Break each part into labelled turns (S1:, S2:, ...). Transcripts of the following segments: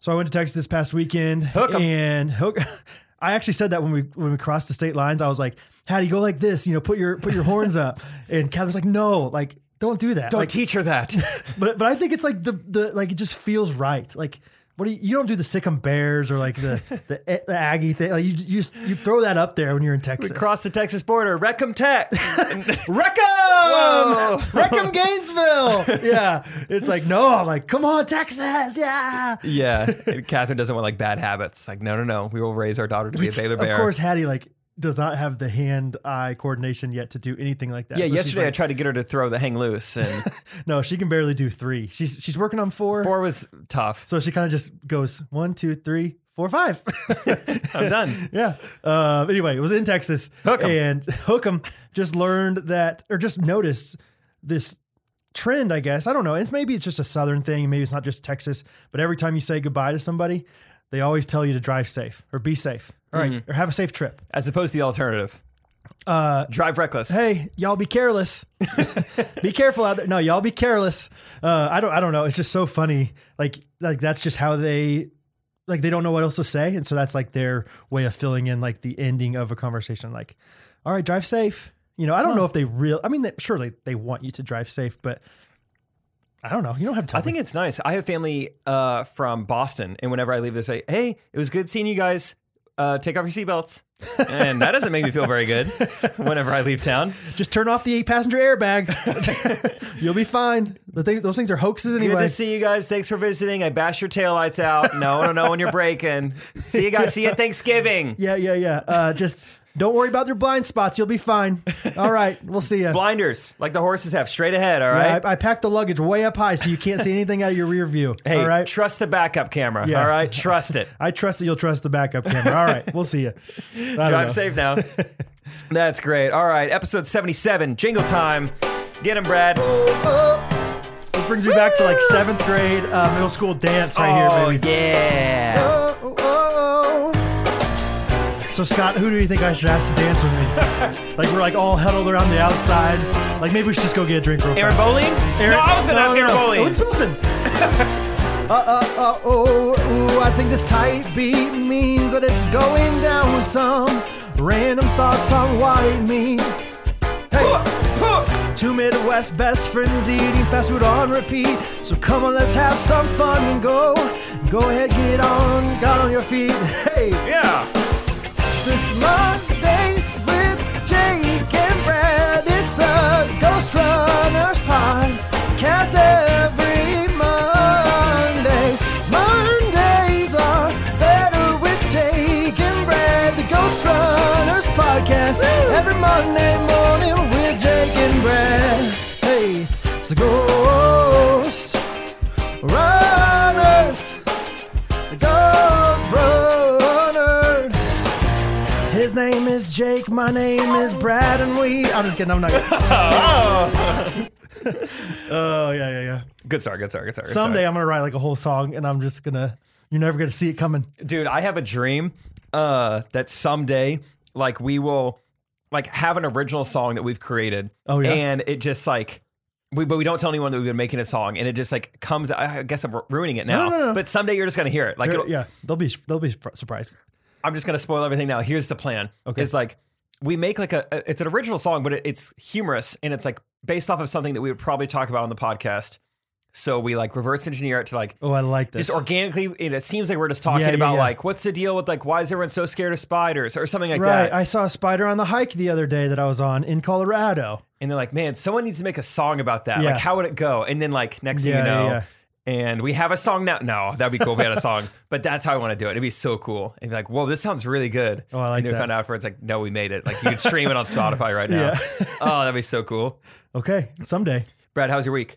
S1: So I went to Texas this past weekend,
S2: Hook 'em.
S1: and hook. I actually said that when we when we crossed the state lines, I was like, "How do you go like this? You know, put your put your horns up." And Catherine's like, "No, like don't do that.
S2: Don't
S1: like,
S2: teach her that.
S1: but but I think it's like the the like it just feels right. Like what do you, you don't do the Sikkim Bears or like the the, eh, the Aggie thing. Like you you just- you throw that up there when you're in Texas.
S2: Cross the Texas border, Reckham Tech. Whoa.
S1: Reckham, Reckham Gainesville. yeah, it's like no, I'm like come on Texas, yeah.
S2: yeah, and Catherine doesn't want like bad habits. Like, no, no, no. We will raise our daughter to be
S1: Which,
S2: a Baylor
S1: of
S2: Bear.
S1: course, Hattie like does not have the hand-eye coordination yet to do anything like that.
S2: Yeah,
S1: So she's
S2: yesterday I
S1: like,
S2: tried to get her to throw the hang loose, and
S1: no, she can barely do three. She's she's working on four,
S2: four was tough.
S1: so she kind of just goes one, two, three, four, five.
S2: I'm done.
S1: Yeah. Um, anyway, it was in Texas.
S2: Hook 'em.
S1: And Hookem just learned that, or just noticed this trend, I guess. I don't know. It's maybe it's just a Southern thing. Maybe it's not just Texas. But every time you say goodbye to somebody, they always tell you to drive safe or be safe. All right.
S2: Mm-hmm.
S1: Or have a safe trip.
S2: As opposed to the alternative, uh, drive reckless.
S1: Hey, y'all be careless. be careful out there. No, y'all be careless. Uh, I don't. I don't know. It's just so funny. Like, like that's just how they. Like they don't know what else to say, and so that's like their way of filling in like the ending of a conversation. Like, all right, drive safe. You know, I don't know if they real. I mean, they, surely they want you to drive safe, but I don't know. You don't have to.
S2: I think it's nice. I have family uh, from Boston, and whenever I leave, they say, "Hey, it was good seeing you guys. Uh, take off your seatbelts." and that doesn't make me feel very good whenever I leave town.
S1: just turn off the eight passenger airbag. You'll be fine. The thing, those things are hoaxes
S2: Good
S1: anyway.
S2: to see you guys. Thanks for visiting. I bash your taillights out. No, no, no, when you're breaking. See you guys. See you at Thanksgiving.
S1: Yeah, yeah, yeah. Uh, just don't worry about their blind spots. You'll be fine. All right, we'll see you.
S2: Blinders, like the horses have, straight ahead, all
S1: I,
S2: right?
S1: I packed the luggage way up high so you can't see anything out of your rear view.
S2: hey,
S1: All right.
S2: trust the backup camera,
S1: Yeah.
S2: all right? Trust it.
S1: I trust that you'll trust the backup camera. All right, we'll see you.
S2: Drive safe now. That's great. All right, episode 77, jingle time. Get him, Brad.
S1: This brings me back to like seventh grade uh, middle school dance right
S2: oh,
S1: here, baby.
S2: yeah.
S1: Oh, oh, oh. So Scott, who do you think I should ask to dance with me? like we're like all huddled around the outside. Like maybe we should just go get a drink real quick.
S2: Aaron Bowling? no, I was going to ask Aaron Bowling.
S1: Owen Wilson. uh, uh, uh, oh, ooh, I think this tight beat means that it's going down with some random thoughts on what it means. Hey, two Midwest best friends eating fast food on repeat. So come on, let's have some fun and go. Go ahead, get on, got on your feet. Hey,
S2: Yeah.
S1: since Mondays with Jake and Brad, it's the Ghost Runners podcast every Monday. Mondays are better with Jake and Brad, the Ghost Runners podcast every Monday morning with Jake and Brad. Hey, it's the Ghost Runners, the Ghost Runners. His name is Jake, my name is Brad, and we. I'm just kidding, I'm not. oh, yeah, yeah, yeah.
S2: Good start, good start, good start. good
S1: Someday
S2: start.
S1: I'm going to write like a whole song, and I'm just going to. You're never going to see it coming.
S2: dude i have a dream uh that someday like we will like have an original song that we've created
S1: Oh, yeah?
S2: and it just like we, but we don't tell anyone that we've been making a song and it just like comes i guess i'm ruining it now
S1: no, no, no.
S2: but someday you're just gonna hear it like it'll,
S1: yeah, they'll be they'll be surprised.
S2: i'm just gonna spoil everything now here's the plan
S1: Okay.
S2: it's like we make like a a- it's an original song but it, it's humorous and it's like based off of something that we would probably talk about on the podcast so we like reverse engineer it to like
S1: Oh, I like this.
S2: just organically and it seems like we're just talking
S1: Yeah, yeah,
S2: about
S1: yeah.
S2: like what's the deal with like why is everyone so scared of spiders or something like
S1: right.
S2: that
S1: I saw a spider on the hike the other day that I was on in Colorado.
S2: and they're like man someone needs to make a song about that
S1: Yeah.
S2: like how would it go and then like next
S1: Yeah,
S2: thing you
S1: yeah,
S2: know
S1: yeah.
S2: and we have a song now no that'd be cool if we had a song but that's how i want to do it it'd be so cool and be like whoa this sounds really good
S1: Oh, I like
S2: and then we
S1: that.
S2: found out afterwards like no we made it like you could stream it on spotify right now oh that'd be so cool
S1: Okay, someday.
S2: brad how's your week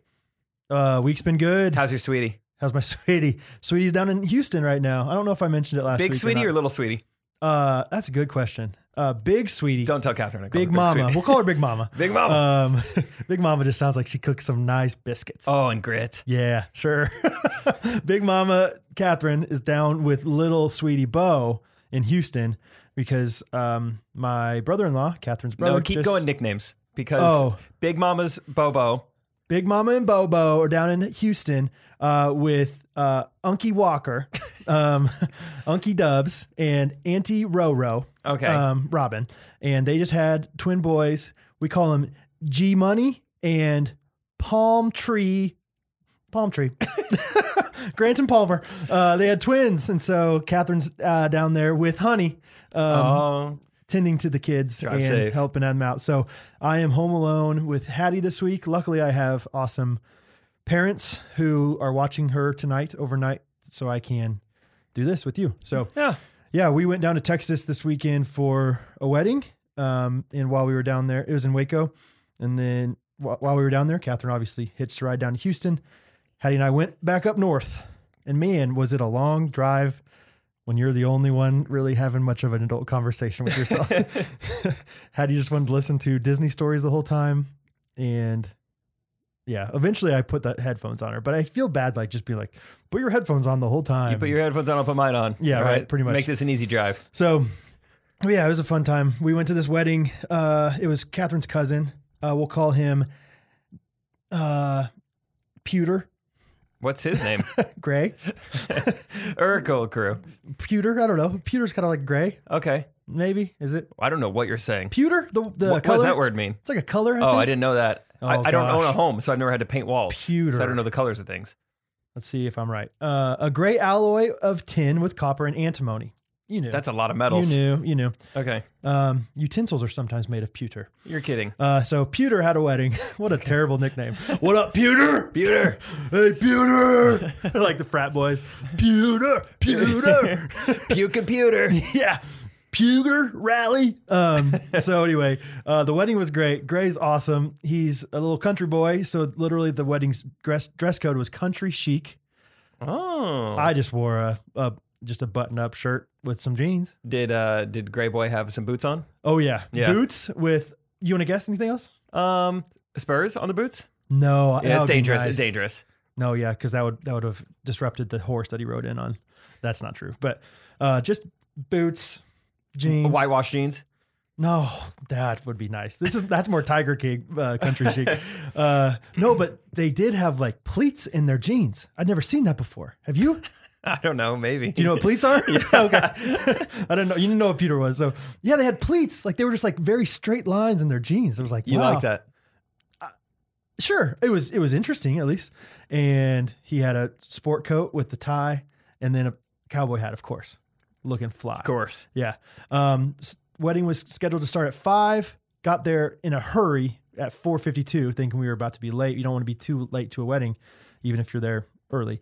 S1: Uh, week's been good.
S2: how's your sweetie
S1: How's my sweetie? Sweetie's down in Houston right now. I don't know if I mentioned it last
S2: big
S1: week.
S2: sweetie
S1: or,
S2: or,
S1: not.
S2: little sweetie
S1: uh, that's a good question. Uh, big sweetie.
S2: don't tell catherine I called
S1: Big
S2: her
S1: Mama.
S2: sweetie.
S1: We'll call her Big Mama.
S2: Big Mama.
S1: Um, Big Mama just sounds like she cooks some nice biscuits.
S2: oh and grit
S1: Yeah, sure. Big Mama Catherine is down with little sweetie Bo in Houston because um, my brother-in-law, Catherine's brother,
S2: no keep
S1: just-
S2: going nicknames because
S1: Oh.
S2: big mama's bobo
S1: Big Mama and Bobo are down in Houston uh, with uh, Unky Walker um, Unky Dubs and Auntie Roro.
S2: Okay.
S1: Um, Robin. And they just had twin boys. We call them G Money and Palm Tree. Palm Tree. Grant and Palmer. Uh, they had twins. And so Catherine's uh, down there with Honey. Um,
S2: oh,
S1: tending to the kids
S2: Drive
S1: and
S2: safe.
S1: helping them out. So I am home alone with Hattie this week. Luckily, I have awesome parents who are watching her tonight, overnight, so I can do this with you. So
S2: yeah.
S1: yeah, we went down to Texas this weekend for a wedding. Um, and while we were down there, it was in Waco. And then wh- while we were down there, Catherine obviously hitched a ride down to Houston. Hattie and I went back up north. And man, was it a long drive when you're the only one really having much of an adult conversation with yourself. Hattie just wanted to listen to Disney stories the whole time. And yeah, eventually I put the headphones on her, but I feel bad like just being like, put your headphones on the whole time.
S2: You put your headphones on. I'll put mine on.
S1: Yeah,
S2: All
S1: right, pretty much.
S2: Make this an easy drive.
S1: So, yeah, it was a fun time. We went to this wedding. Uh, it was Catherine's cousin. Uh, we'll call him uh, Pewter
S2: What's his name?
S1: Gray.
S2: Urkel crew.
S1: Pewter. I don't know. Pewter's kind of like gray,
S2: Okay.
S1: maybe. Is it
S2: I don't know what you're saying.
S1: pewter? The the
S2: What, what
S1: color.
S2: does that word mean?
S1: It's like a color. I
S2: Oh,
S1: think.
S2: I didn't know that. I,
S1: Oh,
S2: I don't own a
S1: gosh.
S2: home, so I've never had to paint walls.
S1: Pewter.
S2: So I don't know the colors of things.
S1: Let's see if I'm right. Uh, a gray alloy of tin with copper and antimony. You knew.
S2: That's a lot of
S1: you
S2: metals.
S1: knew. You knew.
S2: Okay.
S1: Um, utensils are sometimes made of pewter.
S2: You're kidding.
S1: Uh, so Pewter had a wedding. what a terrible nickname. What up, Pewter?
S2: Pewter.
S1: Hey, Pewter! like the frat boys. Pewter, Pewter.
S2: Pew computer.
S1: yeah. Pewter rally. Um, so anyway, uh, the wedding was great. Gray's awesome. He's a little country boy, so literally the wedding's dress dress code was country chic.
S2: Oh.
S1: I just wore a, a just a button up shirt with some jeans.
S2: did uh did Grey Boy have some boots on?
S1: Oh yeah,
S2: Yeah.
S1: boots with. You want to guess anything else?
S2: Um Spurs on the boots?
S1: No, that
S2: Yeah, it's
S1: would be
S2: dangerous.
S1: nice.
S2: It's dangerous.
S1: No, yeah, because that would that would have disrupted the horse that he rode in on. That's not true. But uh, just boots, jeans.
S2: Whitewash jeans.
S1: No, that would be nice. This is that's more Tiger King uh, country chic. Uh, no, but they did have like pleats in their jeans. I'd never seen that before. Have you?
S2: I don't know, maybe.
S1: Do you know what pleats are? Yeah. okay. I don't know. You didn't know what Peter was. So yeah, they had pleats. Like they were just like very straight lines in their jeans. It was like
S2: you
S1: wow.
S2: like that?
S1: sure it was it was interesting at least and he had a sport coat with the tie and then a cowboy hat of course looking fly
S2: Of course.
S1: yeah um s- wedding was scheduled to start at five got there in a hurry at 4.52 thinking we were about to be late you don't want to be too late to a wedding even if you're there early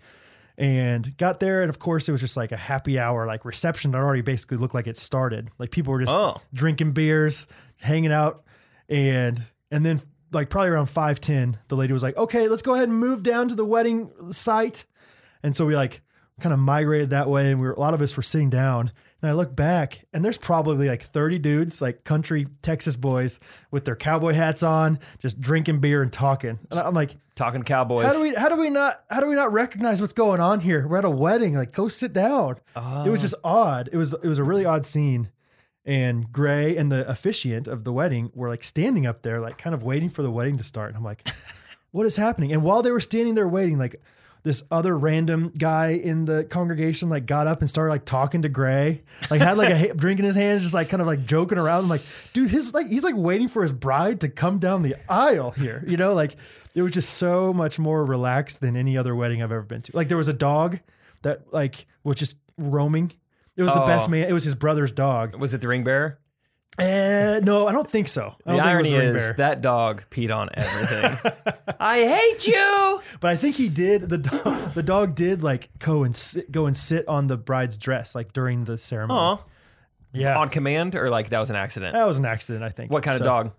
S1: and got there and of course it was just like a happy hour like reception that already basically looked like it started like people were just
S2: Oh.
S1: drinking beers, hanging out, and and then like probably around five ten, the lady was like, "Okay, let's go ahead and move down to the wedding site," and so we like kind of migrated that way, and we were a lot of us were sitting down. And I look back, and there's probably like 30 dudes, like country Texas boys, with their cowboy hats on, just drinking beer and talking. And I'm like,
S2: Talking cowboys.
S1: how do we how do we not how do we not recognize what's going on here? We're at a wedding. Like, go sit down. It was just odd. It was it was a really odd scene. And Gray and the officiant of the wedding were like standing up there, like kind of waiting for the wedding to start. And I'm like, what is happening? And while they were standing there waiting, like this other random guy in the congregation like got up and started like talking to Gray, like had like a ha- drink in his hands, just like kind of like joking around. I'm like, dude, his like he's like waiting for his bride to come down the aisle here, you know? Like it was just so much more relaxed than any other wedding I've ever been to. Like there was a dog that like was just roaming. It was the
S2: Oh.
S1: best man. It was his brother's dog.
S2: was it the ring bearer?
S1: Eh, no, I don't think so. I don't
S2: The
S1: think
S2: irony
S1: it was a ring
S2: is
S1: bearer.
S2: that dog peed on everything. I hate you.
S1: But I think he did the dog, the dog did like go and sit, go and sit on the bride's dress like during the ceremony.
S2: Aw.
S1: Yeah,
S2: On command or like that was an accident?
S1: that was an accident. I think.
S2: What kind
S1: So,
S2: of dog?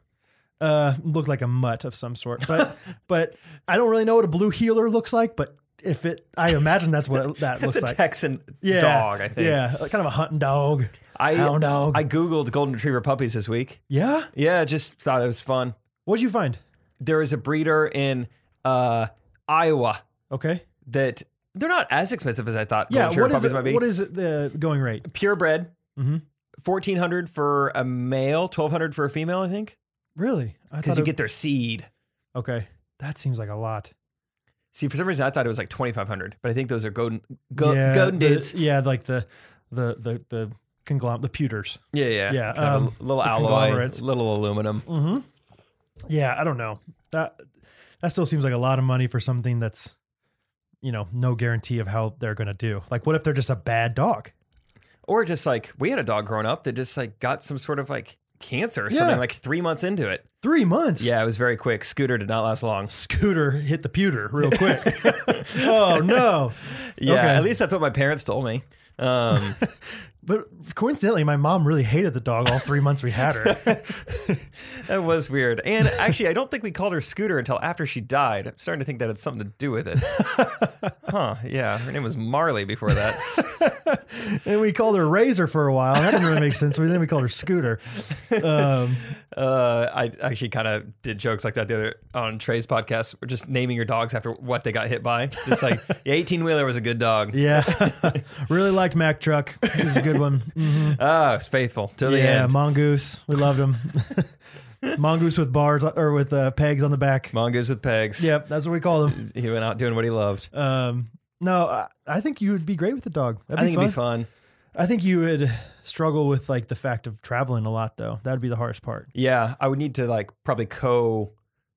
S1: Uh, looked like a mutt of some sort. But but I don't really know what a blue heeler looks like. But if it, I imagine that's what it, that
S2: It's
S1: looks
S2: a
S1: like.
S2: Texan
S1: yeah,
S2: dog, I think.
S1: Yeah, like kind of a hunting dog.
S2: I
S1: hound dog.
S2: I googled golden retriever puppies this week.
S1: yeah.
S2: Yeah, just thought it was fun.
S1: What'd you find?
S2: There is a breeder in uh, Iowa
S1: Okay.
S2: that they're not as expensive as I thought.
S1: Yeah. What
S2: golden retriever
S1: is
S2: puppies
S1: it?
S2: might be
S1: What is it, the going rate?
S2: purebred.
S1: Mhm.
S2: Fourteen hundred for a male, twelve hundred for a female. I think
S1: Really? I
S2: because
S1: thought
S2: you
S1: it-
S2: get their seed.
S1: okay. That seems like a lot.
S2: See, for some reason, I thought it was like twenty five hundred, but I think those are golden, go,
S1: yeah,
S2: golden
S1: the-
S2: dudes.
S1: Yeah, like the the the the conglomerate, the pewters.
S2: Yeah, yeah,
S1: Yeah,
S2: Kind of
S1: um,
S2: a little
S1: the
S2: alloy,
S1: conglomerates.
S2: little aluminum.
S1: Mm-hmm. Yeah, I don't know. That that still seems like a lot of money for something that's you know no guarantee of how they're gonna do. Like, what if they're just a bad dog?
S2: Or just like we had a dog growing up that just like got some sort of like cancer or
S1: Yeah.
S2: something like three months into it.
S1: Three months.
S2: Yeah, it was very quick. Scooter did not last long.
S1: Scooter hit the pewter real quick. oh no!
S2: Yeah,
S1: Okay.
S2: at least that's what my parents told me. Um,
S1: But coincidentally, my mom really hated the dog all three months we had her.
S2: that was weird. And actually, I don't think we called her Scooter until after she died. I'm starting to think that had something to do with it. huh? Yeah, her name was Marley before that.
S1: and we called her Razor for a while. That didn't really make sense. But then we called her Scooter. Um,
S2: Uh, I actually kind of did jokes like that the other on Trey's podcast. We're just naming your dogs after what they got hit by. Just like the eighteen wheeler was a good dog.
S1: yeah, really liked Mack Truck. This is a good one. Mhm.
S2: Ah, it's faithful till the
S1: Yeah,
S2: end.
S1: Mongoose. We loved him. Mongoose with bars or with uh, pegs on the back.
S2: Mongoose with pegs.
S1: Yep, that's what we called him.
S2: he went out doing what he loved.
S1: Um, no, I, I think you would be great with the dog. That'd
S2: I
S1: be
S2: think
S1: fun.
S2: it'd be fun.
S1: I think you would struggle with like the fact of traveling a lot though. That'd be the hardest part.
S2: Yeah, I would need to like probably co.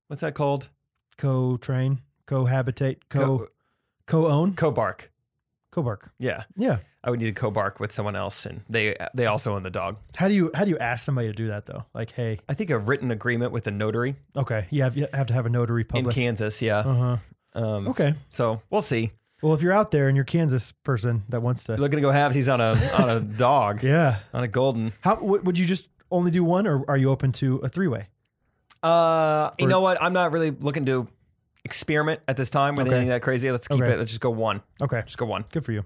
S2: What's that called?
S1: Co-train, cohabitate, co co-own,
S2: co bark.
S1: co-bark.
S2: Yeah,
S1: Yeah.
S2: I would need to co bark with someone else, and they they also own the dog.
S1: How do you how do you ask somebody to do that though? Like, hey,
S2: I think a written agreement with a notary
S1: okay, you have you have to have a notary
S2: in
S1: public.
S2: Kansas. Yeah.
S1: Uh huh.
S2: Um,
S1: Okay.
S2: So we'll see.
S1: Well, if you're out there and you're a Kansas person that wants to,
S2: Looking to go halves. He's on a on a dog.
S1: yeah.
S2: On a golden.
S1: How w- would you just only do one, or are you open to a three-way?
S2: Uh, you
S1: Or-
S2: know what? I'm not really looking to experiment at this time with
S1: Okay.
S2: anything that crazy. Let's keep
S1: Okay.
S2: it. Let's just go one.
S1: Okay,
S2: Just go one.
S1: good for you.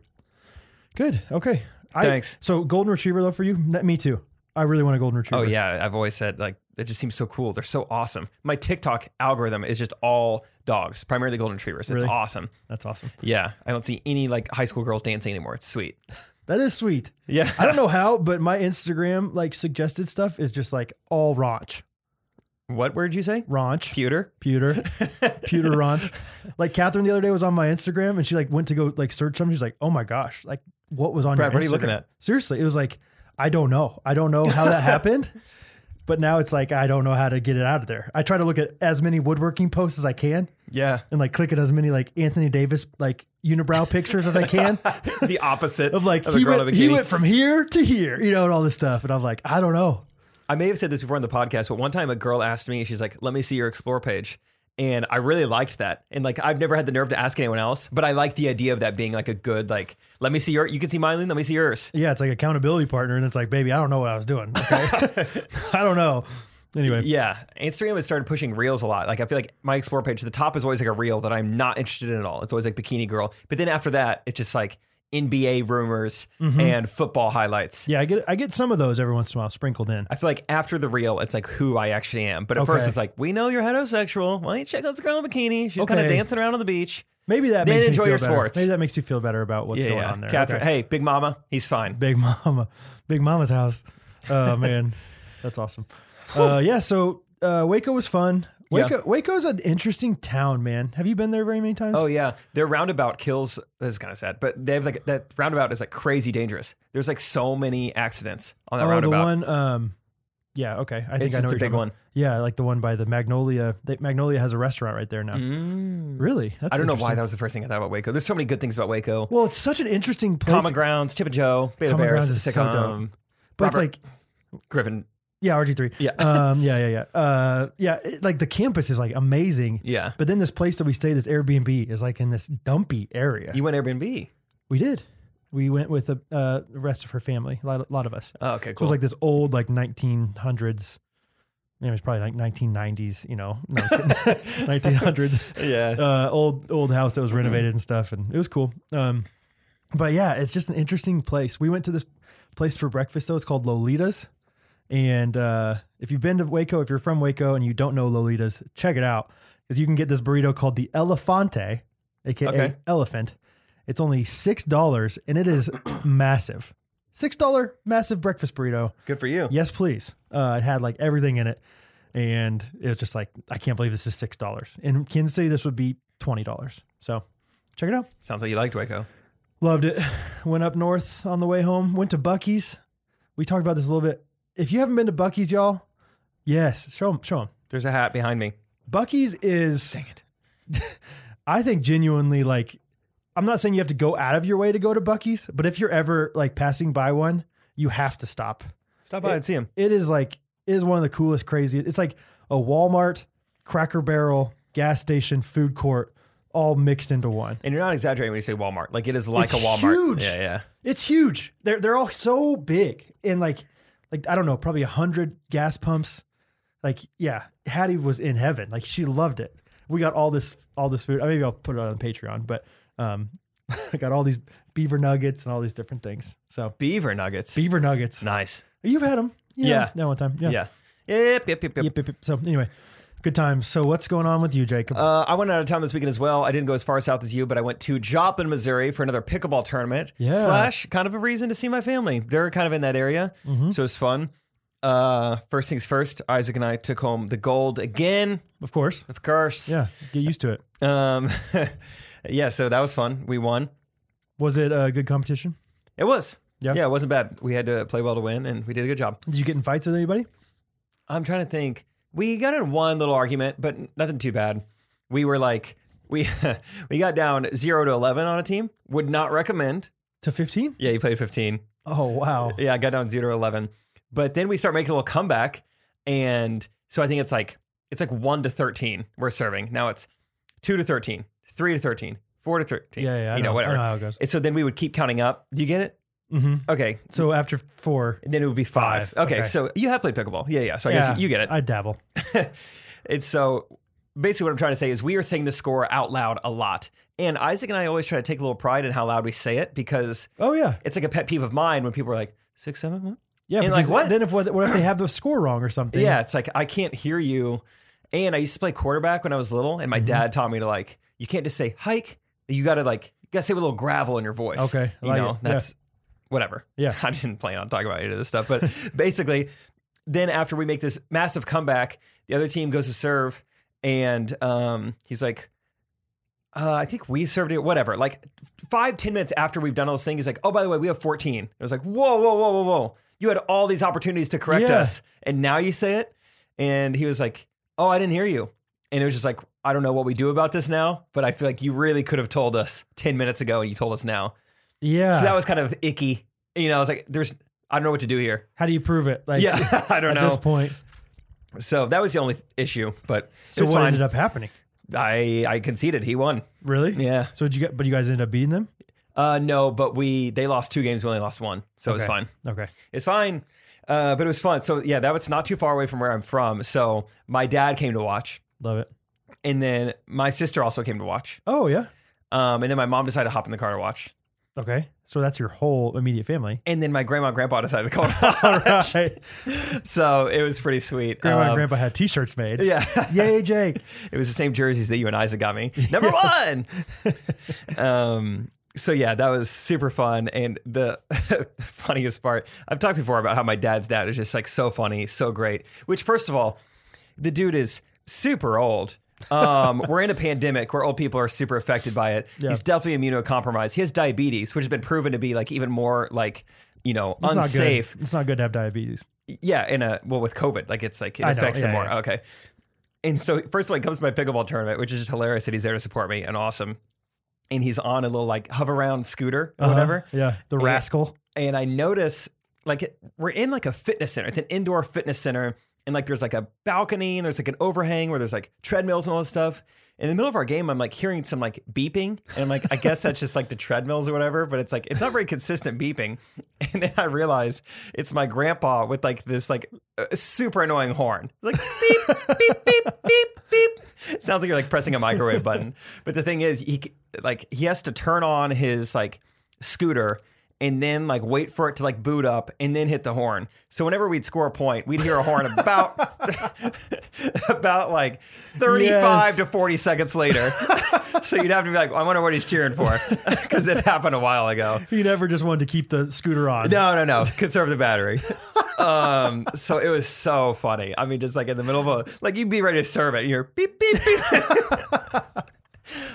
S1: Good. Okay. I,
S2: Thanks.
S1: So golden retriever though for you? That me too. I really want a golden retriever.
S2: Oh yeah, I've always said like it just seems so cool. They're so awesome. My TikTok algorithm is just all dogs, primarily golden retrievers. It's
S1: Really?
S2: awesome.
S1: That's awesome.
S2: Yeah, I don't see any like high school girls dancing anymore. It's sweet.
S1: That is sweet.
S2: Yeah,
S1: I don't know how, but my Instagram like suggested stuff is just like all raunch,
S2: what word did you say?
S1: raunch,
S2: Pewter.
S1: pewter, pewter raunch. Like Catherine the other day was on my Instagram and she like went to go like search something. She's like, oh my gosh, like what was on
S2: Brad,
S1: your
S2: what are you
S1: Instagram?"
S2: looking at?
S1: Seriously, it was like I don't know. I don't know how that happened. But now it's like I don't know how to get it out of there. I try to look at as many woodworking posts as I can
S2: Yeah,
S1: and like click at as many like Anthony Davis like unibrow pictures as I can.
S2: the opposite
S1: Of like
S2: of a
S1: he,
S2: girl
S1: went,
S2: in a
S1: he
S2: bikini.
S1: went from here to here, you know, and all this stuff. And I'm like, I don't know.
S2: I may have said this before on the podcast, but one time a girl asked me, she's like, "Let me see your explore page." And I really liked that. And like I've never had the nerve to ask anyone else, but I like the idea of that being like a good like, "Let me see your you can see mine, let me see yours."
S1: Yeah, it's like accountability partner, and it's like, baby, I don't know what I was doing. Okay, I don't know. Anyway,
S2: Yeah, Instagram has started pushing reels a lot. Like I feel like my explore page, the top is always like a reel that I'm not interested in at all. It's always like bikini girl. But then after that, it's just like NBA rumors
S1: Mm-hmm.
S2: and football highlights.
S1: yeah, I get I get some of those every once in a while sprinkled in.
S2: I feel like after the reel, it's like who I actually am. But at first,
S1: Okay.
S2: it's like we know you're heterosexual. Why don't you check out this girl in a bikini? She's kind of
S1: Okay.
S2: dancing around on the beach.
S1: Maybe that
S2: Then
S1: makes me
S2: enjoy
S1: feel
S2: your
S1: better.
S2: sports.
S1: Maybe that makes you feel better about what's
S2: yeah,
S1: going
S2: yeah.
S1: on there.
S2: Catherine,
S1: Okay.
S2: hey, Big Mama, he's fine.
S1: Big Mama, Big Mama's house. Oh man, that's awesome. Uh, yeah, so uh, Waco was fun.
S2: Yeah.
S1: Waco, Waco's an interesting town, man. Have you been there very many times?
S2: Oh yeah, their roundabout kills. This is kind of sad, but they have like that roundabout is like crazy dangerous. There's like so many accidents on that
S1: Oh, the
S2: roundabout.
S1: one. Um, yeah, okay. I think
S2: It's
S1: I know what
S2: just a
S1: you're
S2: big
S1: talking
S2: one.
S1: about. Yeah, like the one by the Magnolia. They, Magnolia has a restaurant right there now.
S2: Mm.
S1: Really? That's
S2: I don't know why
S1: interesting.
S2: that was the first thing I thought about Waco. There's so many good things about Waco.
S1: Well, it's such an interesting place,
S2: Common Grounds, Chip and Joe, Beta
S1: Common
S2: Bears,
S1: Grounds is so
S2: Sitcom,
S1: but it's
S2: Robert.
S1: like
S2: Griffin.
S1: yeah, RG three.
S2: Yeah.
S1: um, yeah, yeah, yeah. Uh, yeah, it- like the campus is like amazing.
S2: Yeah,
S1: But then this place that we stayed, this Airbnb, is like in this dumpy area.
S2: you went Airbnb.
S1: we did. We went with the uh, the rest of her family, a lot, lot of us.
S2: Oh,
S1: So
S2: okay,
S1: it
S2: cool.
S1: was like this old, like 1900s. You know, it was probably like 1990s. You know, No, I'm just kidding. 1900s.
S2: yeah, Mm-hmm.
S1: uh, old old house that was renovated and stuff, and it was cool. Um, but yeah, it's just an interesting place. We went to this place for breakfast though. It's called Lolitas, and uh, if you've been to Waco, if you're from Waco and you don't know Lolitas, check it out because you can get this burrito called the Elefante, aka
S2: Okay.
S1: elephant. It's only six dollars, and it is massive. Six dollar massive breakfast burrito.
S2: good for you.
S1: Yes, please. Uh, it had like everything in it. And it was just like, I can't believe this is $6. In Kansas City, this would be twenty dollars. So check it out.
S2: Sounds like you liked Waco.
S1: Loved it. Went up north on the way home. Went to Bucky's. We talked about this a little bit. If you haven't been to Bucky's, y'all, yes, show them. Show them.
S2: There's a hat behind me.
S1: Bucky's is,
S2: Dang it.
S1: I think, genuinely like. I'm not saying you have to go out of your way to go to Bucky's, but if you're ever like passing by one, you have to stop.
S2: Stop by
S1: It-
S2: and see him.
S1: It is like it is one of the coolest, craziest. It's like a Walmart, Cracker Barrel, gas station, food court, all mixed into one.
S2: And you're not exaggerating when you say Walmart. Like it is like
S1: It's
S2: a Walmart.
S1: huge.
S2: Yeah, yeah.
S1: It's huge. They're they're all so big and like like I don't know, probably a hundred gas pumps. Like yeah, Hattie was in heaven. Like she loved it. We got all this all this food. I maybe I'll put it on Patreon, but um, I got all these beaver nuggets and all these different things. So
S2: Beaver nuggets.
S1: beaver nuggets,
S2: nice.
S1: you've had them.
S2: Yeah.
S1: that one time. Yeah.
S2: Yeah. Yep, yep, yep, yep.
S1: Yep, yep, yep. So anyway, good times. So what's going on with you, Jacob?
S2: Uh, I went out of town this weekend as well. I didn't go as far south as you, but I went to Joplin, Missouri for another pickleball tournament.
S1: Yeah.
S2: Slash, kind of a reason to see my family. They're kind of in that area, so it's fun. Uh, first things first, Isaac and I took home the gold again,
S1: of course.
S2: of course.
S1: Yeah, get used to it.
S2: Um, yeah. So that was fun. We won.
S1: Was it a good competition?
S2: It was.
S1: Yeah.
S2: Yeah, it wasn't bad. We had to play well to win, and we did a good job.
S1: Did you get in fights with anybody?
S2: I'm trying to think. We got in one little argument, but nothing too bad. We were like, we we got down zero to eleven on a team. Would not recommend.
S1: To 15?
S2: Yeah, you played fifteen.
S1: Oh, wow.
S2: Yeah, I got down zero to eleven. But then we start making a little comeback, and so I think it's like it's like one to thirteen. We're serving now. It's two to thirteen, three to thirteen, four to thirteen.
S1: Yeah, yeah. I
S2: you know,
S1: I
S2: whatever.
S1: know how it goes.
S2: And so then we would keep counting up. Do you get it?
S1: hmm
S2: Okay.
S1: So after four,
S2: And then it would be five.
S1: Five,
S2: Okay,
S1: okay.
S2: so you have played pickleball. Yeah, yeah. So I
S1: Yeah,
S2: guess you get it.
S1: I dabble.
S2: It's so basically what I'm trying to say is we are saying the score out loud a lot. And Isaac and I always try to take a little pride in how loud we say it because
S1: Oh, yeah.
S2: it's like a pet peeve of mine when people are like, six, seven, one.
S1: Yeah.
S2: And like,
S1: because
S2: what?
S1: Then if what, what if they have the score wrong or something?
S2: Yeah, it's like I can't hear you. And I used to play quarterback when I was little,
S1: Mm-hmm.
S2: and my dad taught me to like, you can't just say hike. You gotta like you gotta say with a little gravel in your voice.
S1: Okay, I
S2: You
S1: like
S2: know,
S1: it. Yeah.
S2: that's whatever.
S1: Yeah.
S2: I didn't plan on talking about any of this stuff, but basically, then after we make this massive comeback, the other team goes to serve, and um, he's like, uh, I think we served it, whatever. Like five, ten minutes after we've done all this thing, he's like, oh, by the way, we have 14. It was like, whoa, whoa, whoa, whoa, whoa. You had all these opportunities to correct
S1: Yeah.
S2: us, and now you say it. And he was like, oh, I didn't hear you. And it was just like, I don't know what we do about this now, but I feel like you really could have told us 10 minutes ago and you told us now.
S1: Yeah.
S2: So that was kind of icky. You know, I was like, there's, I don't know what to do here.
S1: how do you prove it? Like,
S2: Yeah, I don't
S1: At
S2: know.
S1: this point,
S2: So that was the only issue, but
S1: so
S2: it was
S1: what ended
S2: fine.
S1: up happening?
S2: I, I conceded. He won.
S1: Really?
S2: Yeah.
S1: So did you get? But you guys ended up beating them.
S2: Uh, no, but we, they lost two games. We only lost one. So it was
S1: Okay.
S2: fine.
S1: Okay.
S2: It's fine. Uh, but it was fun. So yeah, that was not too far away from where I'm from. So my dad came to watch
S1: Love it.
S2: and then my sister also came to watch.
S1: Oh yeah.
S2: Um, and then my mom decided to hop in the car to watch.
S1: Okay. So that's your whole immediate family.
S2: And then my grandma and grandpa decided to come.
S1: All right.
S2: so it was pretty sweet.
S1: Grandma and
S2: Um,
S1: Grandpa had T-shirts made.
S2: Yeah.
S1: Yay, Jake.
S2: It was the same jerseys that you and Isaac got me. Number one. um, so yeah, that was super fun. And the funniest part, I've talked before about how my dad's dad is just like so funny, so great. Which, first of all, the dude is super old. um, we're in a pandemic where old people are super affected by it.
S1: Yeah.
S2: He's definitely immunocompromised. He has diabetes, which has been proven to be like even more like, you know,
S1: It's not good.
S2: unsafe.
S1: It's not good to have diabetes.
S2: Yeah, in a well with COVID, like it's like it
S1: I know,
S2: affects
S1: yeah,
S2: them more.
S1: yeah.
S2: Okay. And so first of all, he comes to my pickleball tournament, which is just hilarious that he's there to support me and awesome. And he's on a little like hover around scooter or
S1: Uh-huh.
S2: whatever.
S1: Yeah. The
S2: Yeah.
S1: rascal.
S2: And I notice like it- we're in like a fitness center. It's an indoor fitness center. And like there's like a balcony and there's like an overhang where there's like treadmills and all this stuff. In the middle of our game, I'm like hearing some like beeping. And I'm like, I guess that's just like the treadmills or whatever, but it's like it's not very consistent beeping. And then I realize it's my grandpa with like this like uh, super annoying horn. Like beep, beep, beep, beep, beep. Sounds like you're like pressing a microwave button. But the thing is, he c- like he has to turn on his like scooter and then like wait for it to like boot up and then hit the horn. So whenever we'd score a point, we'd hear a horn about about like 35
S1: Yes.
S2: to 40 seconds later. so you'd have to be like, I wonder what he's cheering for because it happened a while ago.
S1: He never just wanted to keep the scooter on.
S2: No, no, no. Conserve the battery. um, so it was so funny. I mean, just like in the middle of a like you'd be ready to serve it, and you're beep beep beep.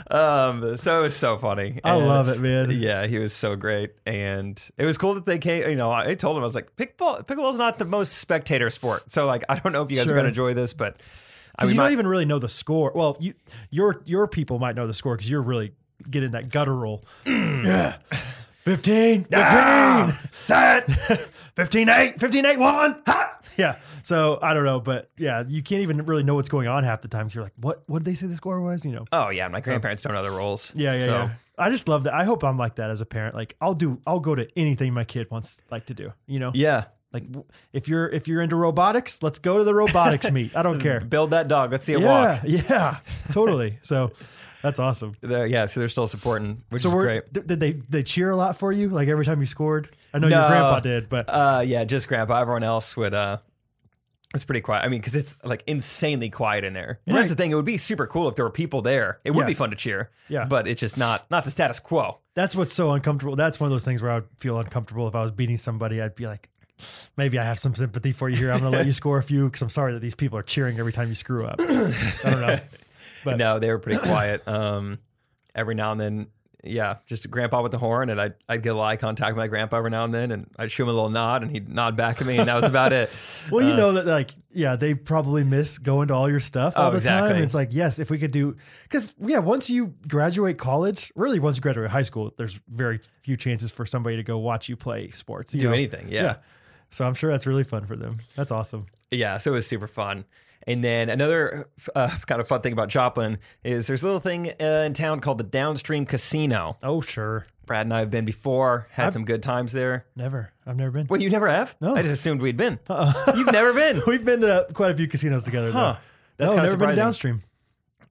S2: Um, so it was so funny.
S1: I
S2: And-
S1: love it, man.
S2: Yeah, he was so great, and it was cool that they came. You know, I I told him I was like, pickleball. Pickleball's not the most spectator sport, so like, I don't know if you guys
S1: Sure.
S2: are gonna enjoy this, but I
S1: Because
S2: mean,
S1: you
S2: my-
S1: don't even really know the score. Well, you, your your people might know the score because you're really getting that guttural.
S2: Mm.
S1: yeah. 15, 15,
S2: Ah, set.
S1: 15, 8, 15, 8, 1. Ha! Yeah. So I don't know, but yeah, you can't even really know what's going on half the time. 'cause You're like, what, what did they say the score was? You know?
S2: Oh yeah, my grandparents don't know the rules.
S1: Yeah, yeah,
S2: so.
S1: yeah. I just love that. I hope I'm like that as a parent. Like I'll do, I'll go to anything my kid wants like to do, you know?
S2: Yeah.
S1: Like w- if you're, if you're into robotics, let's go to the robotics meet. I don't care.
S2: Build that dog. Let's see it
S1: Yeah,
S2: walk.
S1: yeah, totally. So that's awesome.
S2: They're- yeah, so they're still supporting, which
S1: So
S2: is
S1: we're,
S2: great.
S1: th- did they they cheer a lot for you? Like every time you scored? I know
S2: No.
S1: your grandpa did, but
S2: Uh, yeah, just grandpa. Everyone else would. uh it's pretty quiet. I mean, because it's like insanely quiet in there. And
S1: Right.
S2: That's the thing. It would be super cool if there were people there. It would
S1: Yeah.
S2: be fun to cheer.
S1: Yeah.
S2: But it's just not not the status quo.
S1: that's what's so uncomfortable. That's one of those things where I would feel uncomfortable if I was beating somebody. I'd be like, maybe I have some sympathy for you here. I'm going to let you score a few because I'm sorry that these people are cheering every time you screw up. I don't know. But-
S2: no, they were pretty quiet. Um, every now and then, yeah, just grandpa with the horn, and I'd I'd get a little eye contact with my grandpa every now and then, and I'd show him a little nod, and he'd nod back at me, and that was about it.
S1: Well, you
S2: Uh,
S1: know that like yeah, they probably miss going to all your stuff all
S2: Oh,
S1: the time.
S2: exactly.
S1: It's like yes, if we could do because yeah, once you graduate college, really once you graduate high school, there's very few chances for somebody to go watch you play sports. you
S2: Do
S1: know?
S2: anything, yeah.
S1: So I'm sure that's really fun for them. That's awesome.
S2: Yeah, so it was super fun. And then another uh, kind of fun thing about Joplin is there's a little thing uh, in town called the Downstream Casino.
S1: Oh sure,
S2: Brad and I have been before, had some good times there.
S1: never. I've never been.
S2: Wait, you never have?
S1: No. Uh-uh.
S2: I just assumed we'd been. You've never been.
S1: We've been to quite a few casinos together.
S2: Huh.
S1: Though.
S2: That's
S1: no,
S2: kinda
S1: never been
S2: surprising.
S1: downstream.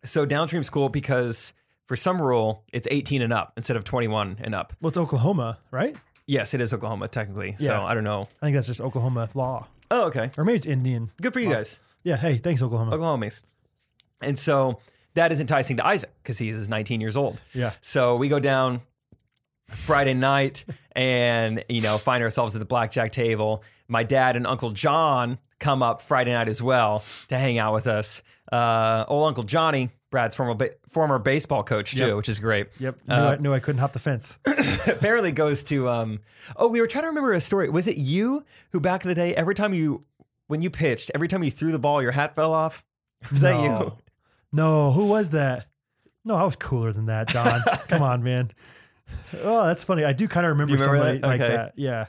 S2: So Downstream's cool because for some rule, it's 18 and up instead of 21 and up.
S1: Well, it's Oklahoma, right?
S2: Yes, it is Oklahoma technically.
S1: Yeah.
S2: So I don't know.
S1: I think that's just Oklahoma law,
S2: Oh, okay.
S1: or maybe it's Indian.
S2: Good for you guys.
S1: Yeah. Hey, thanks Oklahoma.
S2: Oklahomies. And so that is enticing to Isaac because he is 19 years old.
S1: Yeah.
S2: So we go down Friday night and, you know, find ourselves at the blackjack table. My dad and Uncle John come up Friday night as well to hang out with us. Uh, old Uncle Johnny, Brad's former, ba- former baseball coach, too,
S1: Yep.
S2: which is great.
S1: Yep. Knew,
S2: Uh,
S1: I, knew I couldn't hop the fence.
S2: apparently goes to um oh we were trying to remember a story was it you who back in the day every time you when you pitched every time you threw the ball your hat fell off was that you
S1: No. No, who was that? No, I was cooler than that, Don. Come on, man. Oh, that's funny. I do kind of remember,
S2: you remember
S1: somebody
S2: that?
S1: like
S2: Okay.
S1: that. Yeah.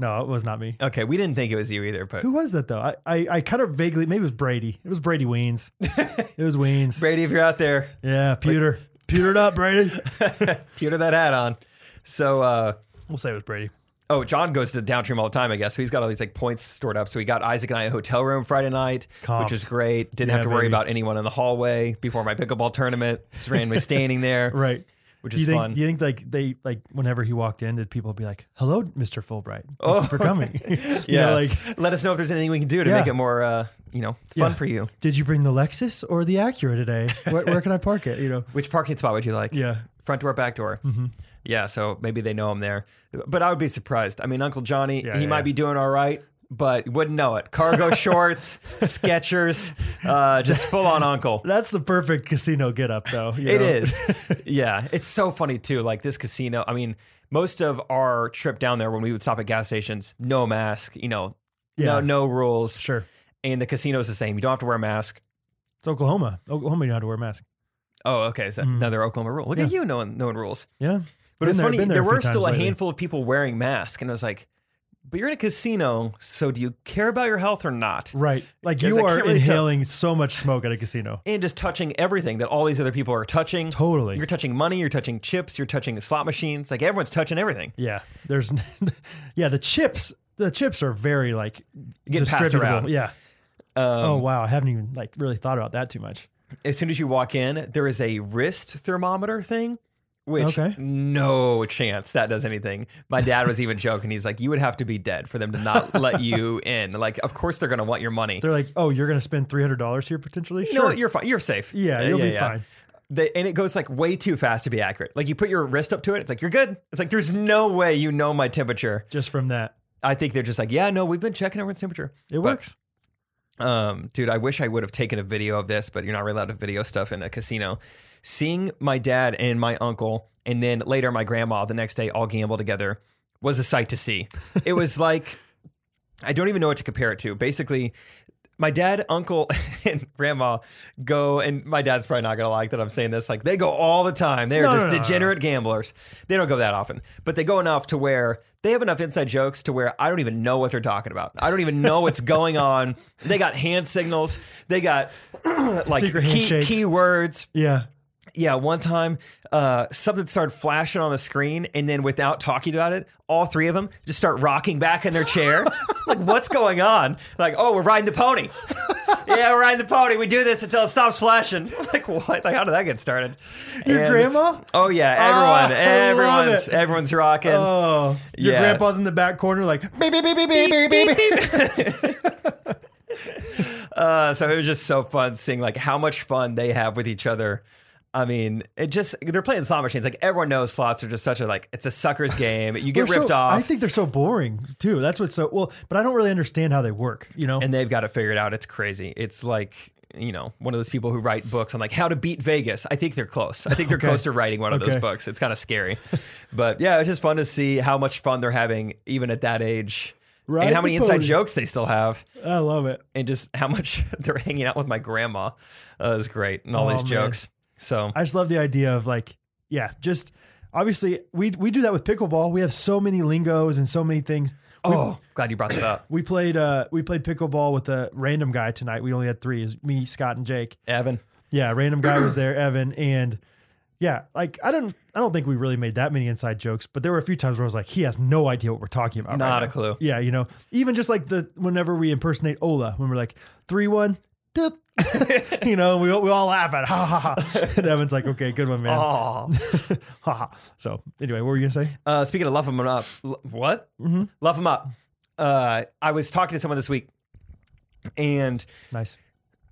S1: No, it was not me.
S2: okay we didn't think it was you either but
S1: Who was that though? I, I, I kind of vaguely maybe it was Brady. It was Brady Weens. it was Weens.
S2: brady if you're out there
S1: Yeah, pewter. Pewtered up, Brady.
S2: pewter that hat on so uh
S1: We'll say it was Brady.
S2: Oh, John goes to downstream all the time, I guess. So he's got all these like points stored up. So he got Isaac and I a hotel room Friday night,
S1: Comps.
S2: which is great. Didn't
S1: Yeah,
S2: have to worry
S1: baby.
S2: about anyone in the hallway before my pickleball tournament. Just randomly standing there.
S1: Right.
S2: Which
S1: do you
S2: is
S1: think,
S2: fun.
S1: Do you think like they like whenever he walked in, did people be like, "Hello, Mr. Fulbright, thank oh. you for coming"? You know,
S2: Yeah.
S1: like
S2: let us know if there's anything we can do to
S1: Yeah.
S2: make it more, uh, you know, fun
S1: Yeah.
S2: for you.
S1: Did you bring the Lexus or the Acura today? Where, where can I park it? You know.
S2: Which parking spot would you like?
S1: Yeah.
S2: Front door, back door.
S1: Mm-hmm.
S2: Yeah, so maybe they know him there. But I would be surprised. I mean, Uncle Johnny,
S1: Yeah,
S2: he
S1: yeah,
S2: might
S1: yeah.
S2: be doing all right, but wouldn't know it. Cargo shorts, Skechers, uh, just full on uncle.
S1: That's the perfect casino getup, though. you
S2: It
S1: know?
S2: is. yeah. It's so funny, too. Like this casino, I mean, most of our trip down there when we would stop at gas stations, no mask, you know,
S1: Yeah.
S2: no, no rules.
S1: Sure.
S2: And the casino's the same. You don't have to wear a mask.
S1: It's Oklahoma. Oklahoma, you know how to wear a mask.
S2: Oh, okay. So
S1: Mm-hmm.
S2: another Oklahoma rule. Look at you knowing, knowing rules.
S1: Yeah.
S2: But
S1: Been
S2: it's
S1: there-
S2: funny.
S1: been there
S2: There,
S1: a few
S2: were still
S1: times
S2: a
S1: lately.
S2: handful of people wearing masks, and I was like, "But you're in a casino, so do you care about your health or not?"
S1: Right. Like
S2: Because
S1: you
S2: I
S1: are
S2: can't really tell-
S1: inhaling so much smoke at a casino.
S2: And just touching everything that all these other people are touching.
S1: Totally.
S2: You're touching money. You're touching chips. You're touching slot machines. Like everyone's touching everything.
S1: yeah. There's, yeah, the chips, the chips are very like
S2: Get passed
S1: distributable.
S2: around.
S1: Yeah. oh, wow. I haven't even like really thought about that too much.
S2: As soon as you walk in, there is a wrist thermometer thing. Which
S1: Okay.
S2: no chance that does anything. My dad was even joking. He's like, "You would have to be dead for them to not let you in." Like, of course they're gonna want your money.
S1: They're like, oh, you're going to spend $300 here potentially?
S2: You know
S1: sure.
S2: what? You're fine. You're safe.
S1: Yeah,
S2: Uh,
S1: you'll be fine.
S2: They, and it goes like way too fast to be accurate. Like you put your wrist up to it, it's like you're good. It's like there's no way you know my temperature.
S1: Just from that.
S2: I think they're just like, yeah, no, we've been checking everyone's temperature.
S1: It
S2: But,
S1: works.
S2: um, dude. I wish I would have taken a video of this, but you're not really allowed to video stuff in a casino. seeing my dad and my uncle, and then later my grandma the next day all gamble together was a sight to see. It was like I don't even know what to compare it to. Basically, my dad, uncle, and grandma go, and my dad's probably not gonna like that I'm saying this. Like they go all the time. They're
S1: No,
S2: just
S1: no, no, no,
S2: degenerate gamblers. They don't go that often, but they go enough to where they have enough inside jokes to where I don't even know what they're talking about. I don't even know what's going on. They got hand signals. They got like
S1: Secret
S2: key,
S1: handshakes.
S2: key words
S1: Yeah.
S2: yeah, one time uh, something started flashing on the screen, and then without talking about it, all three of them just start rocking back in their chair. like, what's going on? Like, oh, we're riding the pony. yeah, we're riding the pony. We do this until it stops flashing. Like, what? Like, how did that get started?
S1: Your
S2: And-
S1: grandma?
S2: Oh yeah,
S1: Ah,
S2: everyone,
S1: I love
S2: everyone's,
S1: it.
S2: everyone's rocking.
S1: Oh, your
S2: Yeah.
S1: grandpa's in the back corner, like beep beep beep beep beep beep beep. beep.
S2: Uh, so it was just so fun seeing like how much fun they have with each other. I mean, it just they're playing slot machines. Like everyone knows slots are just such a like it's a sucker's game. You get
S1: They're
S2: ripped
S1: so-
S2: off.
S1: I think they're so boring too. That's what's so well, but I don't really understand how they work. You know,
S2: and they've got it figured out. It's crazy. It's like you know one of those people who write books on like how to beat Vegas. I think they're close. I think they're close to writing one of those
S1: Okay.
S2: books. It's kind of scary, but yeah, it's just fun to see how much fun they're having even at that age,
S1: Ride
S2: and how
S1: the
S2: many inside
S1: pony.
S2: jokes they still have,
S1: I love it.
S2: and just how much they're hanging out with my grandma uh, is great, and all
S1: Oh,
S2: these
S1: man.
S2: jokes. So
S1: I just love the idea of like, yeah, just obviously we we do that with pickleball. We have so many lingos and so many things.
S2: oh, glad you brought that up,
S1: We played uh we played pickleball with a random guy tonight. We only had three: is me, Scott, and Jake.
S2: Evan.
S1: Yeah, random guy was there, Evan, and yeah, like I don't I don't think we really made that many inside jokes, but there were a few times where I was like, he has no idea what we're talking about.
S2: Not
S1: right
S2: a
S1: now.
S2: clue.
S1: Yeah, you know, even just like the whenever we impersonate Ola, when we're like three one. dip," you know, we, all- we all laugh at it. ha ha ha. And Evan's like, okay, good one, man.
S2: Oh,
S1: Ha, ha. so anyway, what were you gonna say?
S2: Uh, speaking of love them up, l- what? Mm-hmm. Love them up. Uh, I was talking to someone this week, and
S1: Nice.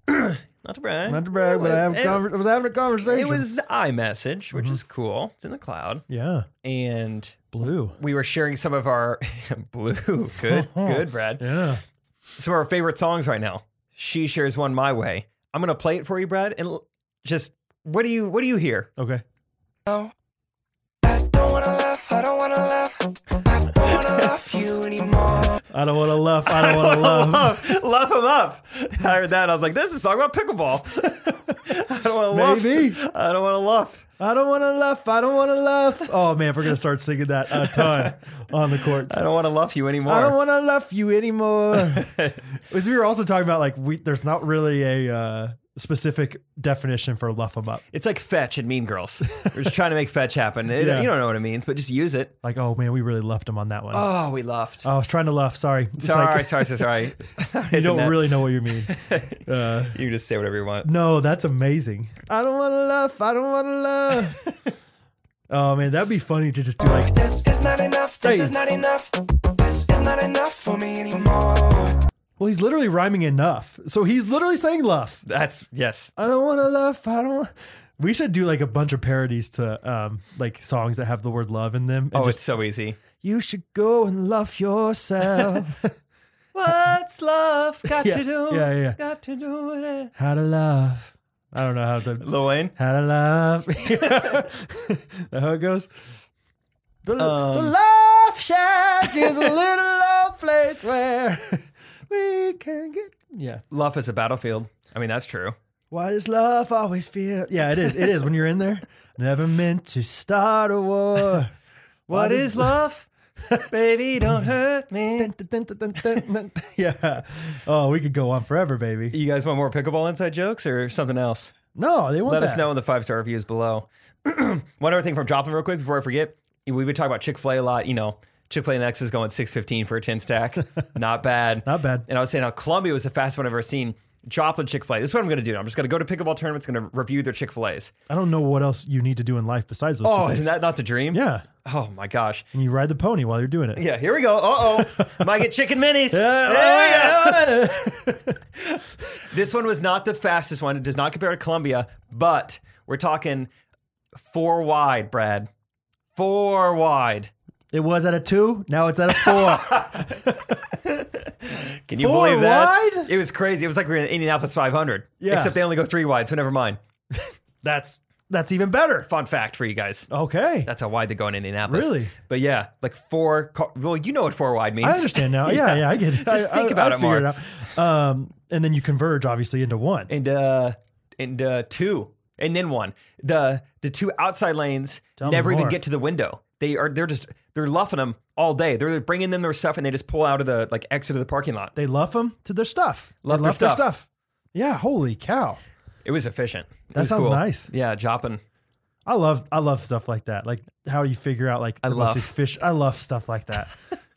S2: not to brag,
S1: Not to brag, but I, have Mm-hmm. a conver-
S2: it,
S1: I was having a conversation.
S2: it was iMessage, which is cool. It's in the cloud,
S1: yeah,
S2: and
S1: blue.
S2: we were sharing some of our blue. Good, good, Brad.
S1: Yeah,
S2: Some of our favorite songs right now. She shares one my way. I'm gonna play it for you, Brad, and l- just what do you what do you hear?
S1: okay.
S3: No. I don't wanna laugh, I don't wanna laugh. I don't wanna love you anymore.
S1: I don't want to love. I don't want to love.
S2: love, love him up. I heard that. I was like, this is a song about pickleball. I don't want to
S1: Maybe.
S2: love. I don't want to love.
S1: I don't want to laugh. I don't want to laugh. Oh man, we're gonna start singing that a ton on the court.
S2: I don't want to love you anymore.
S1: I don't want to love you anymore. Because we were also talking about like we there's not really a uh, specific definition for luff them up.
S2: it's like fetch and Mean Girls. We're just trying to make fetch happen. It-
S1: Yeah.
S2: You don't know what it means, but just use it.
S1: Like oh man, we really left him on that one.
S2: Oh, we loved.
S1: I was trying to luff. Sorry, It's
S2: sorry,
S1: like-
S2: sorry, sorry, sorry.
S1: you don't really know what you mean. Uh,
S2: You can just say whatever you want.
S1: No, that's amazing. I don't want to laugh. I don't want to laugh. oh man, that'd be funny to just do like,
S3: This is not enough, this
S1: Hey.
S3: is not enough. This is not enough for me anymore.
S1: well, he's literally rhyming enough, so he's literally saying "luff."
S2: That's yes.
S1: I don't want to laugh. I don't. Wa- we should do like a bunch of parodies to um like songs that have the word love in them. and
S2: Oh,
S1: just,
S2: it's so easy.
S1: you should go and love yourself.
S2: What's love got
S1: Yeah,
S2: to do?
S1: yeah, yeah, yeah.
S2: Got to do it.
S1: how to love? I don't know how to.
S2: Lil Wayne.
S1: How to love? that how it goes. The, the
S2: Um,
S1: love shack is a little old place where we can get. Yeah.
S2: Love is a battlefield. I mean, that's true.
S1: Why does love always feel? Yeah, it is. It is when you're in there. Never meant to start a war.
S2: What is love? Baby, don't hurt me.
S1: Dun, dun, dun, dun, dun, dun, dun. yeah. Oh, we could go on forever, baby.
S2: You guys want more pickleball inside jokes or something else?
S1: No, they want
S2: Let
S1: that.
S2: us know in the five star reviews below. One other thing from Joplin, real quick, before I forget, we've been talking about Chick Fil A a lot. You know, Chick Fil A next is going six fifteen for a ten stack. Not bad.
S1: Not bad.
S2: And I was saying how Columbia was the fastest one I've ever seen. Joplin Chick Fil A. This is what I'm going to do. I'm just going to go to pickleball tournaments. Going to review their Chick Fil A's.
S1: I don't know what else you need to do in life besides those. two
S2: Oh,
S1: things.
S2: isn't that not the dream?
S1: yeah.
S2: Oh my gosh.
S1: And you ride the pony while you're doing it.
S2: Yeah. Oh, Here we go. Uh oh. Might get chicken minis.
S1: Yeah,
S2: There we go.
S1: yeah, yeah.
S2: This one was not the fastest one. It does not compare to Columbia, but we're talking four wide, Brad. Four wide.
S1: It was at a two. Now it's at a four.
S2: Can you
S1: Four
S2: believe that?
S1: wide?
S2: It was crazy. It was like we were in Indianapolis 500,
S1: Yeah.
S2: except they only go three wide, so never mind.
S1: That's That's even better.
S2: Fun fact for you guys.
S1: Okay.
S2: That's how wide they go in Indianapolis.
S1: Really?
S2: But yeah, like four. Car- well, you know what four wide means.
S1: I understand now. Yeah, yeah, I get it.
S2: Just
S1: I-
S2: think
S1: I-
S2: about
S1: I
S2: it more.
S1: figured out. Um, and then you converge obviously into one.
S2: and uh and uh two and then one the the two outside lanes
S1: Tell me
S2: never even
S1: more.
S2: get to the window they are they're just they're luffing them all day they're bringing them their stuff and they just pull out of the like exit of the parking lot
S1: They love them to their stuff. They
S2: Love their
S1: their
S2: stuff.
S1: stuff. Yeah, holy cow.
S2: it was efficient It
S1: That
S2: was
S1: sounds
S2: cool.
S1: nice.
S2: yeah jopping
S1: I love I love stuff like that. Like how you figure out like the
S2: love.
S1: most efficient. I love stuff like that.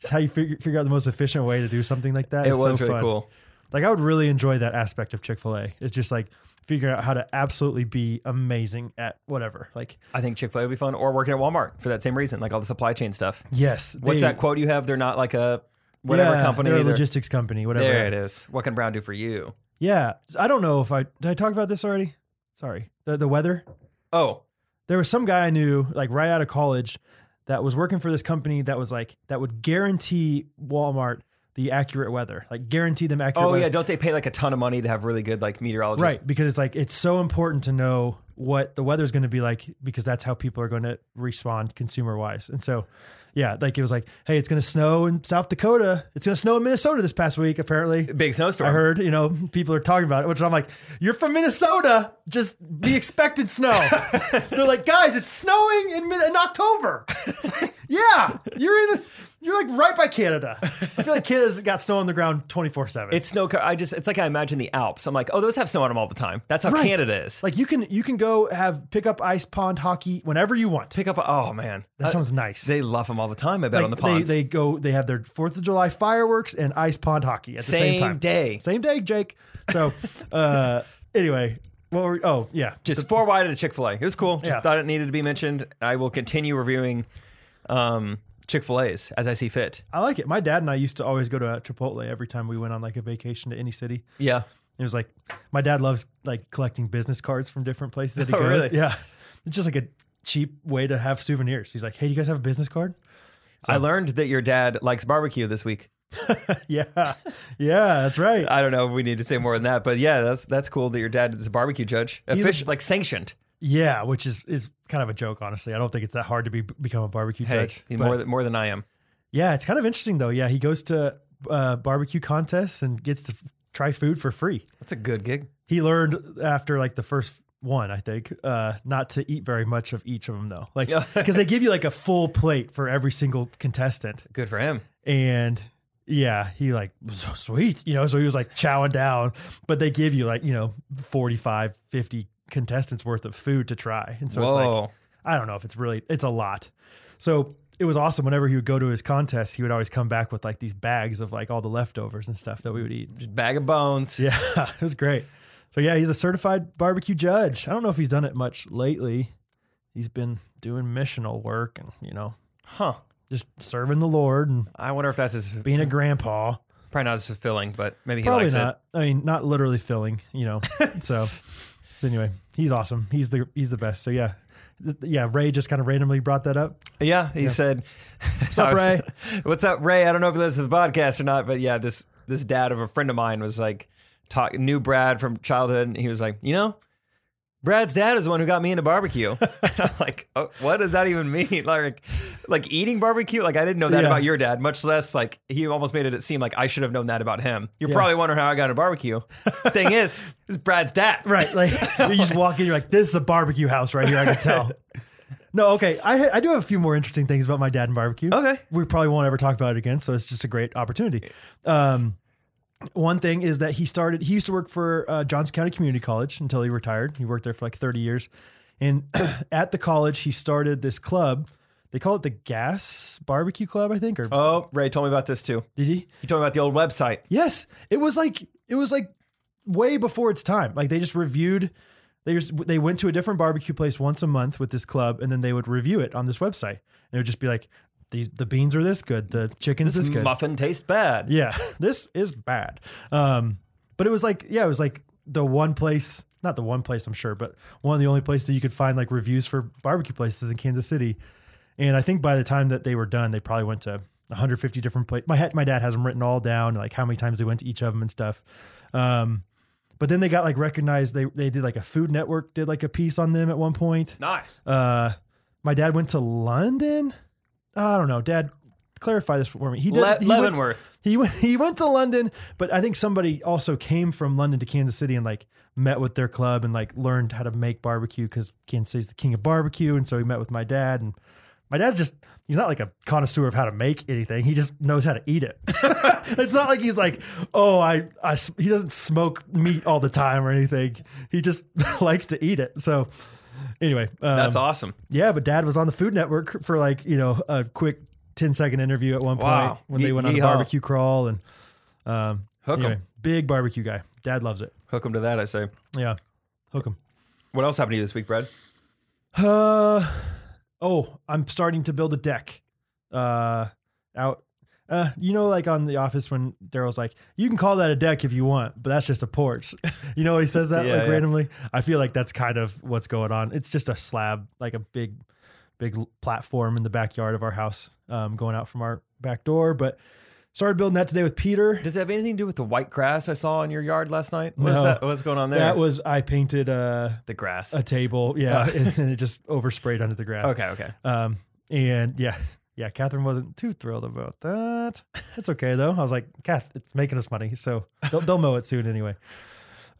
S1: Just how you figure, figure out the most efficient way to do something like that.
S2: it
S1: It's
S2: was
S1: so
S2: really
S1: fun.
S2: cool
S1: Like I would really enjoy that aspect of Chick Fil A. It's just like figuring out how to absolutely be amazing at whatever. Like
S2: i think chick-fil-a would be fun or working at walmart for that same reason like all the supply chain stuff
S1: yes,
S2: what's
S1: they-
S2: that quote you have they're not like a whatever
S1: yeah,
S2: company
S1: they're a
S2: they're-
S1: logistics company, whatever.
S2: there it is what can brown do for you
S1: Yeah, I don't know if I did. I talk about this already. Sorry, the the weather.
S2: oh
S1: there was some guy I knew, like right out of college, that was working for this company that was like that would guarantee Walmart the accurate weather, like guarantee them accurate.
S2: oh
S1: weather.
S2: yeah don't they pay like a ton of money to have really good like meteorologists
S1: right, because it's like it's so important to know what the weather's going to be like because that's how people are going to respond consumer wise. And so, yeah, like it was like, hey, it's going to snow in South Dakota. It's going to snow in Minnesota this past week, apparently.
S2: big snowstorm
S1: I heard, you know, people are talking about it, which I'm like, you're from Minnesota. Just be expected snow. They're like, guys, it's snowing in, mid- in October. It's like, yeah, you're in, you're like right by Canada. I feel like Canada's got snow on the ground 24 seven.
S2: It's snow. co- I just it's like I imagine the Alps. I'm like, oh, those have snow on them all the time. That's how
S1: Right.
S2: Canada is. Like
S1: like you can, you can go have pick up ice pond hockey whenever you want.
S2: pick up. a- oh man,
S1: That
S2: Uh,
S1: sounds nice.
S2: They love them all the time. I bet
S1: Like,
S2: on the
S1: they-
S2: ponds.
S1: They, go, they have their Fourth of July fireworks and ice pond hockey at the same,
S2: Same
S1: time.
S2: day.
S1: Same day, Jake. So, uh, anyway, what were, oh yeah,
S2: just four wide at a Chick Fil A. It was cool. Just
S1: Yeah.
S2: thought it needed to be mentioned. I will continue reviewing um, Chick Fil A's as I see fit.
S1: I like it. My dad and I used to always go to Chipotle every time we went on like a vacation to any city.
S2: Yeah,
S1: It was like my dad loves like collecting business cards from different places that he
S2: Oh,
S1: goes.
S2: really?
S1: Yeah, it's just like a cheap way to have souvenirs. He's like, "Hey, do you guys have a business card?"
S2: I learned that your dad likes barbecue this week.
S1: yeah, yeah, that's right.
S2: I don't know. if We need to say more than that, but yeah, that's that's cool that your dad is a barbecue judge,
S1: He's a-
S2: Offici- like sanctioned.
S1: yeah, which is is kind of a joke, honestly. I don't think it's that hard to be become a barbecue
S2: Hey,
S1: judge.
S2: he-
S1: but-
S2: more than more than I am.
S1: yeah, it's kind of interesting though. Yeah, he goes to uh, barbecue contests and gets to f- try food for free.
S2: That's a good gig.
S1: he learned after like the first one, I think, uh, not to eat very much of each of them though, like
S2: Yeah.
S1: because they give you like a full plate for every single contestant,
S2: Good for him.
S1: and yeah, he like was so sweet, you know, so he was like chowing down, but they give you like you know 45, 50 contestants worth of food to try, and so it's
S2: Whoa.
S1: like I don't know if it's really it's a lot, so. It was awesome. Whenever he would go to his contests, he would always come back with like these bags of like all the leftovers and stuff that we would eat.
S2: Just bag of bones.
S1: Yeah, it was great. So yeah, he's a certified barbecue judge. I don't know if he's done it much lately. He's been doing missional work and you know
S2: Huh.
S1: just serving the Lord and
S2: I wonder if that's his
S1: being a grandpa.
S2: Probably not as fulfilling, but maybe he
S1: Probably
S2: likes
S1: not. I mean, not literally filling. You know. so, so anyway, he's awesome. He's the he's the best. So yeah, Th- yeah. Ray just kind of randomly brought that up.
S2: it. Yeah, he said. What's
S1: up, Ray?
S2: What's up, Ray? I don't know if he listens to the podcast or not, but yeah, this this dad of a friend of mine was like, talk, knew Brad from childhood, and he was like, you know, Brad's dad is the one who got me into barbecue. and I'm like, oh, what does that even mean? Like, like eating barbecue? Like, I didn't know that
S1: Yeah.
S2: about your dad, much less like he almost made it seem like I should have known that about him. You're
S1: Yeah.
S2: probably wondering how I got into barbecue. Thing is, it's Brad's dad.
S1: Right. Like you just walk in, you're like, this is a barbecue house right here. I can tell. No, okay. I ha- I do have a few more interesting things about my dad and barbecue.
S2: Okay.
S1: We probably won't ever talk about it again, so it's just a great opportunity. Um, one thing is that he started. He used to work for uh, Johnson County Community College until he retired. He worked there for like 30 years, and at the college, he started this club. They call it the Gas Barbecue Club, I think. Or
S2: Oh, Ray told me about this too.
S1: did he?
S2: He told me about the old website.
S1: Yes, it was like it was like way before its time. Like they just reviewed. They just they went to a different barbecue place once a month with this club, and then they would review it on this website, and it would just be like, "These the beans are this good, the chicken's this, good,
S2: muffin tastes bad.
S1: yeah, this is bad." Um, but it was like, yeah, it was like the one place, not the one place, I'm sure, but one of the only places that you could find like reviews for barbecue places in Kansas City. And I think by the time that they were done, they probably went to 150 different places. My, ha- my dad has them written all down, like how many times they went to each of them and stuff. Um, But then they got like recognized. They they did like a Food Network did like a piece on them at one point.
S2: Nice.
S1: Uh, my dad went to London. Uh, I don't know, Dad. Clarify this for me. He did.
S2: Le-
S1: he went-
S2: Leavenworth.
S1: he went he went to London, but I think somebody also came from London to Kansas City and like met with their club and like learned how to make barbecue because Kansas City's the king of barbecue, and so he met with my dad and. My dad's just, he's not like a connoisseur of how to make anything. He just knows how to eat it. it's not like he's like, oh, I, I, s- he doesn't smoke meat all the time or anything. He just likes to eat it. So, anyway, um,
S2: That's awesome.
S1: yeah, but dad was on the Food Network for like, you know, a quick 10 second interview at one point
S2: Wow.
S1: when they
S2: Ye-
S1: went on a
S2: yeehaw.
S1: barbecue crawl and um
S2: Hook 'em.
S1: anyway, big barbecue guy. Dad loves it.
S2: Hook them to that, I say.
S1: Yeah. Hook him.
S2: What else happened to you this week, Brad?
S1: Uh oh, I'm starting to build a deck. Uh out uh, you know, like on the office when Daryl's like, "You can call that a deck if you want, but that's just a porch." you know, when he says that
S2: Yeah,
S1: like
S2: yeah.
S1: randomly. I feel like that's kind of what's going on. It's just a slab, like a big, big l- platform in the backyard of our house, um, going out from our back door. But started building that today with Peter.
S2: Does it have anything to do with the white grass I saw in your yard last night? What's
S1: No.
S2: that? What's going on there?
S1: That was I painted a
S2: the grass.
S1: a table, yeah,
S2: Uh.
S1: and it just oversprayed under the grass.
S2: okay, okay.
S1: Um, and yeah, yeah, Catherine wasn't too thrilled about that. It's okay though. I was like, Kath, it's making us money, so they'll, they'll mow it soon anyway.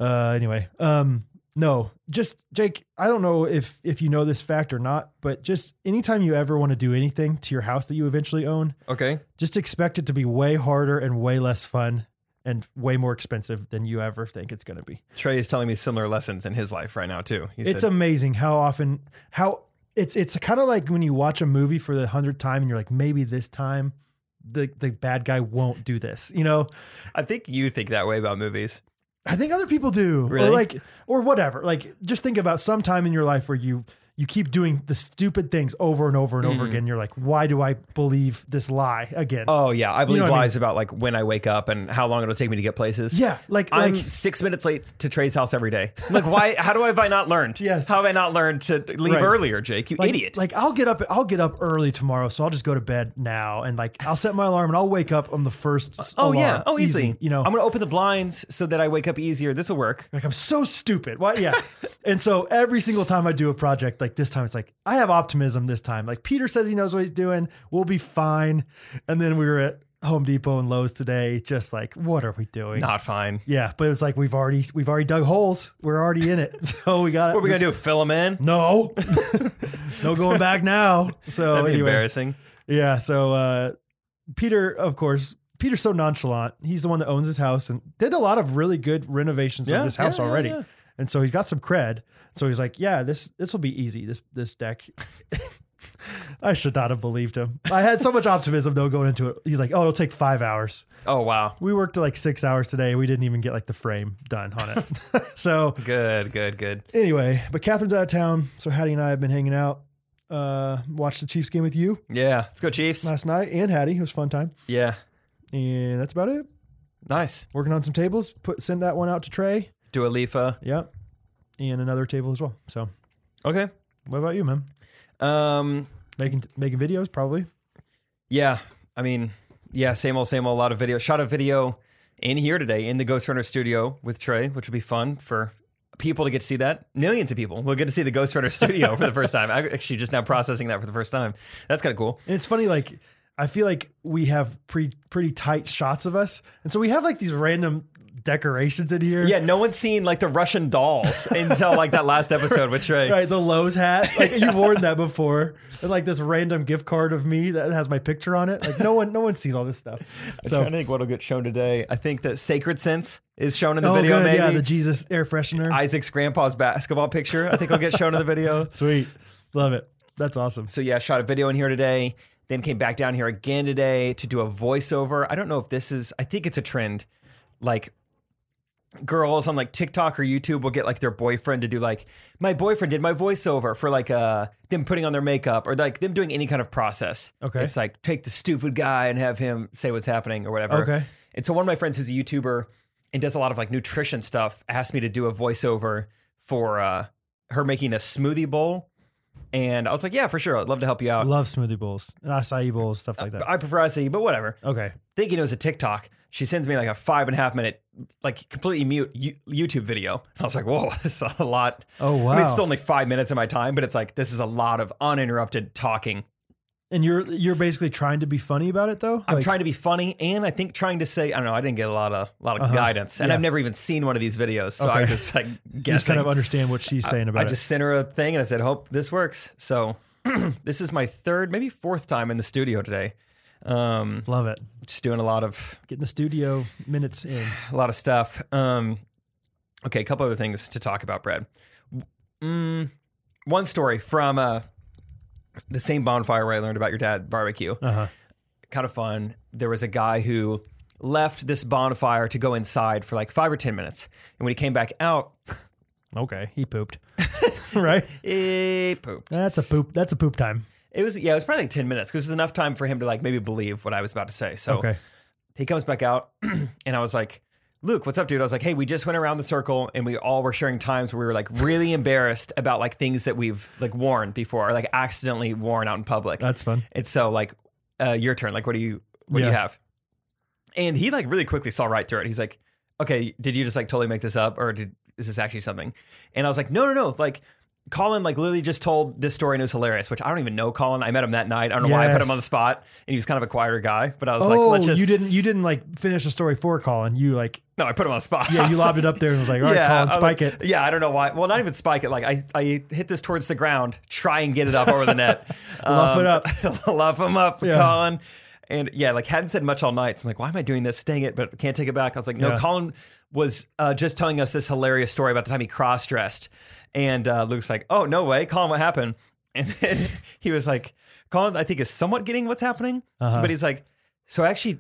S1: Uh, anyway, um, no, just Jake. I don't know if if you know this fact or not, but just anytime you ever want to do anything to your house that you eventually own,
S2: Okay.
S1: just expect it to be way harder and way less fun and way more expensive than you ever think it's going to be.
S2: Trey is telling me similar lessons in his life right now too. He
S1: it's
S2: said,
S1: amazing how often how it's it's kind of like when you watch a movie for the hundredth time and you're like maybe this time the the bad guy won't do this you know
S2: I think you think that way about movies.
S1: i think other people do
S2: Really?
S1: or like or whatever like just think about some time in your life where you you keep doing the stupid things over and over and over again you're like why do i believe this lie again
S2: Mm-hmm. Oh yeah, I believe
S1: what I mean.
S2: lies about like when I wake up and how long it'll take me to get places.
S1: yeah like
S2: I'm
S1: like
S2: six minutes late to Trey's house every day. Like, why? How do I, have I not learned?
S1: Yes.
S2: How have I not learned to leave
S1: Right.
S2: earlier, Jake? You
S1: like,
S2: idiot.
S1: Like I'll get up I'll get up early tomorrow, so I'll just go to bed now and like I'll set my alarm and I'll wake up on the first s-
S2: oh yeah.
S1: alarm.
S2: Oh easy.
S1: You know,
S2: I'm gonna open the blinds so that I wake up easier. This will work.
S1: Like I'm so stupid. Why? Yeah. and so every single time I do a project, like this time, it's like I have optimism this time. Like Peter says he knows what he's doing. We'll be fine. And then we were at Home Depot and Lowe's today, just like, what are we doing?
S2: Not fine.
S1: Yeah, but it's like we've already we've already dug holes. We're already in it. So we got
S2: What are we gonna do? Fill them in?
S1: No, no going back now. So
S2: That'd be
S1: anyway,
S2: embarrassing.
S1: yeah. So uh, Peter, of course, Peter's so nonchalant. He's the one that owns his house and did a lot of really good renovations
S2: Yeah,
S1: of this house
S2: yeah, yeah,
S1: already.
S2: yeah.
S1: And so he's got some cred. So he's like, "Yeah, this this will be easy. This this deck." I should not have believed him. I had so much optimism though going into it. He's like, "Oh, it'll take five hours."
S2: Oh wow.
S1: We worked like six hours today. We didn't even get like the frame done on it. so
S2: Good. Good. Good.
S1: anyway, but Catherine's out of town, so Hattie and I have been hanging out. Uh, watched the Chiefs game with you
S2: Yeah. Let's go, Chiefs.
S1: last night and Hattie. It was a fun time.
S2: Yeah.
S1: And that's about it.
S2: Nice.
S1: Working on some tables. Put send that one out to Trey.
S2: Dua Lipa.
S1: Yep. And another table as well. So
S2: Okay.
S1: what about you, man?
S2: Um.
S1: Making making videos probably.
S2: Yeah. I mean, yeah. Same old, same old. A lot of video. Shot a video in here today in the Ghost Runner studio with Trey, which will be fun for people to get to see that. Millions of people will get to see the Ghost Runner studio for the first time. I'm actually just now processing that for the first time. That's kind of cool.
S1: And it's funny, like I feel like we have pre, pretty tight shots of us, and so we have like these random decorations in here.
S2: Yeah. No one's seen like the Russian dolls until like that last episode with Trey.
S1: Right, the Lowe's hat. Like you've worn that before, and like this random gift card of me that has my picture on it. Like no one, no one sees all this stuff. So,
S2: trying to think what'll get shown today. I think that Sacred Sense is shown in the
S1: oh
S2: video.
S1: good,
S2: maybe
S1: yeah, the Jesus air freshener.
S2: Isaac's grandpa's basketball picture. I think I'll get shown in the video.
S1: Sweet, love it. That's awesome.
S2: So yeah, I shot a video in here today. Then came back down here again today to do a voiceover. I don't know if this is. I think it's a trend. Like girls on like TikTok or YouTube will get like their boyfriend to do like my boyfriend did my voiceover for like uh them putting on their makeup or like them doing any kind of process.
S1: Okay.
S2: It's like take the stupid guy and have him say what's happening or whatever.
S1: Okay.
S2: And so one of my friends who's a YouTuber and does a lot of like nutrition stuff asked me to do a voiceover for uh her making a smoothie bowl And I was like, yeah, for sure. I'd love to help you out.
S1: Love smoothie bowls and acai bowls, stuff like that.
S2: I prefer SE, but whatever.
S1: Okay.
S2: Thinking it was a TikTok, she sends me like a five and a half minute, like completely mute you- YouTube video. And I was like, whoa, this is a lot.
S1: Oh wow.
S2: I mean, it's still only five minutes of my time, but it's like, this is a lot of uninterrupted talking.
S1: and you're you're basically trying to be funny about it though.
S2: I'm
S1: Like,
S2: trying to be funny and I think trying to say, I don't know, I didn't get a lot of, lot of
S1: Uh-huh.
S2: guidance. And
S1: Yeah.
S2: I've never even seen one of these videos. So I
S1: Okay.
S2: was like
S1: You just
S2: guessing.
S1: kind of understand what she's saying about
S2: I just sent her a thing and I said, "Hope this works." So this is my third, maybe fourth time in the studio today. Um,
S1: it. Love it.
S2: just doing a lot of
S1: Get in the studio minutes in.
S2: a lot of stuff. Um, okay, a couple other things to talk about, Brad. Mm, one story from uh, the same bonfire where I learned about your dad barbecue.
S1: Uh huh.
S2: Kind of fun. There was a guy who left this bonfire to go inside for like five or ten minutes, and when he came back out,
S1: Okay. He pooped. right.
S2: he pooped.
S1: That's a poop. That's a poop time.
S2: It was yeah, it was probably like ten minutes because it was enough time for him to like maybe believe what I was about to say. So
S1: Okay.
S2: he comes back out, and I was like, "Luke, what's up, dude?" I was like, "Hey, we just went around the circle, and we all were sharing times where we were like really embarrassed about like things that we've like worn before, or like accidentally worn out in public."
S1: That's fun.
S2: It's so like, uh, your turn. Like, what do you what do
S1: Yeah.
S2: you have? And he like really quickly saw right through it. He's like, okay, did you just like totally make this up, or did is this actually something? And I was like, no, no, no. Like, Colin like literally just told this story and it was hilarious, which I don't even know Colin. I met him that night. I don't know why I put him
S1: Yes.
S2: on the spot, and he was kind of a quieter guy. But I was
S1: oh,
S2: like, let's just
S1: you didn't you didn't like finish the story for Colin. You like
S2: no, I put him on the spot.
S1: yeah you lobbed it up there and was like all right Colin
S2: I was
S1: spike
S2: like-
S1: it.
S2: Yeah, I don't know why. Well, not even spike it. Like I, I hit this towards the ground, try and get it up over the net.
S1: Luff it
S2: up, luff him up,
S1: Yeah.
S2: Colin. And yeah, like hadn't said much all night. So I'm like, why am I doing this? Dang it! But can't take it back. I was like, no.
S1: Yeah.
S2: Colin was uh, just telling us this hilarious story about the time he cross dressed, and uh, Luke's like, oh no way, Colin, what happened? And then he was like, Colin, I think is somewhat getting what's happening,
S1: Uh-huh.
S2: but he's like, so I actually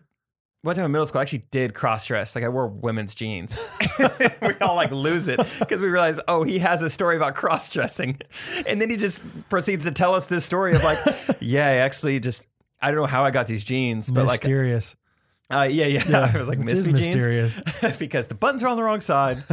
S2: one time in middle school, I actually did cross dress. Like I wore women's jeans. we all like lose it because we realize, oh, he has a story about cross dressing, and then he just proceeds to tell us this story of like, yeah, I actually just I don't know how I got these jeans, but like,
S1: mysterious.
S2: uh, yeah, yeah, I was like,
S1: It
S2: miss
S1: is
S2: me
S1: mysterious.
S2: jeans because the buttons are on the wrong side.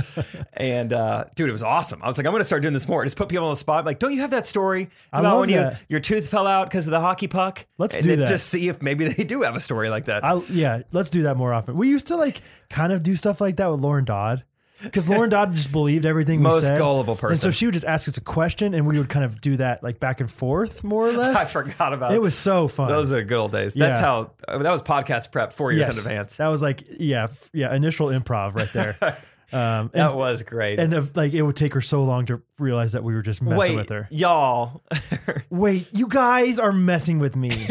S2: and uh, dude, it was awesome. I was like, I'm gonna start doing this more. Just put people on the spot. Like, don't you have that story
S1: I
S2: about
S1: love
S2: when you
S1: that.
S2: your tooth fell out because of the hockey puck?
S1: Let's
S2: and
S1: do
S2: then
S1: that.
S2: Just see if maybe they do have a story like that.
S1: I yeah, let's do that more often. We used to like kind of do stuff like that with Lauren Dodd. Because Lauren Dodd just believed everything we
S2: Most
S1: said.
S2: gullible
S1: And so
S2: person.
S1: she would just ask us a question and we would kind of do that like back and forth more or less.
S2: I forgot about
S1: It was so fun.
S2: Those are good old days. That's
S1: Yeah.
S2: how uh, that was podcast prep four years
S1: Yes.
S2: in advance. That,
S1: That was like yeah, f- yeah, initial improv right there. um and,
S2: was great.
S1: and of, like it would take her so long to realize that we were just messing
S2: Wait,
S1: with her.
S2: y'all.
S1: Wait, you guys are messing with me.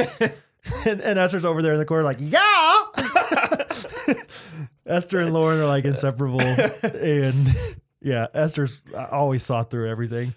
S1: and, and Esther's over there in the corner, like, yeah. Esther and Lauren are like inseparable. and yeah, Esther's I always saw through everything.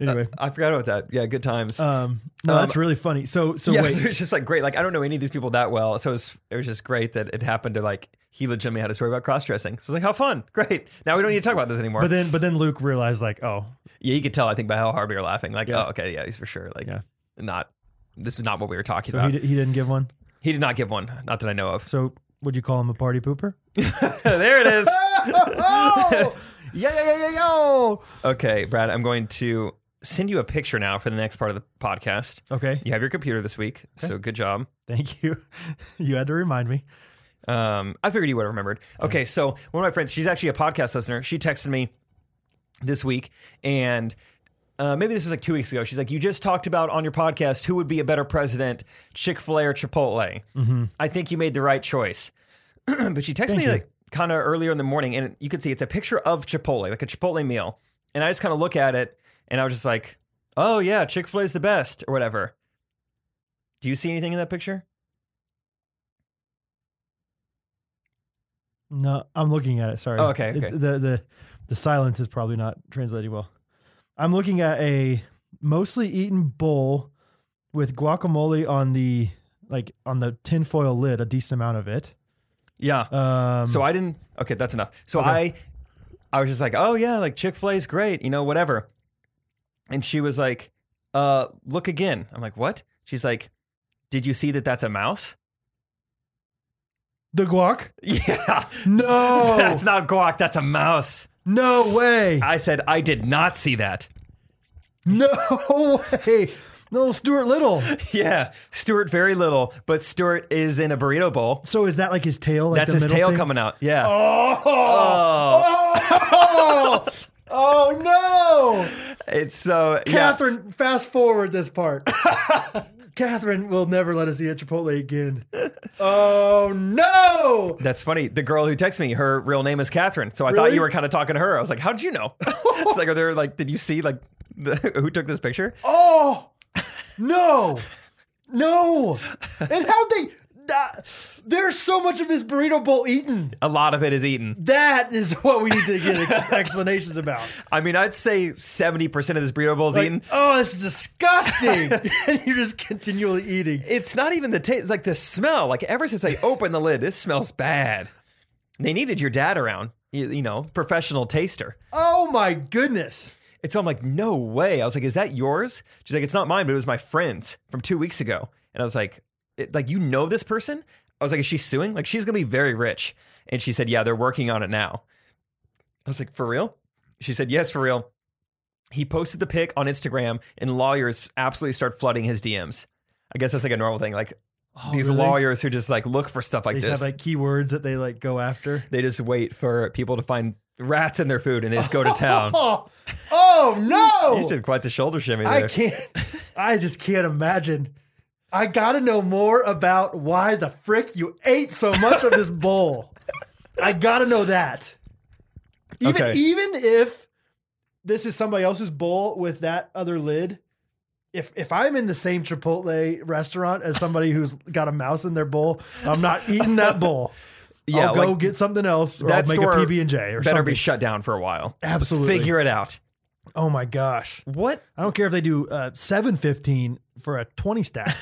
S1: Anyway,
S2: I forgot about that. Yeah, good times.
S1: um, no, that's really funny. So, so
S2: yeah,
S1: wait,
S2: so it was just like great. Like I don't know any of these people that well, so it was it was just great that it happened to like he legitimately had a story about cross dressing. So I was like, how fun, great. Now we don't need to talk about this anymore.
S1: but then, but then Luke realized, like, oh,
S2: yeah, you could tell. I think by how hard we were laughing. Like,
S1: Yeah.
S2: oh, okay, yeah, he's for sure. Like,
S1: Yeah.
S2: not this is not what we were talking
S1: so
S2: about.
S1: he, di- he didn't give one.
S2: he did not give one, not that I know of.
S1: So, would you call him a party pooper?
S2: there it is.
S1: oh, yeah, yeah, yeah, yeah, yo.
S2: Okay, Brad, I'm going to send you a picture now for the next part of the podcast.
S1: Okay,
S2: You have your computer this week, so good job.
S1: thank you. you had to remind me.
S2: Um, I figured you would have remembered. Okay, so one of my friends, she's actually a podcast listener. She texted me this week, and uh, maybe this was like two weeks ago. She's like, "You just talked about on your podcast who would be a better president, Chick Fil A or Chipotle.
S1: Mm-hmm.
S2: I think you made the right choice." but she texted me
S1: you.
S2: like kind of earlier in the morning, and you could see it's a picture of Chipotle, like a Chipotle meal. And I just kind of look at it, and I was just like, "Oh yeah, Chick Fil A is the best," or whatever. Do you see anything in that picture?
S1: No, I'm looking at it. Sorry.
S2: Oh, okay,
S1: It's-
S2: okay.
S1: The the the silence is probably not translating well. I'm looking at a mostly eaten bowl with guacamole on the like on the tinfoil lid, a decent amount of it.
S2: Yeah.
S1: Um,
S2: So I didn't. Okay, that's enough. So
S1: Okay.
S2: I, I was just like, oh yeah, like Chick Fil A's great, you know, whatever. And she was like, uh, look again. I'm like, what? She's like, did you see that? That's a mouse.
S1: the guac?
S2: Yeah,
S1: No,
S2: that's not guac. That's a mouse.
S1: no way.
S2: I said I did not see that.
S1: No way. Little Stuart Little.
S2: Yeah, Stuart very little, but Stuart is in a burrito bowl.
S1: So is that like his tail? Like
S2: That's
S1: the
S2: his
S1: middle
S2: tail
S1: thing?
S2: coming out. Yeah.
S1: Oh. Oh. Oh, no.
S2: It's so yeah.
S1: Catherine, fast forward this part. Catherine will never let us eat at Chipotle again. Oh no.
S2: That's funny. The girl who texted me, her real name is Catherine. So I thought
S1: Really?
S2: you were kind of talking to her. I was like, "How did you know?" it's like, are there like, did you see like the, who took this picture?
S1: Oh no. No. And how they that- there's so much of this burrito bowl eaten.
S2: A lot of it is eaten.
S1: That is what we need to get ex- explanations about.
S2: I mean, I'd say seventy percent of this burrito bowl is
S1: Like,
S2: eaten.
S1: oh, this is disgusting. and you're just continually eating.
S2: It's not even the taste, like the smell. Like ever since I opened the lid, this smells bad. They needed your dad around, you, you know, professional taster.
S1: Oh my goodness.
S2: And so I'm like, no way. I was like, is that yours? She's like, it's not mine, but it was my friend's from two weeks ago. And I was like, it, like you know this person? I was like, is she suing? Like she's gonna be very rich. And she said, yeah, they're working on it now. I was like, for real? She said, yes, for real. He posted the pic on Instagram, and lawyers absolutely start flooding his DMs. I guess that's like a normal thing. Like these
S1: Oh, really?
S2: lawyers who just like look for stuff like
S1: They just
S2: this.
S1: have like keywords that they like go after.
S2: they just wait for people to find rats in their food, and they just go to town.
S1: Oh, oh no.
S2: You did quite the shoulder shimmy there.
S1: I can't. I just can't imagine. I gotta know more about why the frick you ate so much of this bowl. I gotta know that. Even
S2: Okay.
S1: even if this is somebody else's bowl with that other lid, if if I'm in the same Chipotle restaurant as somebody who's got a mouse in their bowl, I'm not eating that bowl.
S2: Yeah,
S1: I'll go
S2: like,
S1: get something else, or I'll
S2: that
S1: make a
S2: store
S1: PB and J or
S2: better
S1: something.
S2: be shut down for a while.
S1: Absolutely.
S2: Figure it out.
S1: oh my gosh.
S2: What?
S1: I don't care if they do uh, seven fifteen for a twenty stack.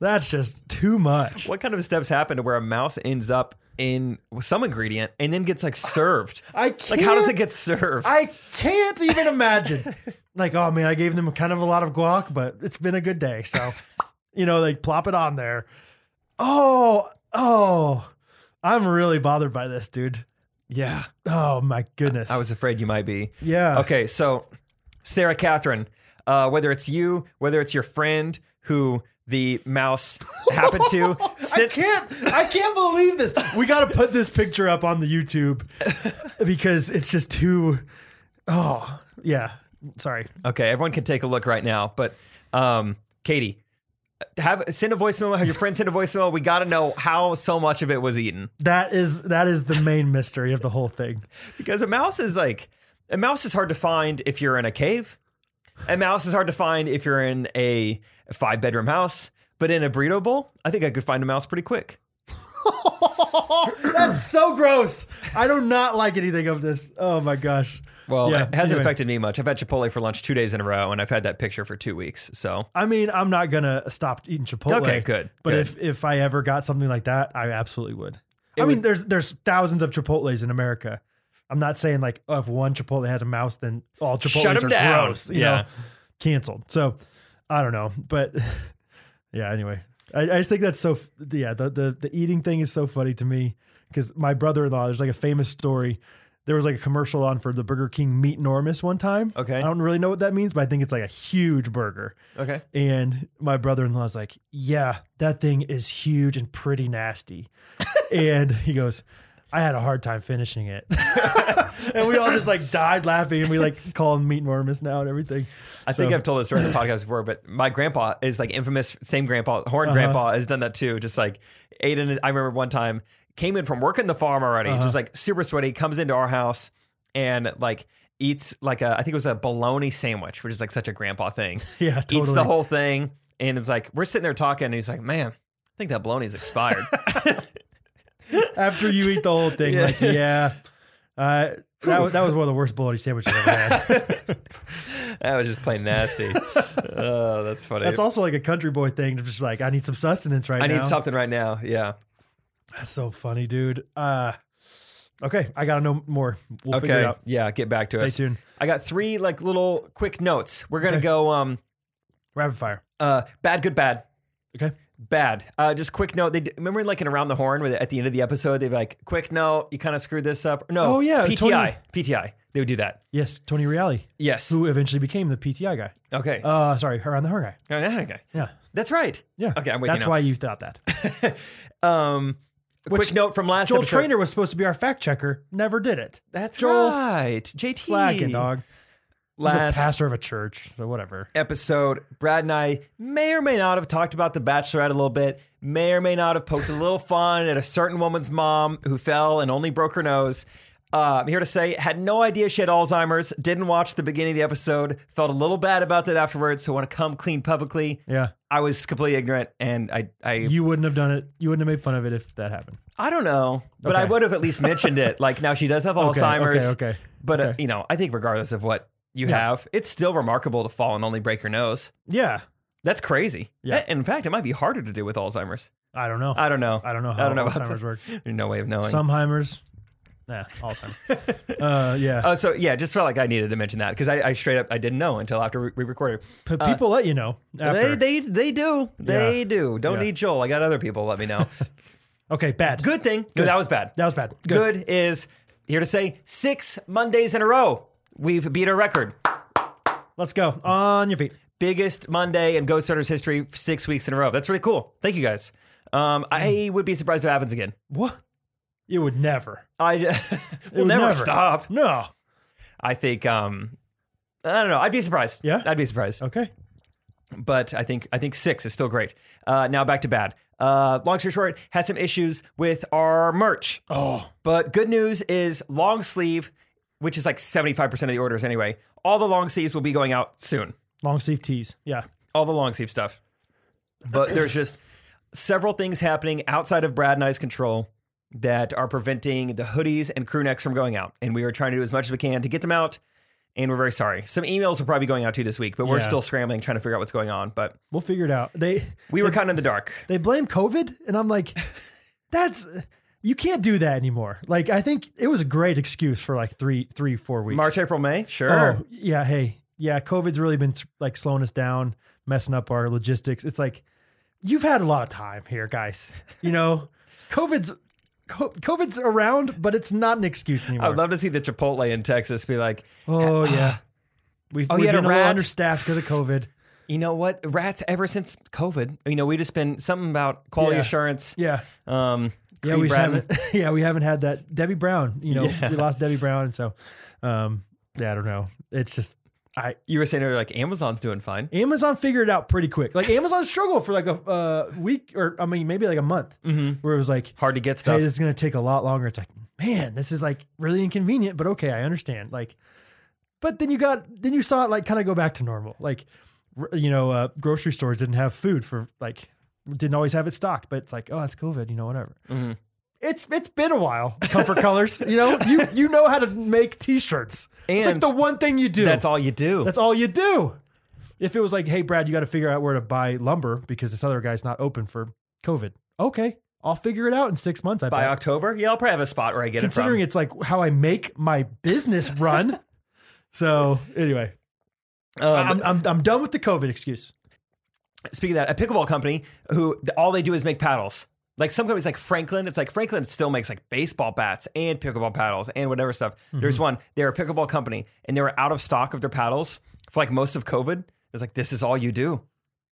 S1: That's just too much.
S2: What kind of steps happen to where a mouse ends up in some ingredient and then gets like served?
S1: I can't.
S2: Like, how does it get served?
S1: I can't even imagine. like, oh man, I gave them kind of a lot of guac, but it's been a good day. So, you know, like plop it on there. Oh, oh, I'm really bothered by this, dude.
S2: yeah,
S1: Oh my goodness.
S2: I was afraid you might be.
S1: yeah.
S2: Okay, so Sarah Catherine, uh, whether it's you, whether it's your friend who the mouse happened to,
S1: I
S2: sent,
S1: can't. I can't believe this. We got to put this picture up on the YouTube because it's just too. Oh yeah. Sorry.
S2: Okay, everyone can take a look right now. But um, Katie, have send a voicemail. Have your friend send a voicemail. We got to know how so much of it was eaten
S1: That is that is the main mystery of the whole thing.
S2: because a mouse is like a mouse is hard to find if you're in a cave. A mouse is hard to find if you're in a five bedroom house. But in a burrito bowl, I think I could find a mouse pretty quick.
S1: That's so gross. I do not like anything of this. Oh my gosh.
S2: Well,
S1: Yeah,
S2: it hasn't
S1: anyway.
S2: affected me much. I've had Chipotle for lunch two days in a row, and I've had that picture for two weeks. So
S1: I mean, I'm not gonna stop eating Chipotle.
S2: Okay, good,
S1: But
S2: good.
S1: if if I ever got something like that, I absolutely would. I mean,
S2: would-
S1: there's there's thousands of Chipotles in America. I'm not saying like oh, if one Chipotle has a mouse, then all Chipotles
S2: Shut 'em
S1: are
S2: down.
S1: gross. You
S2: Yeah.
S1: know, canceled. So I don't know, but yeah. Anyway, I, I just think that's so. f- Yeah, the the the eating thing is so funny to me because my brother-in-law. There's like a famous story. There was like a commercial on for the Burger King Meat Normous one time.
S2: Okay.
S1: I don't really know what that means, but I think it's like a huge burger.
S2: okay,
S1: And my brother in law's like, Yeah, that thing is huge and pretty nasty. and he goes, I had a hard time finishing it. and we all just like died laughing and we like call him meat enormous now and everything.
S2: I think I've told this story on the podcast before, but my grandpa is like infamous, same grandpa,
S1: Uh-huh.
S2: Horn grandpa has done that too. Just like ate in, I remember one time came in from working the farm already,
S1: Uh-huh.
S2: just like super sweaty, comes into our house and like eats like a, I think it was a bologna sandwich, which is like such a grandpa thing.
S1: Yeah,
S2: Eats
S1: totally.
S2: the whole thing. And it's like, we're sitting there talking and he's like, man, I think that bologna's expired.
S1: After you eat the whole thing, like, yeah. Uh, that, was, that was one of the worst bologna sandwiches I've ever had.
S2: that was just plain nasty. oh, that's funny.
S1: That's also like a country boy thing. to Just like I need some sustenance right
S2: I
S1: now.
S2: need something right now. Yeah.
S1: That's so funny, dude. Uh, okay, I gotta know more. We'll figure it
S2: Okay.
S1: out.
S2: Yeah. Get back to
S1: Stay
S2: us.
S1: tuned.
S2: I got three like little quick notes. We're gonna
S1: Okay.
S2: go um
S1: Rapid fire.
S2: uh bad, good, bad,
S1: Okay.
S2: bad. Uh, just quick note. They d- remember like in around the horn where they, at the end of the episode they'd be like quick note. You kind of screwed this up. No.
S1: Oh, yeah,
S2: PTI
S1: Tony-
S2: PTI. They would do that.
S1: Yes, Tony Reale,
S2: Yes.
S1: who eventually became the PTI guy.
S2: Okay.
S1: Uh, sorry, around the horn guy.
S2: No, no, no, okay.
S1: Yeah,
S2: That's right.
S1: yeah.
S2: Okay, I'm with you
S1: That's
S2: now.
S1: why you thought that.
S2: Um, a
S1: Which-
S2: quick note from last
S1: Joel
S2: episode.
S1: Trainer was supposed to be our fact checker, never did it.
S2: That's
S1: Joel
S2: right. JT
S1: Slacking, dog. He's a
S2: Last
S1: pastor of a church, so whatever.
S2: episode, Brad and I may or may not have talked about The Bachelorette a little bit, may or may not have poked a little fun at a certain woman's mom who fell and only broke her nose. Uh, I'm here to say, had no idea she had Alzheimer's, didn't watch the beginning of the episode, felt a little bad about that afterwards, so want to come clean publicly.
S1: Yeah,
S2: I was completely ignorant, and I, I,
S1: you wouldn't have done it. You wouldn't have made fun of it if that happened.
S2: I don't know, but I
S1: Okay.
S2: would have at least mentioned it. Like now she does have Alzheimer's.
S1: Okay, okay.
S2: But uh,
S1: Okay.
S2: you know, I think regardless of what you
S1: Yeah.
S2: have, it's still remarkable to fall and only break your nose.
S1: Yeah,
S2: That's crazy.
S1: Yeah.
S2: In fact, it might be harder to do with Alzheimer's.
S1: I don't know. I,
S2: I don't know.
S1: don't know
S2: I
S1: how
S2: don't know about
S1: Alzheimer's
S2: that.
S1: works.
S2: There's no way of knowing.
S1: Someheimer's, yeah, Alzheimer's. uh, yeah,
S2: Oh, so yeah, just felt like I needed to mention that because I, I straight up I didn't know until after we- we recorded.
S1: but people let you know. After.
S2: uh, They they they do they
S1: Yeah.
S2: do. Don't
S1: Yeah.
S2: need Joel. I got other people. Let me know.
S1: okay, bad.
S2: Good thing. Good. That was bad.
S1: That was bad. Good.
S2: Good is here to say six Mondays in a row we've beat a record.
S1: Let's go on your feet.
S2: biggest Monday in Ghost Hunters history for six weeks in a row. That's really cool. Thank you guys. Um, I would be surprised if it happens again.
S1: What? You would never.
S2: I we'll
S1: It would
S2: never, stop.
S1: No.
S2: I think um, I don't know. I'd be surprised.
S1: Yeah?
S2: I'd be surprised.
S1: Okay.
S2: But I think I think six is still great. Uh, now back to bad. Uh, long story short, had some issues with our merch.
S1: Oh,
S2: But good news is long sleeve, which is like seventy five percent of the orders anyway. All the long sleeves will be going out soon.
S1: long sleeve tees. Yeah.
S2: all the long sleeve stuff. But there's just several things happening outside of Brad and I's control that are preventing the hoodies and crew necks from going out. And we are trying to do as much as we can to get them out. And we're very sorry. Some emails will probably be going out too this week, but we're
S1: Yeah.
S2: still scrambling trying to figure out what's going on. But
S1: We'll figure it out. They
S2: we were kind of in the dark.
S1: they blame COVID, and I'm like, that's you can't do that anymore. Like I think it was a great excuse for like three, three, four weeks.
S2: March, April, May, sure.
S1: Oh yeah. Hey. Yeah. COVID's really been like slowing us down, messing up our logistics. It's like you've had a lot of time here, guys. You know, COVID's co- COVID's around, but it's not an excuse anymore.
S2: I'd love to see the Chipotle in Texas be like,
S1: oh yeah. We've,
S2: Oh, you
S1: we've
S2: had a
S1: been a little
S2: rat?
S1: understaffed because of COVID.
S2: you know what? Rats ever since COVID, you know, we just been something about quality
S1: Yeah.
S2: assurance.
S1: Yeah.
S2: Um,
S1: Yeah,
S2: Creed
S1: we just
S2: Bratton.
S1: haven't. Yeah, we haven't had that Debbie Brown. You know, we lost Debbie Brown, and so, um, yeah, I don't know. It's just I
S2: You were saying earlier, like Amazon's doing fine.
S1: Amazon figured it out pretty quick. Like Amazon struggled for like a uh, week or I mean maybe like a month, where it was like,
S2: Hard to get
S1: hey,
S2: stuff.
S1: this is gonna take a lot longer. It's like, man, this is like really inconvenient, but okay, I understand. Like, but then you got then you saw it like kind of go back to normal. Like, r- you know, uh, grocery stores didn't have food for like didn't always have it stocked, but it's like, oh, it's COVID, you know, whatever.
S2: Mhm.
S1: It's it's been a while. Comfort colors, you know, you you know how to make t-shirts. it's like
S2: And
S1: the one thing you do.
S2: That's all you do.
S1: That's all you do. If it was like, hey, Brad, you got to figure out where to buy lumber because this other guy's not open for COVID. Okay, I'll figure it out in six months. I
S2: by
S1: bet.
S2: October. Yeah, I'll probably have a spot where I get
S1: Considering
S2: it
S1: it's like how I make my business run. so anyway,
S2: from. Um,
S1: I'm, I'm I'm done with the COVID excuse.
S2: speaking of that, a pickleball company who th- all they do is make paddles. Like some companies like Franklin, it's like Franklin still makes like baseball bats and pickleball paddles and whatever stuff.
S1: Mm-hmm.
S2: There's one, they're a pickleball company and they were out of stock of their paddles for like most of COVID. It's like, this is all you do.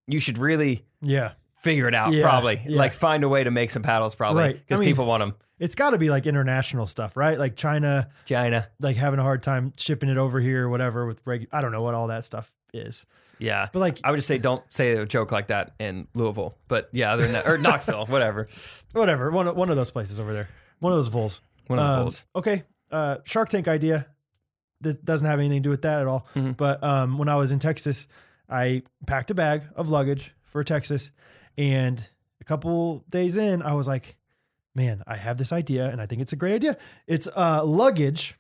S2: You should really
S1: Yeah,
S2: figure it out,
S1: Yeah,
S2: probably.
S1: yeah.
S2: Like find a way to make some paddles, probably.
S1: Right. I
S2: Because
S1: mean-
S2: people want them.
S1: it's got to be like international stuff, right? Like China,
S2: China.
S1: like having a hard time shipping it over here, whatever. With reg, I don't know what all that stuff is,
S2: Yeah.
S1: but like
S2: I would just say don't say a joke like that in Louisville. But yeah, other than that, or Knoxville, whatever.
S1: whatever. One of- one of those places over there, one of those voles.
S2: One of the
S1: Um,
S2: polls.
S1: Okay. Uh, Shark Tank idea. This doesn't have anything to do with that at all.
S2: Mm-hmm.
S1: But um, when I was in Texas, I packed a bag of luggage for Texas. And a couple days in, I was like, man, I have this idea and I think it's a great idea. It's uh, luggage.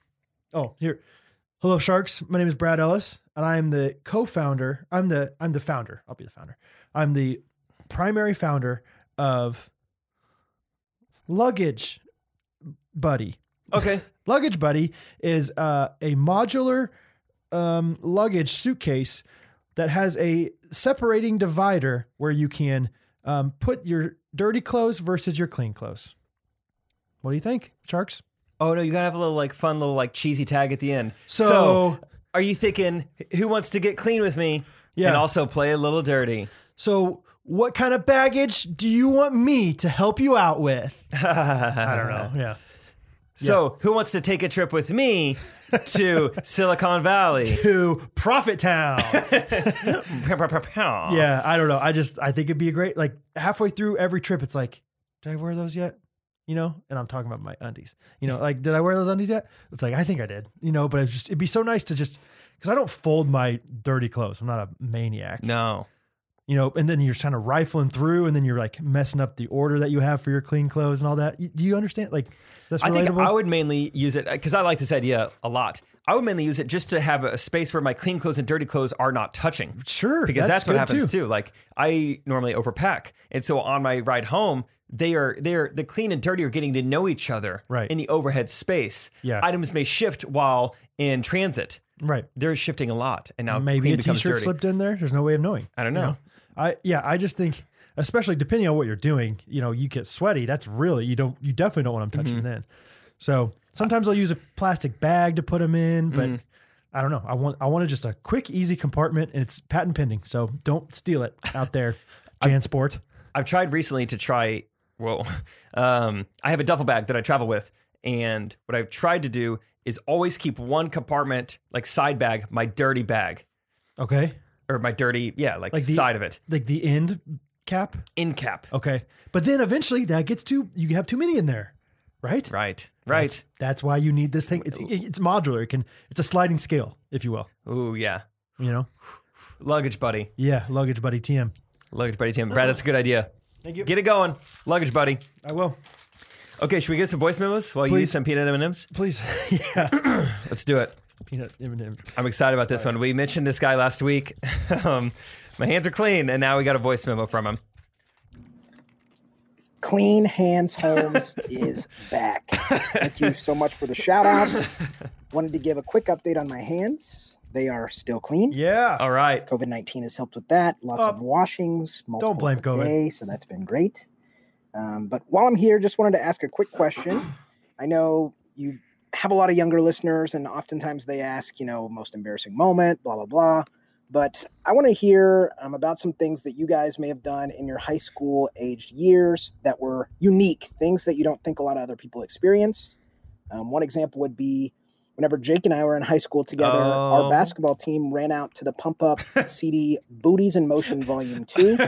S1: Oh, here. Hello, Sharks. My name is Brad Ellis, and I'm the co-founder. I'm the I'm the founder. I'll be the founder. I'm the primary founder of Luggage Buddy.
S2: Okay.
S1: Luggage Buddy is uh, a modular um, luggage suitcase that has a separating divider where you can um, put your dirty clothes versus your clean clothes. What do you think, Sharks?
S2: oh no, you gotta have a little like fun little like cheesy tag at the end.
S1: So-
S2: are you thinking who wants to get clean with me?
S1: Yeah.
S2: And also play a little dirty.
S1: So, what kind of baggage do you want me to help you out with? I don't know. Yeah.
S2: So who wants to take a trip with me to Silicon Valley?
S1: To Profit Town.
S2: yeah.
S1: yeah, I don't know. I just I think it'd be a great like halfway through every trip it's like, did I wear those yet? You know, and I'm talking about my undies. You know, like did I wear those undies yet? It's like I think I did. You know, but it's just it'd be so nice to just because I don't fold my dirty clothes. I'm not a maniac.
S2: No.
S1: You know, and then you're kind of rifling through, and then you're like messing up the order that you have for your clean clothes and all that. Y- Do you understand? Like that's relatable.
S2: I think I would mainly use it because I like this idea a lot. I would mainly use it just to have a space where my clean clothes and dirty clothes are not touching.
S1: sure
S2: because that's, what
S1: good,
S2: happens too. Like I normally overpack, and so on my ride home, they are they are the clean and dirty are getting to know each other
S1: Right.
S2: in the overhead space.
S1: Yeah.
S2: items may shift while in transit.
S1: Right.
S2: They're shifting a lot, and now
S1: Maybe
S2: clean
S1: a
S2: becomes
S1: t-shirt
S2: dirty.
S1: slipped in there. There's no way of knowing.
S2: I don't
S1: you
S2: know.
S1: I yeah, I just think especially depending on what you're doing, you know, you get sweaty. That's really you don't you definitely don't want them touching
S2: Mm-hmm.
S1: then. So sometimes I'll use a plastic bag to put them in, but
S2: Mm.
S1: I don't know. I want I wanted just a quick, easy compartment, and it's patent pending. So don't steal it out there, JanSport.
S2: I've tried recently to try. Whoa, um, I have a duffel bag that I travel with, and what I've tried to do is always keep one compartment, like side bag, my dirty bag
S1: Okay,
S2: or my dirty, yeah, like,
S1: Like the- Oh.
S2: side of it
S1: like the end cap.
S2: in cap.
S1: Okay, but then eventually that gets too. You have too many in there, right?
S2: Right, right.
S1: That's why you need this thing. It's it's modular. It can it's a sliding scale, if you will.
S2: Ooh, yeah.
S1: You know.
S2: Luggage buddy.
S1: Yeah, luggage buddy TM.
S2: Luggage buddy Tim. Brad, that's a good idea.
S1: Thank you.
S2: Get it going. Luggage buddy.
S1: I will.
S2: Okay, should we get some voice memos while you
S1: Please.
S2: eat some peanut M&Ms?
S1: Please. yeah.
S2: Let's do it.
S1: Peanut M&M's.
S2: I'm excited about this one. We mentioned this guy last week. um, my hands are clean, and now we got a voice memo from him.
S4: Clean Hands Homes is back. Thank you so much for the shout outs. Wanted to give a quick update on my hands. They are still clean.
S1: Yeah.
S2: All right.
S4: COVID 19 has helped with that. Lots
S1: Oh,
S4: of washings, multiple
S1: don't blame
S4: a
S1: COVID.
S4: day, so that's been great. Um, but while I'm here, just wanted to ask a quick question. I know you have a lot of younger listeners, and oftentimes they ask, you know, most embarrassing moment, blah, blah, blah. But I want to hear um, about some things that you guys may have done in your high school aged years that were unique, things that you don't think a lot of other people experience. Um, one example would be whenever Jake and I were in high school together,
S2: Oh.
S4: our basketball team ran out to the pump up CD Booties in Motion Volume 2.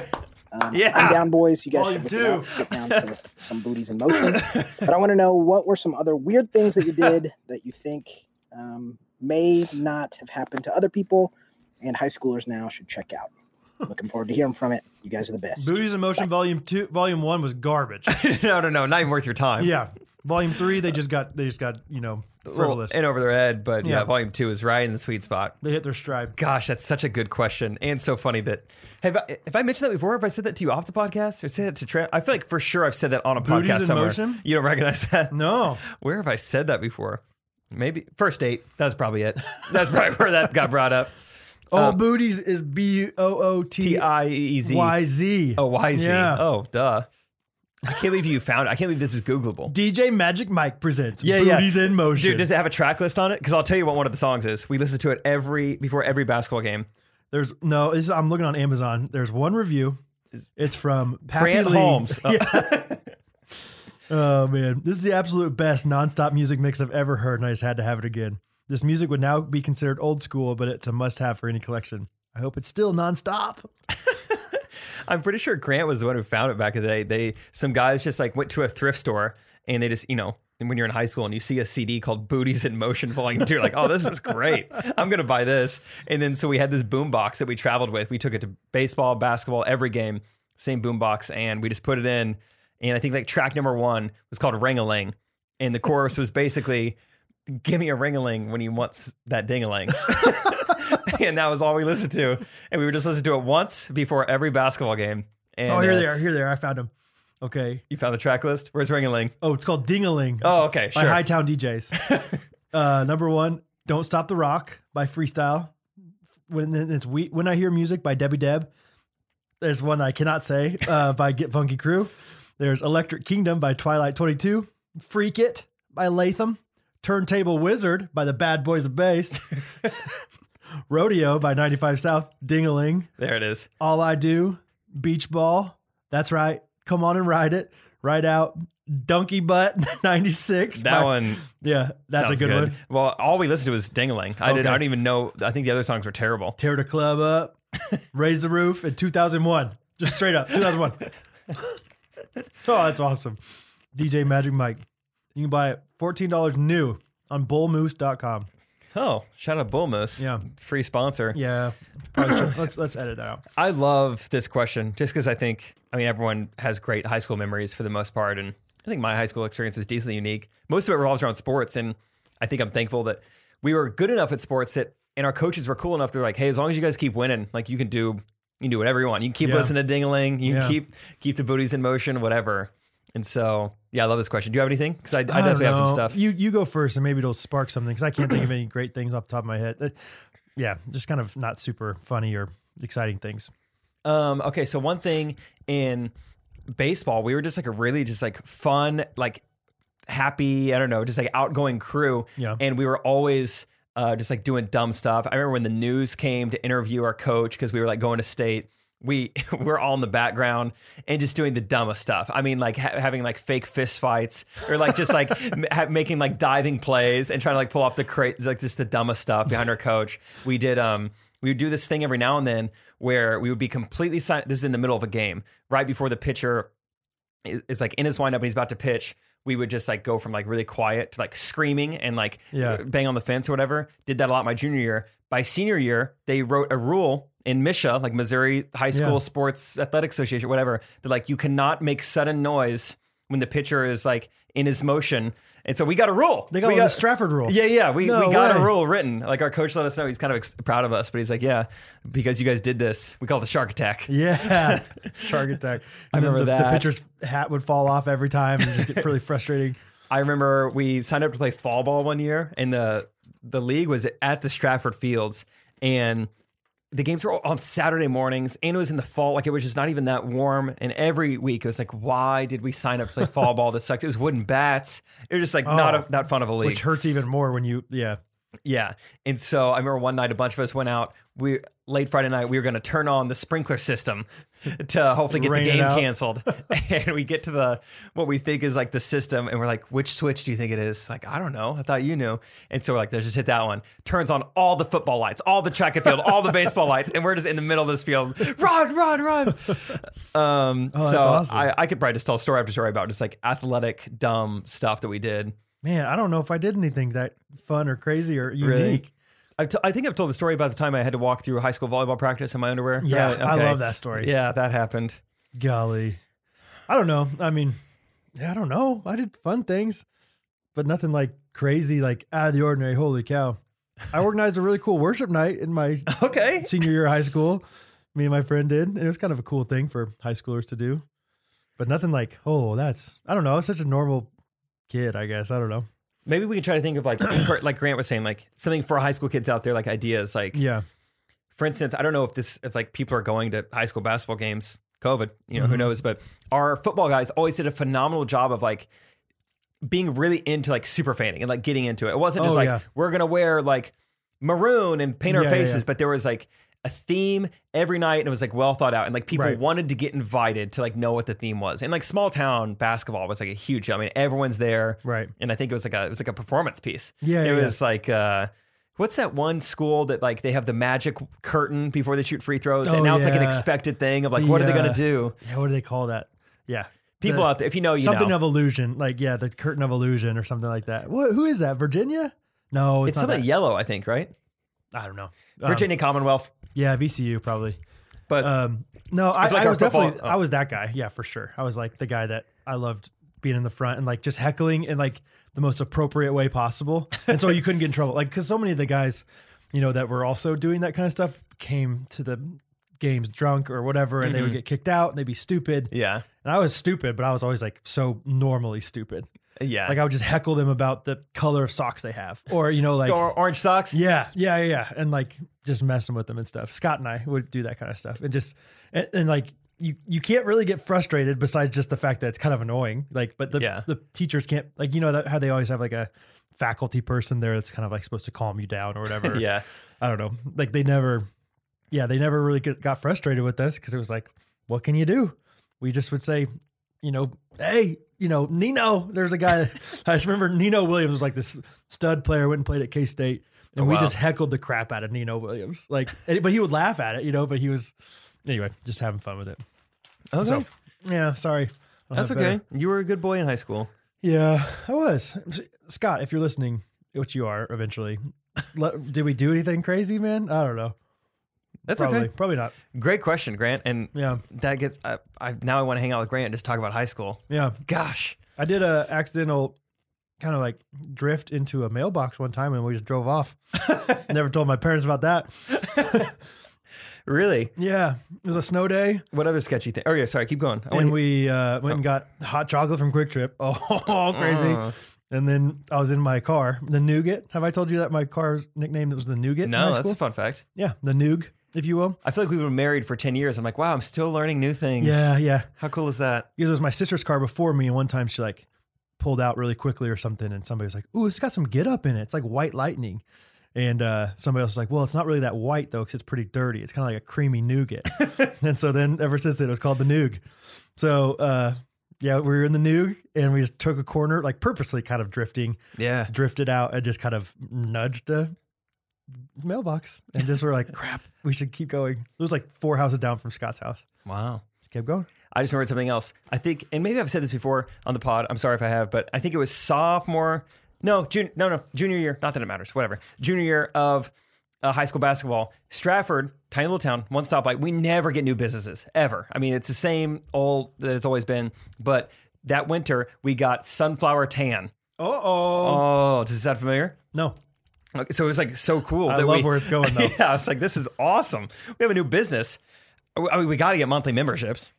S4: Um,
S2: Yeah.
S4: I'm down, boys. You guys
S1: Volume
S4: should look it up, get down to some Booties in Motion. But I want to know what were some other weird things that you did that you think um, may not have happened to other people and high schoolers now should check out. Looking forward to hearing from it. You guys are the best.
S1: Booties in Motion Volume 2 Volume 1 was garbage.
S2: no, no, no. Not even worth your time.
S1: yeah. Volume 3 they just got they just got, you know, frivolous.
S2: And over their head, but yeah.
S1: Yeah.
S2: volume two is right in the sweet spot.
S1: They hit their stride.
S2: Gosh, that's such a good question and so funny that have I, have I mentioned that before? Have I said that to you off the podcast or said that to Trent? I feel like for sure I've said that on a
S1: Booties
S2: podcast
S1: in
S2: somewhere.
S1: motion?
S2: You don't recognize that?
S1: No.
S2: Where have I said that before? Maybe first date. That's probably it. That's probably where that got brought up. Uh,
S1: Oh, booties is B O O
S2: T
S1: T
S2: I E Z.
S1: Y Z.
S2: Oh, Y Z.
S1: Yeah.
S2: Oh, duh. I can't believe you found it. I can't believe this is Googleable.
S1: DJ Magic Mike presents
S2: Yeah, yeah.
S1: Booties in Motion.
S2: Dude, does it have a track list on it? Because I'll tell you what one of the songs is. We listen to it every before every basketball game.
S1: There's no, this is, I'm looking on Amazon. There's one review. It's from Pappy
S2: Grant
S1: Lee.
S2: Holmes. Oh.
S1: Yeah. oh man, this is the absolute best nonstop music mix I've ever heard, and I just had to have it again. This music would now be considered old school, but it's a must-have for any collection. I hope it's still nonstop.
S2: I'm pretty sure Grant was the one who found it back in the day. They some guys just like went to a thrift store and they just you know and when you're in high school and you see a CD called Booties in Motion Volume Two, like oh this is great, I'm gonna buy this. And then so we had this boom box that we traveled with. We took it to baseball, basketball, every game, same boom box, and we just put it in. And I think like track number one was called Ring a Ling, and the chorus was basically. Give me a ring a ling when you want s- that ding a ling. and that was all we listened to. And we would just listen to it once before every basketball game. And,
S1: oh, here
S2: uh,
S1: they are. Here they are. I found them. Okay.
S2: You found the track list? Where's Ringaling?
S1: Oh, it's called Dingaling
S2: Oh, okay,
S1: by
S2: sure.
S1: Hightown DJs. uh, number one, "Don't Stop the Rock" by Freestyle. When then it's we when I hear music by Debbie Deb. There's one I cannot say uh, by Get Funky Crew. There's Electric Kingdom by Twilight Twenty Two. Freak It by Latham, Turntable Wizard by the Bad Boys of Bass, Rodeo by 95 South, Dingaling,
S2: There it is.
S1: All I Do, Beach Ball, that's right, Come On and Ride It, Ride Out, Donkey Butt 96.
S2: That
S1: by-
S2: one.
S1: Yeah, that's a
S2: sounds
S1: good, one.
S2: Well, all we listened to was Dingling. I did.
S1: Okay.
S2: I don't even know. I think the other songs were terrible.
S1: Tear the Club Up, Raise the Roof in 2001. Just straight up, 2001. oh, that's awesome. DJ Magic Mike. You can buy it $14 new on bullmoose.com.
S2: Oh, shout out Bulmus.
S1: Yeah.
S2: Free sponsor.
S1: Yeah. Probably should- let's let's edit that out.
S2: I love this question just because I think, I mean, everyone has great high school memories for the most part. And I think my high school experience was decently unique. Most of it revolves around sports. And I think I'm thankful that we were good enough at sports that, and our coaches were cool enough. They're like, hey, as long as you guys keep winning, like you can do, you can do whatever you want. You can keep
S1: Yeah.
S2: listening to Dingling. You
S1: Yeah.
S2: can keep, keep the booties in motion, whatever. And so, yeah, I love this question. Do you have anything? Because I, I
S1: I don't
S2: definitely have some
S1: know.
S2: stuff.
S1: You you go first, and maybe it'll spark something because I can't think of any great things off the top of my head. Uh, yeah, just kind of not super funny or exciting things.
S2: Um, okay, so one thing in baseball, we were just like a really just like fun, like happy, I don't know, just like outgoing crew.
S1: Yeah.
S2: And we were always uh, just like doing dumb stuff. I remember when the news came to interview our coach because we were like going to state. We we're all in the background and just doing the dumbest stuff. I mean, like ha- having like fake fist fights or like just like m- ha- making like diving plays and trying to like pull off the crate, like just the dumbest stuff behind our coach. We did um we would do this thing every now and then where we would be completely silent. This is in the middle of a game, right before the pitcher is, is like in his windup and he's about to pitch. We would just like go from like really quiet to like screaming and like uh,
S1: Yeah.
S2: bang on the fence or whatever. Did that a lot my junior year. By senior year, they wrote a rule in Misha, like Missouri High School
S1: Yeah.
S2: Sports Athletic Association, whatever, that like you cannot make sudden noise when the pitcher is like in his motion. And so we got a rule.
S1: They got,
S2: we
S1: the Stratford rule.
S2: yeah, yeah. We,
S1: No
S2: we got
S1: way.
S2: a rule written. Like our coach let us know he's kind of ex- proud of us, but he's like, yeah, because you guys did this, we call it the shark attack.
S1: Yeah, shark attack. And then
S2: remember
S1: the,
S2: that.
S1: The pitcher's hat would fall off every time and just get really frustrating.
S2: I remember we signed up to play fall ball one year, and the the league was at the Stratford Fields, and the games were all on Saturday mornings, and it was in the fall. Like it was just not even that warm. And every week it was like, why did we sign up to play fall ball? This sucks. It was wooden bats. It was just like not
S1: Oh.
S2: a, that fun of a league.
S1: which hurts even more when you yeah
S2: Yeah. And so I remember one night a bunch of us went out. We late Friday night we were going to turn on the sprinkler system to hopefully get
S1: Rain it
S2: the game
S1: out.
S2: canceled. and we get to the what we think is like the system and we're like which switch do you think it is? Like I don't know. I thought you knew. And so we're like let's just hit that one. Turns on all the football lights, all the track and field, all the baseball lights and we're just in the middle of this field. Run, run, run. Um
S1: Oh, that's
S2: so
S1: awesome.
S2: I I could probably just tell story after story about just like athletic dumb stuff that we did.
S1: man i don't know if i did anything that fun or crazy or unique
S2: Really? I've t- I think I've told the story about the time I had to walk through high school volleyball practice in my underwear.
S1: yeah
S2: Right,
S1: i
S2: okay.
S1: love that story
S2: Yeah, that happened.
S1: golly i don't know i mean yeah, i don't know i did fun things but nothing like crazy like out of the ordinary holy cow i organized a really cool worship night in my
S2: Okay.
S1: senior year of high school me and my friend did and it was kind of a cool thing for high schoolers to do but nothing like oh that's i don't know i was such a normal kid i guess i don't know
S2: Maybe we can try to think of like like Grant was saying like something for high school kids out there like ideas like
S1: yeah
S2: for instance, I don't know if this if like people are going to high school basketball games, COVID, you know, who
S1: Mhm.
S2: knows, but our football guys always did a phenomenal job of like being really into like super fanning and like getting into it. It wasn't just
S1: Oh,
S2: like
S1: yeah.
S2: we're gonna wear like maroon and paint our
S1: Yeah, yeah,
S2: faces,
S1: yeah.
S2: but there was like a theme every night and it was like well thought out and like people
S1: Right.
S2: wanted to get invited to like know what the theme was. And like small town basketball was like a huge I mean everyone's there.
S1: right
S2: And I think it was like a it was like a performance piece
S1: yeah yeah,
S2: it
S1: yeah.
S2: was like uh what's that one school that like they have the magic curtain before they shoot free throws
S1: Oh,
S2: and now it's like an
S1: yeah.
S2: expected thing of like what are they
S1: Yeah.
S2: gonna do
S1: yeah what do they call that yeah
S2: people
S1: The-
S2: out there if you know you
S1: something
S2: know
S1: of illusion like yeah the curtain of illusion or something like that what, who is that virginia no it's,
S2: it's
S1: not
S2: something
S1: that.
S2: yellow i think right
S1: i don't know Um,
S2: virginia commonwealth
S1: yeah vcu probably
S2: but
S1: um no i,
S2: It's like
S1: I
S2: our
S1: was
S2: football-
S1: definitely
S2: oh.
S1: i was that guy yeah for sure i was like the guy that i loved being in the front and like just heckling in like the most appropriate way possible and so you couldn't get in trouble like because so many of the guys you know that were also doing that kind of stuff came to the games drunk or whatever and they
S2: Mm-hmm.
S1: would get kicked out and they'd be stupid
S2: yeah
S1: and i was stupid but i was always like so normally stupid
S2: yeah
S1: Like I would just heckle them about the color of socks they have, or you know, like
S2: Or- orange socks
S1: yeah, yeah, yeah, yeah, and like just messing with them and stuff. Scott and I would do that kind of stuff, and just and, and like you you can't really get frustrated besides just the fact that it's kind of annoying. Like, but the
S2: Yeah.
S1: the teachers can't like you know that, how they always have like a faculty person there that's kind of like supposed to calm you down or whatever.
S2: yeah.
S1: I don't know. Like they never, yeah, they never really get, got frustrated with us because it was like, what can you do? We just would say, you know, hey, you know, Nino. There's a guy. I just remember Nino Williams was like this stud player, went and played at K State, and
S2: Oh,
S1: we
S2: wow.
S1: just heckled the crap out of Nino Williams. Like, and- but he would laugh at it, you know. But he was anyway, just having fun with it.
S2: Okay.
S1: So, yeah, sorry. I'll
S2: That's
S1: have better-
S2: okay. You were a good boy in high school.
S1: Yeah, I was. S- Scott, if you're listening, which you are eventually, let, did we do anything crazy, man? I don't know.
S2: That's
S1: probably,
S2: okay.
S1: Probably not.
S2: Great question, Grant. And
S1: Yeah,
S2: that gets I, I now I want to hang out with Grant and just talk about high school.
S1: yeah.
S2: Gosh.
S1: I did a accidental kind of like drift into a mailbox one time, and we just drove off. Never told my parents about that.
S2: Really?
S1: Yeah, it was a snow day,
S2: What other sketchy thing? Oh yeah, sorry, keep going.
S1: and
S2: I wanna-
S1: we uh, went and got hot chocolate from Quick Trip. Oh, crazy!
S2: Mm.
S1: And then I was in my car, the Nougat. Have I told you that my car's nickname that was the Nougat? in
S2: no,
S1: high
S2: that's
S1: school?
S2: a fun fact.
S1: yeah, the Noog, if you will.
S2: I feel like we've been married for 10 years. I'm like, wow, I'm still learning new things.
S1: Yeah, yeah.
S2: How cool is that?
S1: because it was my sister's car before me, and one time she like pulled out really quickly or something, and somebody was like, "Ooh, it's got some get up in it. It's like white lightning." And uh, somebody else was like, "Well, it's not really that white though, because it's pretty dirty. It's kind of like a creamy nougat." and so then, ever since then, it was called the Noog. So uh, yeah, we were in the Noog, and we just took a corner, like purposely, kind of drifting,
S2: Yeah.
S1: drifted out, and just kind of nudged a mailbox, and just were like, "Crap, we should keep going." It was like four houses down from Scott's house.
S2: Wow.
S1: Just kept going.
S2: I just remembered something else. I think, and maybe I've said this before on the pod. I'm sorry if I have, but I think it was sophomore. No, jun- no, no, junior year. Not that it matters. Whatever. Junior year of uh, high school basketball. Stratford, tiny little town, one stoplight. We never get new businesses ever. I mean, it's the same old that it's always been. But that winter, we got Sunflower Tan.
S1: Uh oh.
S2: Oh, does that sound familiar?
S1: No,
S2: Okay, so it was like so cool.
S1: I
S2: that
S1: love
S2: we-
S1: where it's going though.
S2: yeah, I was like, this is awesome. We have a new business. Oh, I mean, we got to get monthly memberships.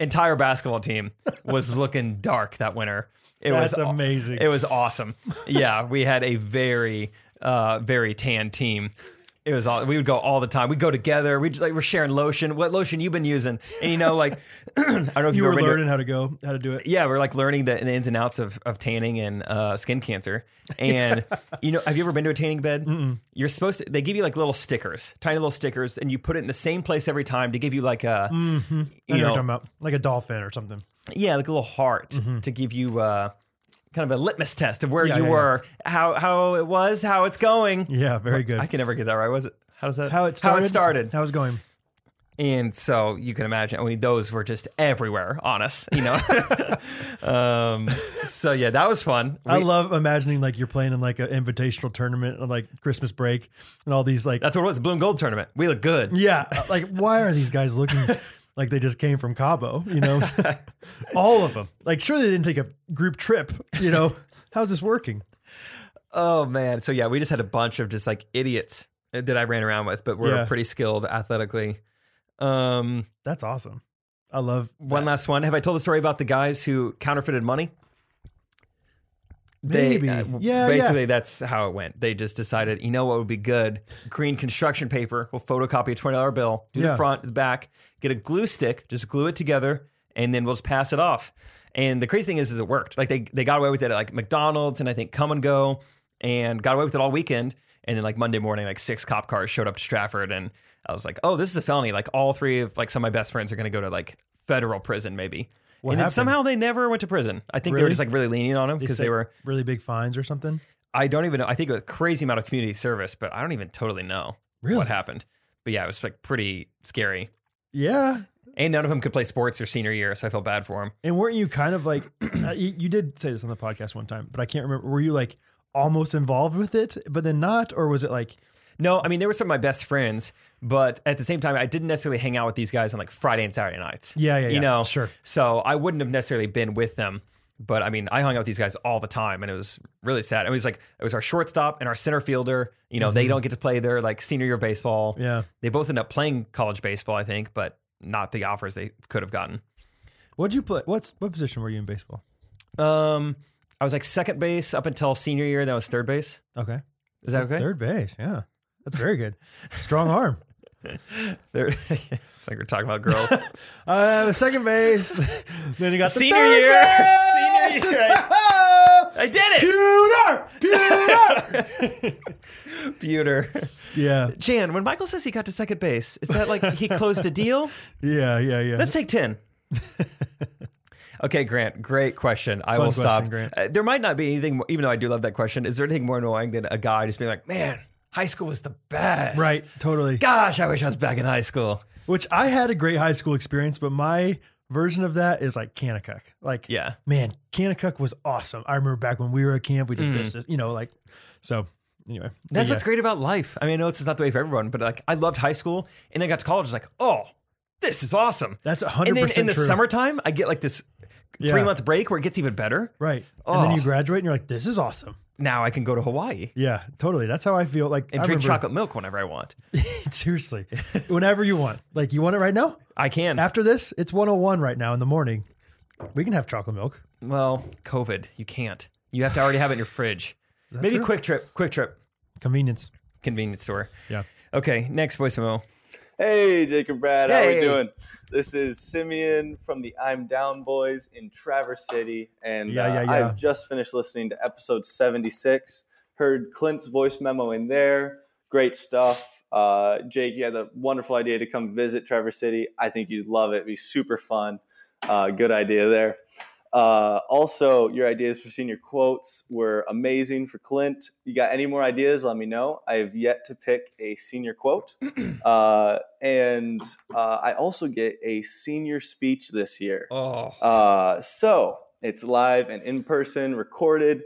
S2: Entire basketball team was looking dark that winter. It
S1: That's
S2: was aw-
S1: amazing.
S2: It was awesome. Yeah, we had a very, uh, very tan team. It was all we would go all the time. We would go together. We just, like we're sharing lotion. What lotion you've been using? And you know, like I don't know if
S1: you
S2: you've
S1: were
S2: ever been to-
S1: learning how to go, how to do it.
S2: yeah, we're like learning the, the ins and outs of, of tanning and uh, skin cancer. And you know, have you ever been to a tanning bed? You're supposed to. They give you like little stickers, tiny little stickers, and you put it in the same place every time to give you like a
S1: Mm-hmm. I know,
S2: you
S1: what you're
S2: know,
S1: talking about like a dolphin or something.
S2: yeah, like a little heart to give you uh, kind of a litmus test of where
S1: Yeah,
S2: you
S1: yeah, yeah.
S2: were, how how it was, how it's going.
S1: Yeah, very good.
S2: I can never get that right. Was it? How does that?
S1: how it started?
S2: How it started.
S1: How it's going?
S2: And so you can imagine, I mean, those were just everywhere on us, you know? um, so yeah, that was fun.
S1: I
S2: We-
S1: love imagining like you're playing in like an invitational tournament on like Christmas break and all these like
S2: That's what it was. Blue and gold tournament. We look good.
S1: yeah, uh, like why are these guys looking like they just came from Cabo? You know, all of them. Like sure they didn't take a group trip. You know, how's this working?
S2: Oh man. So yeah, we just had a bunch of just like idiots that I ran around with, but we're
S1: Yeah.
S2: pretty skilled athletically. Um,
S1: That's awesome. I love
S2: one last one. Have I told the story about the guys who counterfeited money? uh,
S1: Maybe. Yeah, yeah.
S2: Basically, that's how it went. They just decided, you know what would be good? Green construction paper. We'll photocopy a twenty dollar bill, do
S1: Yeah.
S2: the front, the back, get a glue stick, just glue it together, and then we'll just pass it off. And the crazy thing is, is it worked. Like they they got away with it at like McDonald's and I think Come and Go, and got away with it all weekend. And then like Monday morning, like six cop cars showed up to Stratford, and I was like, oh, this is a felony. Like all three of like some of my best friends are going to go to like federal prison maybe. and then
S1: happened?
S2: somehow they never went to prison. I think
S1: Really?
S2: they were just like really lenient on them because they
S1: said
S2: were
S1: really big fines or something.
S2: I don't even know. I think it was a crazy amount of community service, but I don't even totally know
S1: Really?
S2: what happened. But yeah, it was like pretty scary.
S1: Yeah,
S2: And none of them could play sports their senior year, so I felt bad for them.
S1: And weren't you kind of like uh, you, you did say this on the podcast one time, but I can't remember. Were you like almost involved with it, but then not, or was it like
S2: No, I mean they were some of my best friends, but at the same time, I didn't necessarily hang out with these guys on like Friday and Saturday nights.
S1: Yeah, yeah,
S2: you
S1: yeah.
S2: know,
S1: Sure.
S2: So I wouldn't have necessarily been with them, but I mean, I hung out with these guys all the time, and it was really sad. It was like it was our shortstop and our center fielder. You know, they don't get to play their like senior year baseball.
S1: Mm-hmm. yeah?
S2: They both end up playing college baseball, I think, but not the offers they could have gotten.
S1: What'd you play? What's what position were you in baseball?
S2: Um, I was like second base up until senior year. That was third base.
S1: Okay,
S2: Is that okay?
S1: third base. Yeah, that's very good. Strong arm.
S2: They're- it's like we're talking about girls.
S1: Uh, second base. then you got the
S2: Senior
S1: third
S2: year.
S1: base.
S2: Senior year. I did it.
S1: Pewter! Pewter!
S2: Pewter.
S1: yeah,
S2: Jan, when Michael says he got to second base, is that like he closed a deal?
S1: yeah, yeah, yeah.
S2: Let's take 10. okay, Grant, great question. I will
S1: question,
S2: stop.
S1: Grant.
S2: Uh, there might not be anything, more, even though I do love that question. Is there anything more annoying than a guy just being like, man, high school was the best?
S1: right, totally.
S2: Gosh, I wish I was back in high school.
S1: Which I had a great high school experience, but my version of that is like Kanakuk. Like,
S2: Yeah.
S1: man, Kanakuk was awesome. I remember back when we were at camp, we did this, this, you know, like, so anyway. But
S2: Mm. That's
S1: yeah.
S2: what's great about life. I mean, I know it's not the way for everyone, but like I loved high school and then got to college. I was like, oh, this is awesome.
S1: That's 100%
S2: and then in the
S1: true.
S2: summertime, I get like this
S1: Yeah.
S2: three month break where it gets even better.
S1: Right. And then
S2: Oh.
S1: you graduate and you're like, this is awesome.
S2: Now I can go to Hawaii
S1: Yeah, totally. That's how I feel. Like,
S2: and
S1: I
S2: drink
S1: remember-
S2: chocolate milk whenever I want.
S1: Seriously, whenever you want. Like, you want it right now?
S2: I can.
S1: After this, it's 101 right now in the morning. We can have chocolate milk.
S2: Well, COVID, you can't. You have to already have it in your fridge. Maybe
S1: true?
S2: Quick Trip, Quick Trip,
S1: Convenience.
S2: convenience store.
S1: Yeah.
S2: Okay, next voice memo.
S5: Hey, Jake and Brad, how
S2: Hey.
S5: we doing? This is Simeon from the I'm Down Boys in Traverse City, and
S1: Yeah, yeah,
S5: uh,
S1: yeah.
S5: I've just finished listening to episode 76. Heard Clint's voice memo in there. Great stuff. Uh, Jake, you had the wonderful idea to come visit Traverse City. I think you'd love it. It'd be super fun. Uh, good idea there. Uh, also, your ideas for senior quotes were amazing for Clint. You got any more ideas? Let me know. I have yet to pick a senior quote. Uh, and uh, I also get a senior speech this year.
S2: Oh,
S5: Uh, so it's live and in person, recorded.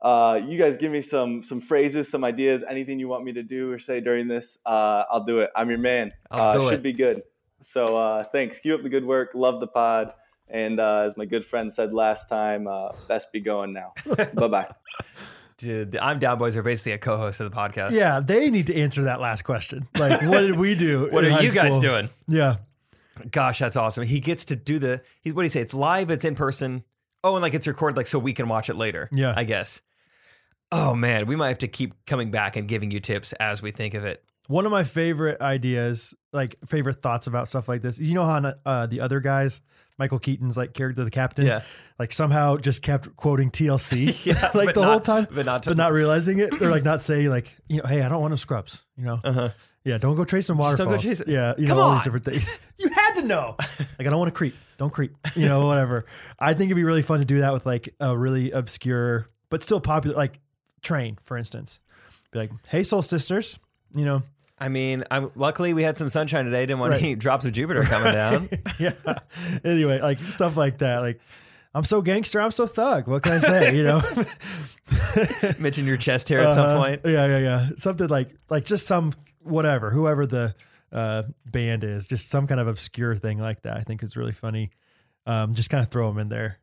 S5: Uh, you guys give me some some phrases, some ideas, anything you want me to do or say during this. Uh, I'll do it. I'm your man.
S2: I'll
S5: uh,
S2: do
S5: should
S2: it.
S5: be good. So uh, thanks. Keep up the good work. Love the pod. And uh, as my good friend said last time, uh, best be going now. bye bye.
S2: dude, the I'm Down Boys are basically a co-host of the podcast.
S1: Yeah, they need to answer that last question. Like, what did we do?
S2: What
S1: in
S2: are
S1: high
S2: you guys
S1: school?
S2: doing?
S1: Yeah,
S2: Gosh, that's awesome. He gets to do the. He's what do you say? It's live. It's in person. Oh, and like it's recorded, like so we can watch it later.
S1: Yeah.
S2: I guess. Oh man, we might have to keep coming back and giving you tips as we think of it.
S1: one of my favorite ideas, like favorite thoughts about stuff like this. You know how uh, the other guys, Michael Keaton's like character, the captain,
S2: Yeah.
S1: like somehow just kept quoting TLC,
S2: Yeah,
S1: like
S2: but
S1: the
S2: not-
S1: whole time,
S2: but not to-
S1: but not realizing it. They're like not saying like, you know, hey, I don't want no scrubs, you know.
S2: Uh-huh.
S1: Yeah, don't go chasing waterfalls.
S2: Just don't go chasing-
S1: Yeah, you
S2: Come
S1: know all
S2: on.
S1: these different things. you had to know. Like, I don't want to creep. Don't creep. You know, whatever. I think it'd be really fun to do that with like a really obscure but still popular, like train, for instance. Be like, hey, Soul Sisters. You know,
S2: I mean, I'm, luckily we had some sunshine today. Didn't want
S1: Right.
S2: any drops of Jupiter coming down.
S1: yeah. Anyway, like stuff like that. Like, I'm so gangster. I'm so thug. What can I say? You know.
S2: Mention your chest hair at some
S1: Uh-huh.
S2: point.
S1: Yeah, yeah, yeah. Something like like just some whatever, whoever the uh, band is, just some kind of obscure thing like that. I think is really funny. Um, just kind of throw them in there.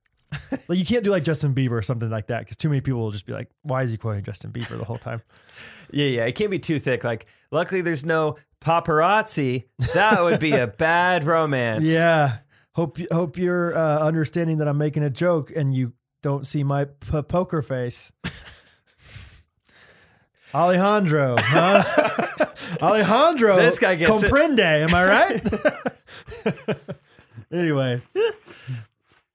S1: like you can't do like Justin Bieber or something like that because too many people will just be like, "Why is he quoting Justin Bieber the whole time?"
S2: Yeah, yeah. It can't be too thick. Like, luckily there's no paparazzi. That would be a bad romance.
S1: yeah. Hope you- hope you're uh, understanding that I'm making a joke and you don't see my p- poker face. Alejandro, huh? Alejandro,
S2: This guy gets it.
S1: comprende. Am I right? anyway,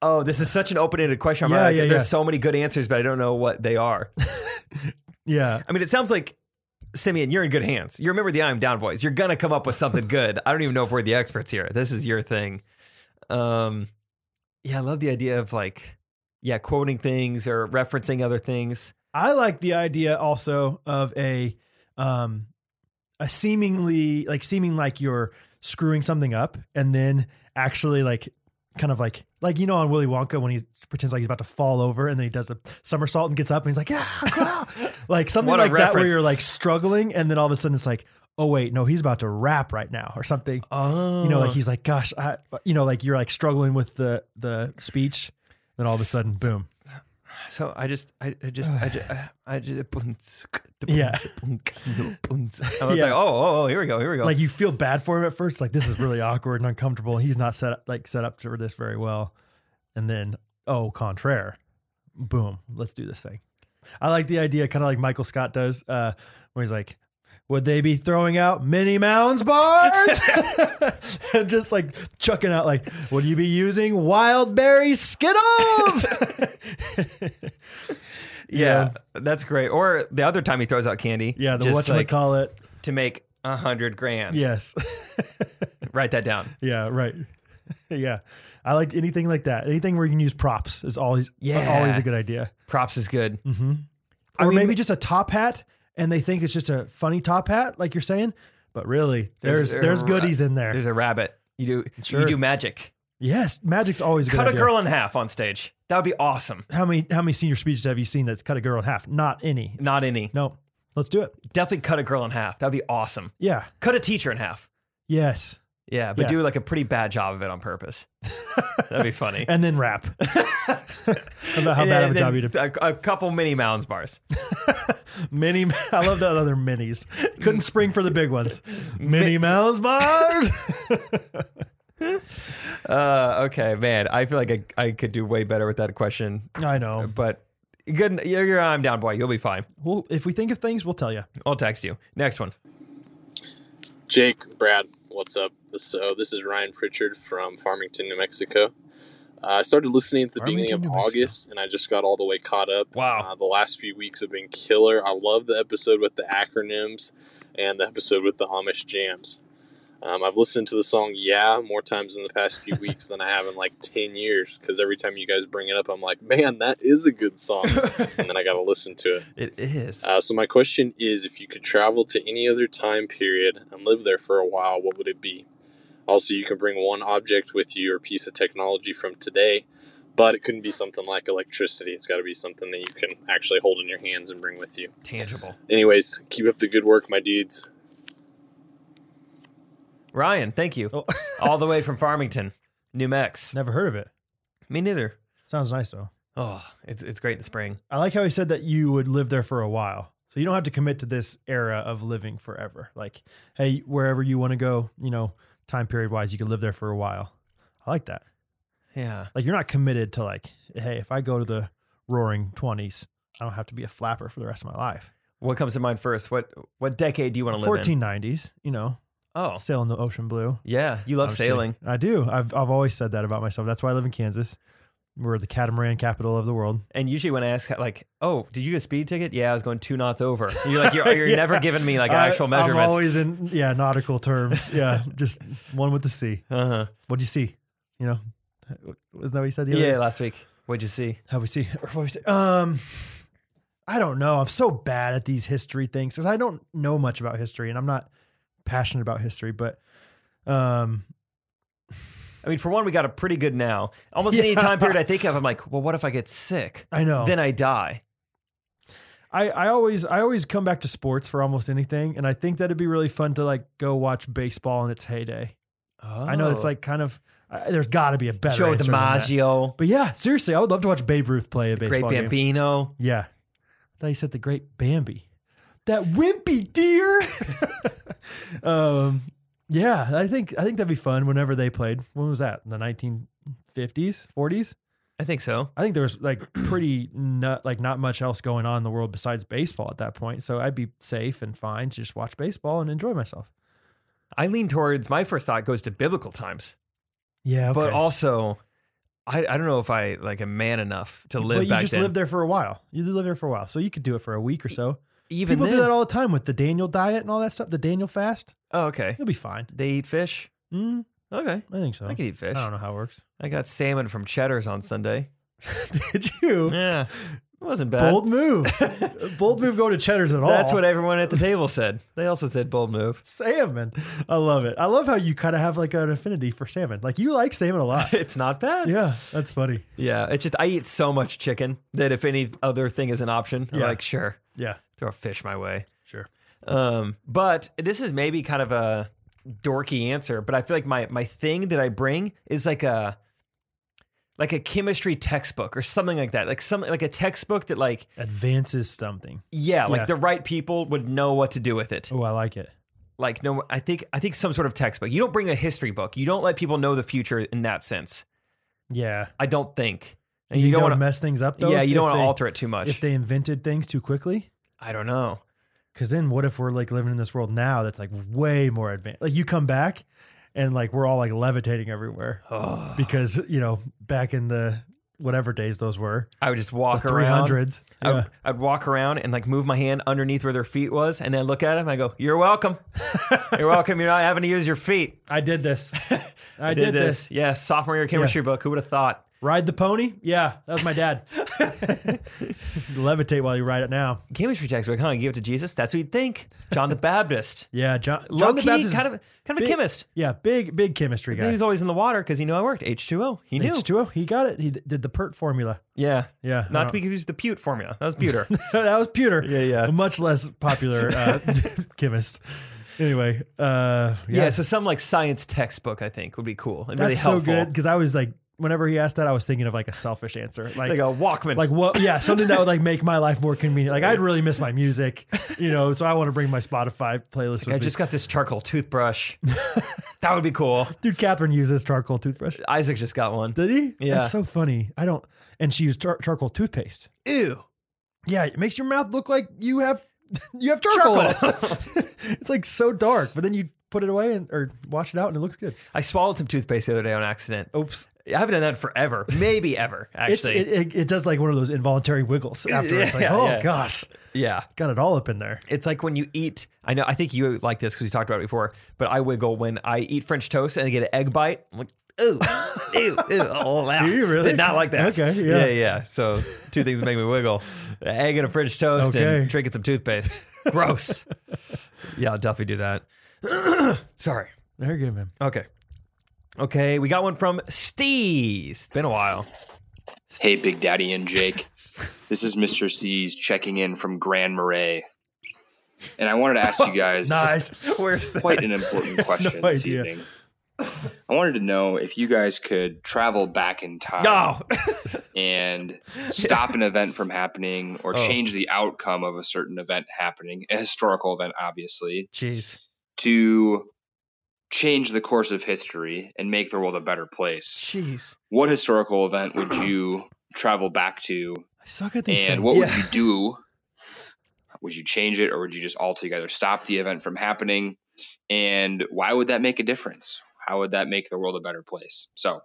S2: Oh, this is such an open-ended question. I'm
S1: Yeah,
S2: like,
S1: yeah,
S2: there's
S1: yeah.
S2: so many good answers, but I don't know what they are.
S1: yeah,
S2: I mean, it sounds like Simeon, you're in good hands. You remember the I'm Down boys. You're gonna come up with something good. I don't even know if we're the experts here. This is your thing. Um, yeah, I love the idea of like, yeah, quoting things or referencing other things.
S1: I like the idea also of a um a seemingly like seeming like you're screwing something up and then actually like kind of like like you know on Willy Wonka when he pretends like he's about to fall over and then he does a somersault and gets up and he's like yeah cool." like something
S2: What a
S1: like that where
S2: reference.
S1: you're like struggling and then all of a sudden it's like oh wait no he's about to rap right now or something
S2: Oh,
S1: you know like he's like gosh I you know like you're like struggling with the the speech then all of a sudden boom
S2: So I just, I, I just, I just, I just,
S1: Yeah.
S2: I was like,
S1: Yeah.
S2: oh, oh, oh, here we go, here we go.
S1: like you feel bad for him at first like this is really awkward and uncomfortable he's not set up like set up for this very well and then oh contraire boom let's do this thing i like the idea kind of like michael scott does uh where he's like would they be throwing out mini mounds bars? and just like chucking out, like, would you be using wild berry Skittles?
S2: Yeah, that's great. Or the other time he throws out candy.
S1: yeah, the
S2: just
S1: what
S2: like
S1: call it?
S2: to make a hundred grand.
S1: Yes,
S2: write that down.
S1: yeah, right, yeah. I like anything like that. Anything where you can use props is always
S2: Yeah.
S1: always a good idea.
S2: Props is good.
S1: Mm-hmm.
S2: I
S1: Or
S2: mean-
S1: maybe just a top hat, and they think it's just a funny top hat, like you're saying. But really,
S2: There's-
S1: there's there's, goodies in there.
S2: There's a rabbit. You do
S1: Sure.
S2: you do magic.
S1: Yes, magic's always a good
S2: Cut a
S1: idea.
S2: girl in half on stage. That would be awesome.
S1: How many how many senior speeches have you seen that's cut a girl in half? Not any.
S2: Not any.
S1: No, let's do it.
S2: Definitely cut a girl in half. That'd be awesome.
S1: Yeah.
S2: Cut a teacher in half.
S1: Yes.
S2: Yeah, but
S1: Yeah.
S2: do like a pretty bad job of it on purpose. That'd be funny.
S1: And then rap about how
S2: And
S1: bad of a
S2: then
S1: job you did.
S2: A, a couple mini mounds bars.
S1: Mini, I love the other minis. Couldn't spring for the big ones. Mini Mouse bars.
S2: Uh, okay, man. I feel like I, I could do way better with that question,
S1: I know.
S2: but good. You're, you're I'm down, boy. You'll be fine.
S1: Well, if we think of things, we'll tell you.
S2: I'll text you. Next one.
S6: Jake, Brad, what's up? So this is Ryan Pritchard from Farmington, New Mexico. Uh, I started listening at the beginning
S1: Farmington,
S6: of
S1: New Mexico.
S6: August, and I just got all the way caught up.
S2: Wow.
S6: Uh, the last few weeks have been killer. I love the episode with the acronyms and the episode with the Amish jams. Um, I've listened to the song "Yeah" more times in the past few weeks than I have in like ten years. Because every time you guys bring it up, I'm like, "Man, that is a good song," and then I got to listen to it.
S2: It is.
S6: Uh, so my question is, if you could travel to any other time period and live there for a while, what would it be? Also, you can bring one object with you or piece of technology from today, but it couldn't be something like electricity. It's got to be something that you can actually hold in your hands and bring with you.
S2: Tangible.
S6: Anyways, keep up the good work, my dudes.
S2: Ryan, thank you.
S1: Oh.
S2: All the way from Farmington, New Mex.
S1: Never heard of it.
S2: Me neither.
S1: Sounds nice though.
S2: Oh, it's it's great in the spring.
S1: I like how he said that you would live there for a while. So you don't have to commit to this era of living forever. Like, hey, wherever you want to go, you know, time period wise, you could live there for a while. I like that.
S2: Yeah.
S1: Like you're not committed to like, hey, if I go to the roaring twenties, I don't have to be a flapper for the rest of my life.
S2: What comes to mind first? What what decade do you want to live in?
S1: Fourteen nineties, you know,
S2: Oh,
S1: sailing the ocean blue.
S2: yeah. You love
S1: I'm just
S2: sailing.
S1: kidding. I do. I've I've always said that about myself. That's why I live in Kansas. We're the catamaran capital of the world.
S2: And usually when I ask like, "Oh, did you get a speed ticket?" Yeah, I was going two knots over. And you're like, you're, you're
S1: Yeah.
S2: never giving me like
S1: I-
S2: actual
S1: I'm
S2: measurements.
S1: always in yeah, nautical terms. Yeah. just one with the sea.
S2: uh-huh.
S1: What'd you see? You know, isn't that what you said the other
S2: Yeah, last week. What'd you see?
S1: How we see? What we see? Um, I don't know. I'm so bad at these history things because I don't know much about history and I'm not passionate about history. But um,
S2: I mean, for one, we got a pretty good now. Almost any
S1: Yeah.
S2: time period I think of, I'm like, well, what if I get sick?
S1: I know.
S2: Then I die.
S1: I, I always I always come back to sports for almost anything, and I think that'd be really fun to like go watch baseball in its heyday.
S2: Oh.
S1: I know it's like kind of I there's got to be a better
S2: Joe
S1: answer than that.
S2: DiMaggio,
S1: But yeah, seriously, I would love to watch Babe Ruth play a
S2: Great
S1: baseball game.
S2: Bambino.
S1: Yeah. I thought you said the great Bambi. That wimpy deer. um, yeah, I think I think that'd be fun whenever they played. When was that? In the 1950s, 40s?
S2: I think so.
S1: I think there was like pretty not like not much else going on in the world besides baseball at that point. So I'd be safe and fine to just watch baseball and enjoy myself.
S2: I lean towards my first thought goes to biblical times,
S1: Yeah,
S2: but also, I, I don't know if I like am man enough to live
S1: but you
S2: back
S1: just
S2: then.
S1: lived there for a while. You lived there for a while, so you could do it for a week or so.
S2: Even
S1: People
S2: then,
S1: do that all the time with the Daniel diet and all that stuff. The Daniel fast,
S2: oh, okay.
S1: you'll be fine.
S2: They eat fish.
S1: Mm,
S2: Okay,
S1: I think so.
S2: I could eat fish.
S1: I don't know how it works.
S2: I got salmon from Cheddar's on Sunday.
S1: Did you?
S2: Yeah, it wasn't bad.
S1: Bold move. bold move going to Cheddar's at all.
S2: That's what everyone at the table said. They also said bold move.
S1: salmon. I love it. I love how you kind of have like an affinity for salmon. Like you like salmon a lot.
S2: It's not bad.
S1: yeah, that's funny.
S2: Yeah, it's just I eat so much chicken that if any other thing is an option, I'm
S1: Yeah.
S2: like sure,
S1: Yeah,
S2: throw a fish my way.
S1: sure.
S2: Um, but this is maybe kind of a dorky answer, but I feel like my my thing that I bring is like a like a chemistry textbook or something like that. Like some like a textbook that like
S1: Advances something.
S2: yeah, like
S1: Yeah.
S2: the right people would know what to do with it.
S1: Oh, I like it.
S2: Like no I think I think some sort of textbook. You don't bring a history book. You don't let people know the future in that sense.
S1: Yeah,
S2: I don't think. And
S1: you,
S2: you,
S1: don't,
S2: don't want
S1: mess things up.
S2: to
S1: though.
S2: Yeah,
S1: if-
S2: you don't
S1: if
S2: want to
S1: they-
S2: alter it too much.
S1: If they invented things too quickly,
S2: I don't know.
S1: Because then, what if we're like living in this world now that's like way more advanced? Like you come back, and like we're all like levitating everywhere because you know back in the whatever days those were,
S2: I would just walk
S1: the
S2: around.
S1: 300s.
S2: I
S1: Yeah.
S2: would, I'd walk around and like move my hand underneath where their feet was, and then look at them. I go, "You're welcome. You're welcome. You're not having to use your feet."
S1: I did this. I, did, this.
S2: Yeah, sophomore year chemistry book. Who would have thought?
S1: Ride the pony? Yeah, that was my dad. Levitate while you ride it now.
S2: Chemistry textbook, huh? You give it to Jesus. That's what you'd think. John the Baptist.
S1: Yeah, John,
S2: Low
S1: John the
S2: key,
S1: Baptist.
S2: kind of, kind of a
S1: big-
S2: chemist.
S1: yeah, big, big chemistry
S2: He
S1: guy.
S2: was always in the water because he knew I worked. H2O. He knew.
S1: H2O. He got it. He d- did the PERT formula.
S2: Yeah.
S1: Yeah, I
S2: Not to be
S1: don't-
S2: confused with the Pewt formula. That was Pewter.
S1: that was pewter.
S2: Yeah, yeah.
S1: A much less popular uh, chemist. Anyway, uh, yeah,
S2: yeah. So some like science textbook, I think, would be cool and really
S1: that's so
S2: helpful.
S1: good because I was like, whenever he asked that, I was thinking of like a selfish answer, like.
S2: Like a Walkman.
S1: like what? Yeah, something that would like make my life more convenient. Like I'd really miss my music, you know. So I want to bring my Spotify playlist. with
S2: I
S1: me.
S2: just got this charcoal toothbrush. that would be cool.
S1: dude, Catherine uses charcoal toothbrush.
S2: Isaac just got one.
S1: Did he?
S2: Yeah.
S1: that's so funny. I don't. And she used char- charcoal toothpaste.
S2: Ew.
S1: Yeah, it makes your mouth look like you have you have charcoal. in it. it's like so dark, but then you put it away and or wash it out and it looks good.
S2: I swallowed some toothpaste the other day on accident. Oh,
S1: Oops.
S2: I haven't done that forever. Maybe ever,
S1: It's,
S2: actually.
S1: it, it, it does like one of those involuntary wiggles after it's like,
S2: Yeah,
S1: oh
S2: yeah.
S1: gosh,
S2: yeah.
S1: got it all up in there.
S2: It's like when you eat, I know, I think you like this because we talked about it before, but I wiggle when I eat French toast and I get an egg bite. I'm like, ew, ew, ew. Oh, wow.
S1: Do you really?
S2: Did not like that.
S1: Okay, yeah.
S2: Yeah, yeah. So, two things that make me wiggle an egg and a French toast
S1: Okay.
S2: and drinking some toothpaste. Gross. yeah, I'll definitely do that. Sorry.
S1: Very good, man.
S2: Okay. Okay, we got one from Steez. Been a while.
S7: Hey, Big Daddy and Jake. This is Mr. C's checking in from Grand Marais. And I wanted to ask you guys
S1: Nice.
S2: Where's the
S7: quite an important question
S1: No
S7: this
S1: idea.
S7: evening. I wanted to know if you guys could travel back in time
S2: No.
S7: and stop an event from happening or
S1: Oh.
S7: change the outcome of a certain event happening, a historical event, obviously,
S2: Jeez.
S7: to change the course of history and make the world a better place.
S2: Jeez.
S7: What historical event would you travel back to
S1: I suck at these
S7: and
S1: things.
S7: what
S2: Yeah.
S7: would you do? Would you change it or would you just altogether stop the event from happening? And why would that make a difference? How would that make the world a better place? So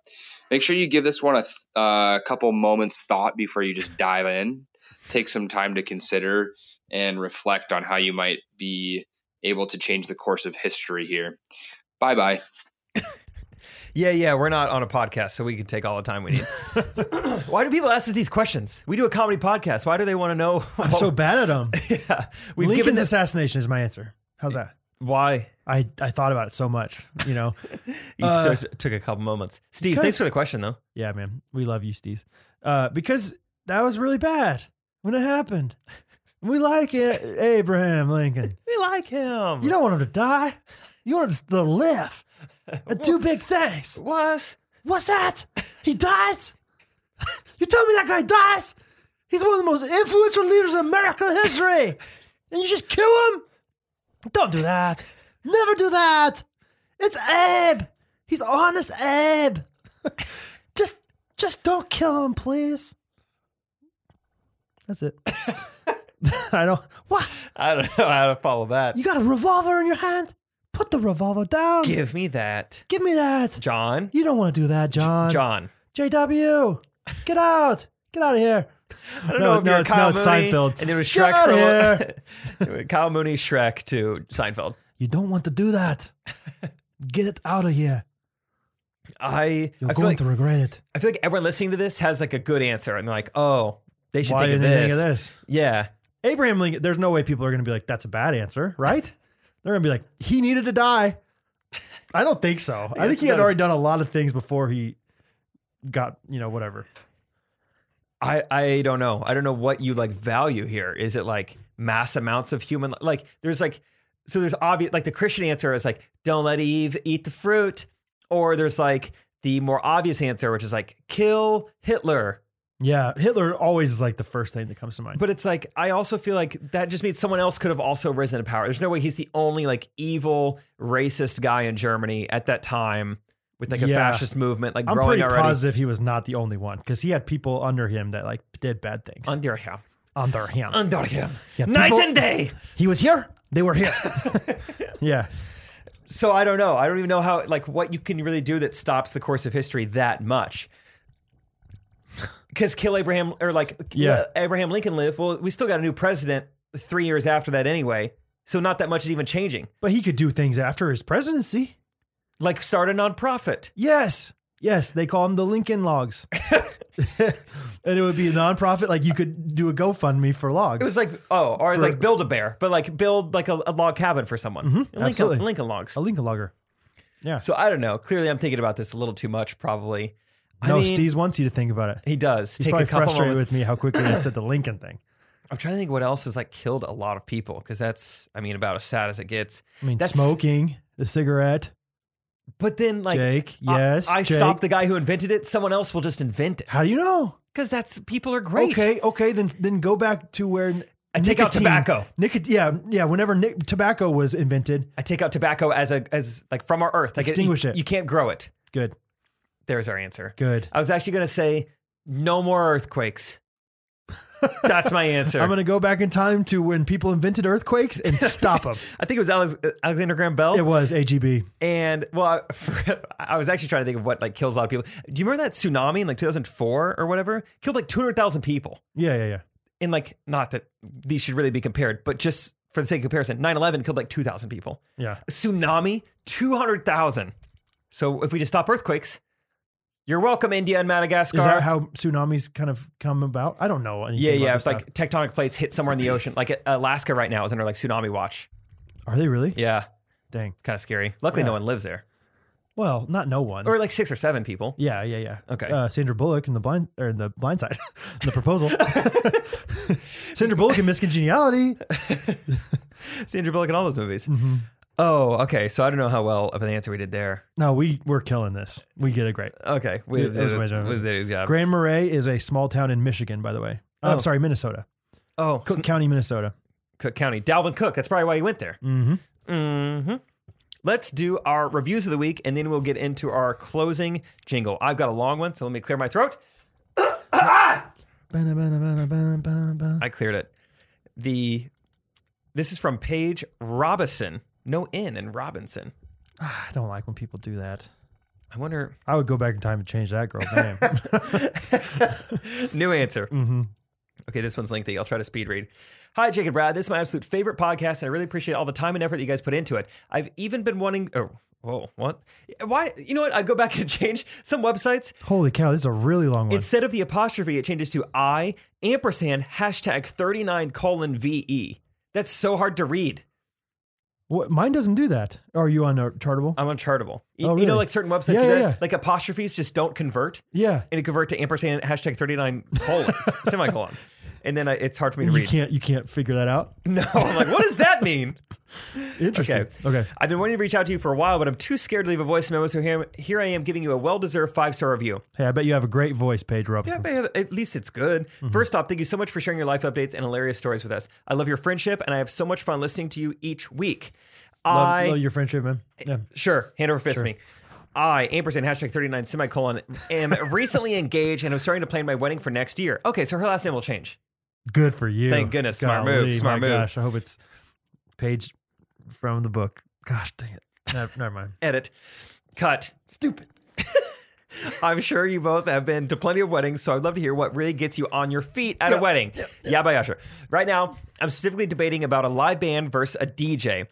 S7: make sure you give this one a th- uh, couple moments thought before you just dive in. Take some time to consider and reflect on how you might be able to change the course of history here. Bye bye.
S2: Yeah, yeah, we're not on a podcast, so we can take all the time we need. Why do people ask us these questions? We do a comedy podcast. Why do they want to know?
S1: I'm so bad at them.
S2: yeah, we've
S1: Lincoln's
S2: given this.
S1: assassination is my answer. How's that?
S2: Why
S1: I, I thought about it so much, you know.
S2: you
S1: Uh,
S2: took, took a couple moments, Steve?
S1: because-
S2: Thanks for the question, though.
S1: yeah, man, we love you, Steez. Uh, because that was really bad when it happened. We like it, Abraham Lincoln.
S2: We like him.
S1: You don't want him to die. You want him to live. And do big things.
S2: was
S1: What's that? He dies? you tell me that guy dies? He's one of the most influential leaders in American history. And you just kill him? Don't do that. Never do that. It's Abe. He's honest Abe. just just don't kill him, please. That's it. I don't what?
S2: I don't know how to follow that.
S1: You got a revolver in your hand? Put the revolver down. Give,
S2: Give me that,
S1: me that.
S2: John.
S1: You don't want to do that, John.
S2: John.
S1: JW, get out. Get out of here.
S2: I don't
S1: No,
S2: know if
S1: no,
S2: you're
S1: it's
S2: Kyle
S1: not
S2: Mooney,
S1: Seinfeld.
S2: and it was
S1: Get
S2: Shrek
S1: out
S2: for
S1: of
S2: a little- Kyle Mooney, Shrek to Seinfeld.
S1: You don't want to do that. Get it out of here.
S2: I
S1: You're
S2: I feel
S1: going
S2: like
S1: to regret it.
S2: I feel like everyone listening to this has like a good answer, and they're like, oh, they should think of
S1: they
S2: this.
S1: this?
S2: Yeah.
S1: Abraham Lincoln, there's no way people are going to be like, that's a bad answer, right? They're going to be like, he needed to die. I don't think so. I
S2: guess
S1: think he had
S2: so.
S1: already done a lot of things before he got, you know, whatever.
S2: I, I don't know. I don't know what you like value here. Is it like mass amounts of human like there's like so there's obvious like the Christian answer is like don't let Eve eat the fruit or there's like the more obvious answer which is like kill Hitler.
S1: Yeah. Hitler always is like the first thing that comes to mind.
S2: But it's like I also feel like that just means someone else could have also risen to power. There's no way he's the only like evil racist guy in Germany at that time with like a
S1: Yeah.
S2: fascist movement like
S1: I'm
S2: growing
S1: pretty
S2: already
S1: positive he was not the only one because he had people under him that like did bad things.
S2: under him.
S1: under him.
S2: Under him.
S1: Yeah,
S2: Night
S1: people-
S2: and day.
S1: He was here. They were here. yeah.
S2: So I don't know. I don't even know how like what you can really do that stops the course of history that much. Because kill Abraham or like
S1: Yeah.
S2: uh, Abraham Lincoln lived. Well, we still got a new president three years after that anyway. So not that much is even changing.
S1: But he could do things after his presidency.
S2: Like start a nonprofit.
S1: Yes. Yes. They call them the Lincoln Logs. and it would be a nonprofit. Like you could do a GoFundMe for logs.
S2: It was like oh, or
S1: For- Mm-hmm.
S2: like build a bear, but like build like a, a log cabin for someone. Lincoln,
S1: absolutely.
S2: Lincoln logs.
S1: a Lincoln Logger.
S2: So I don't know. Clearly, I'm thinking about this a little too much. Probably. I
S1: No,
S2: mean,
S1: Steve's wants you to think about it.
S2: He does.
S1: He's
S2: Take
S1: probably
S2: a couple
S1: frustrated
S2: moments.
S1: with me how quickly I said the Lincoln thing.
S2: I'm trying to think what else has like killed a lot of people because that's I mean about as sad as it gets.
S1: I mean,
S2: That's-
S1: smoking, the cigarette,
S2: But then like
S1: Jake.
S2: I-
S1: Yes.
S2: I,
S1: Jake.
S2: stop the guy who invented it. Someone else will just invent it
S1: How do you know?
S2: because that's people are great.
S1: Okay, okay, then then go back to where
S2: I take out tobacco.
S1: Nicot- yeah, yeah. Whenever nic- tobacco was invented,
S2: I take out tobacco as a as like from our earth. Like
S1: Extinguish
S2: you-
S1: it.
S2: You can't grow it.
S1: good,
S2: There's our answer.
S1: good.
S2: I was actually gonna say no more earthquakes. That's my answer.
S1: I'm gonna go back in time to when people invented earthquakes and stop them.
S2: I think it was Alex, Alexander Graham Bell.
S1: it was AGB.
S2: And well, I, I was actually trying to think of what like kills a lot of people. Do you remember that tsunami in like 2004 or whatever? Killed like 200,000 people.
S1: Yeah, yeah, yeah.
S2: And like, not that these should really be compared, but just for the sake of comparison, 9/11 killed like 2,000 people.
S1: Yeah.
S2: A tsunami, 200,000. So if we just stop earthquakes, you're welcome, India and Madagascar.
S1: Is that how tsunamis kind of come about? I don't know. Anything
S2: yeah,
S1: about
S2: yeah.
S1: this
S2: It's
S1: stuff.
S2: like tectonic plates hit somewhere in the ocean. Like uh, Alaska right now is under like tsunami watch.
S1: are they really?
S2: Yeah,
S1: Dang.
S2: kind of scary. Luckily, no
S1: Yeah.
S2: one lives there,
S1: Well, not no one.
S2: or like six or seven people.
S1: yeah, yeah, yeah.
S2: Okay.
S1: Uh, Sandra Bullock in the blind or in the blind side, in the proposal. Sandra Bullock in Miss Congeniality. Mm-hmm.
S2: Sandra Bullock in all those movies. Oh, okay. So I don't know how well of an answer we did there.
S1: No, we we're killing this. We get it great.
S2: Okay, we
S1: It- it
S2: did
S1: was way
S2: it.
S1: down.
S2: We did a good job.
S1: Grand Marais is a small town in Michigan, by the way. I'm
S2: Oh.
S1: sorry, Minnesota,
S2: Oh,
S1: Cook
S2: Cook.
S1: County, Minnesota.
S2: Cook County, Dalvin Cook. That's probably why you went there.
S1: Mm-hmm.
S2: hmm Let's do our reviews of the week, and then we'll get into our closing jingle. I've got a long one, so let me clear my throat. I cleared it. The this is from Paige Robison. No N in Robinson.
S1: I don't like when people do that.
S2: I wonder.
S1: I would go back in time and change that girl's name.
S2: New answer.
S1: hmm
S2: Okay, this one's lengthy. I'll try to speed read. Hi, Jake and Brad. This is my absolute favorite podcast, and I really appreciate all the time and effort that you guys put into it. I've even been wanting. Oh, whoa, what? Why? You know what? I'd go back and change some websites.
S1: Holy cow, this is a really long one.
S2: Instead of the apostrophe, it changes to I ampersand hashtag 39 colon VE. That's so hard to read.
S1: What, mine doesn't do that. Are you on uh, Chartable?
S2: I'm unchartable. You,
S1: Oh,
S2: you know,
S1: really?
S2: like certain websites,
S1: Yeah,
S2: do
S1: yeah,
S2: that,
S1: yeah.
S2: like apostrophes just don't convert
S1: yeah,
S2: and it convert to ampersand hashtag 39 colons, semicolon. And then I, it's hard for me to
S1: you
S2: read.
S1: can't you can't figure that out.
S2: No, I'm like, what does that mean?
S1: Interesting. Okay,
S2: I've been wanting to reach out to you for a while, but I'm too scared to leave a voice memo. So here, here I am giving you a well deserved five star review.
S1: hey, I bet you have a great voice, Paige
S2: Yeah,
S1: Robinson.
S2: but at least it's good.
S1: Mm-hmm.
S2: First off, thank you so much for sharing your life updates and hilarious stories with us. I love your friendship, and I have so much fun listening to you each week.
S1: Love-
S2: I
S1: love your friendship, man. Yeah.
S2: sure hand over fist me. I ampersand hashtag thirty nine semicolon am recently engaged and I'm starting to plan my wedding for next year. Okay, so her last name will change.
S1: Good for you.
S2: Thank goodness. Smart move,
S1: Golly,
S2: smart
S1: my
S2: move.
S1: Gosh, I hope it's page from the book. Gosh, dang it. No, never mind.
S2: Edit, cut.
S1: Stupid.
S2: I'm sure you both have been to plenty of weddings, so I'd love to hear what really gets you on your feet at a wedding. Yeah, by Usher. Right now, I'm specifically debating about a live band versus a DJ.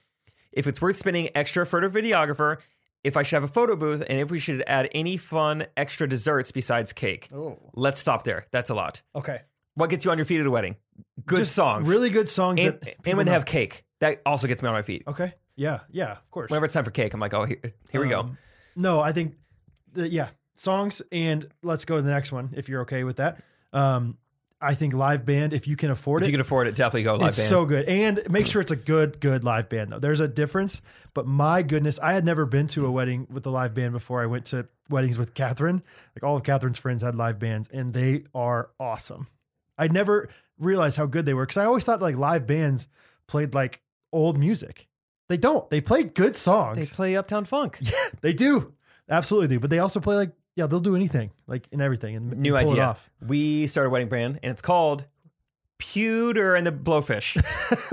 S2: If it's worth spending extra for a videographer, if I should have a photo booth, and if we should add any fun extra desserts besides cake.
S1: Oh.
S2: Let's stop there. That's a lot.
S1: Okay.
S2: What gets you on your feet at a wedding? Good
S1: Just
S2: songs.
S1: Really good songs.
S2: And,
S1: that
S2: and
S1: people
S2: when they
S1: know.
S2: have cake, that also gets me on my feet.
S1: Okay. Yeah. Yeah. Of course.
S2: Whenever it's time for cake, I'm like, oh, here, here we go.
S1: Um, No, I think, the, yeah, songs and let's go to the next one if you're okay with that. Um, I think live band if you can afford
S2: If
S1: it.
S2: you can afford it, definitely go live
S1: it's
S2: band.
S1: so good, and make sure it's a good, good live band though. There's a difference, but my goodness, I had never been to a wedding with a live band before. I went to weddings with Catherine. Like all of Catherine's friends had live bands, and they are awesome. I never realized how good they were because I always thought like live bands played like old music. They don't. They play good songs.
S2: they play Uptown Funk.
S1: They do. Absolutely do. But they also play like, yeah, they'll do anything, like in everything and, and
S2: New
S1: pull it
S2: idea.
S1: off.
S2: We started a wedding brand and it's called Pewter and the Blowfish.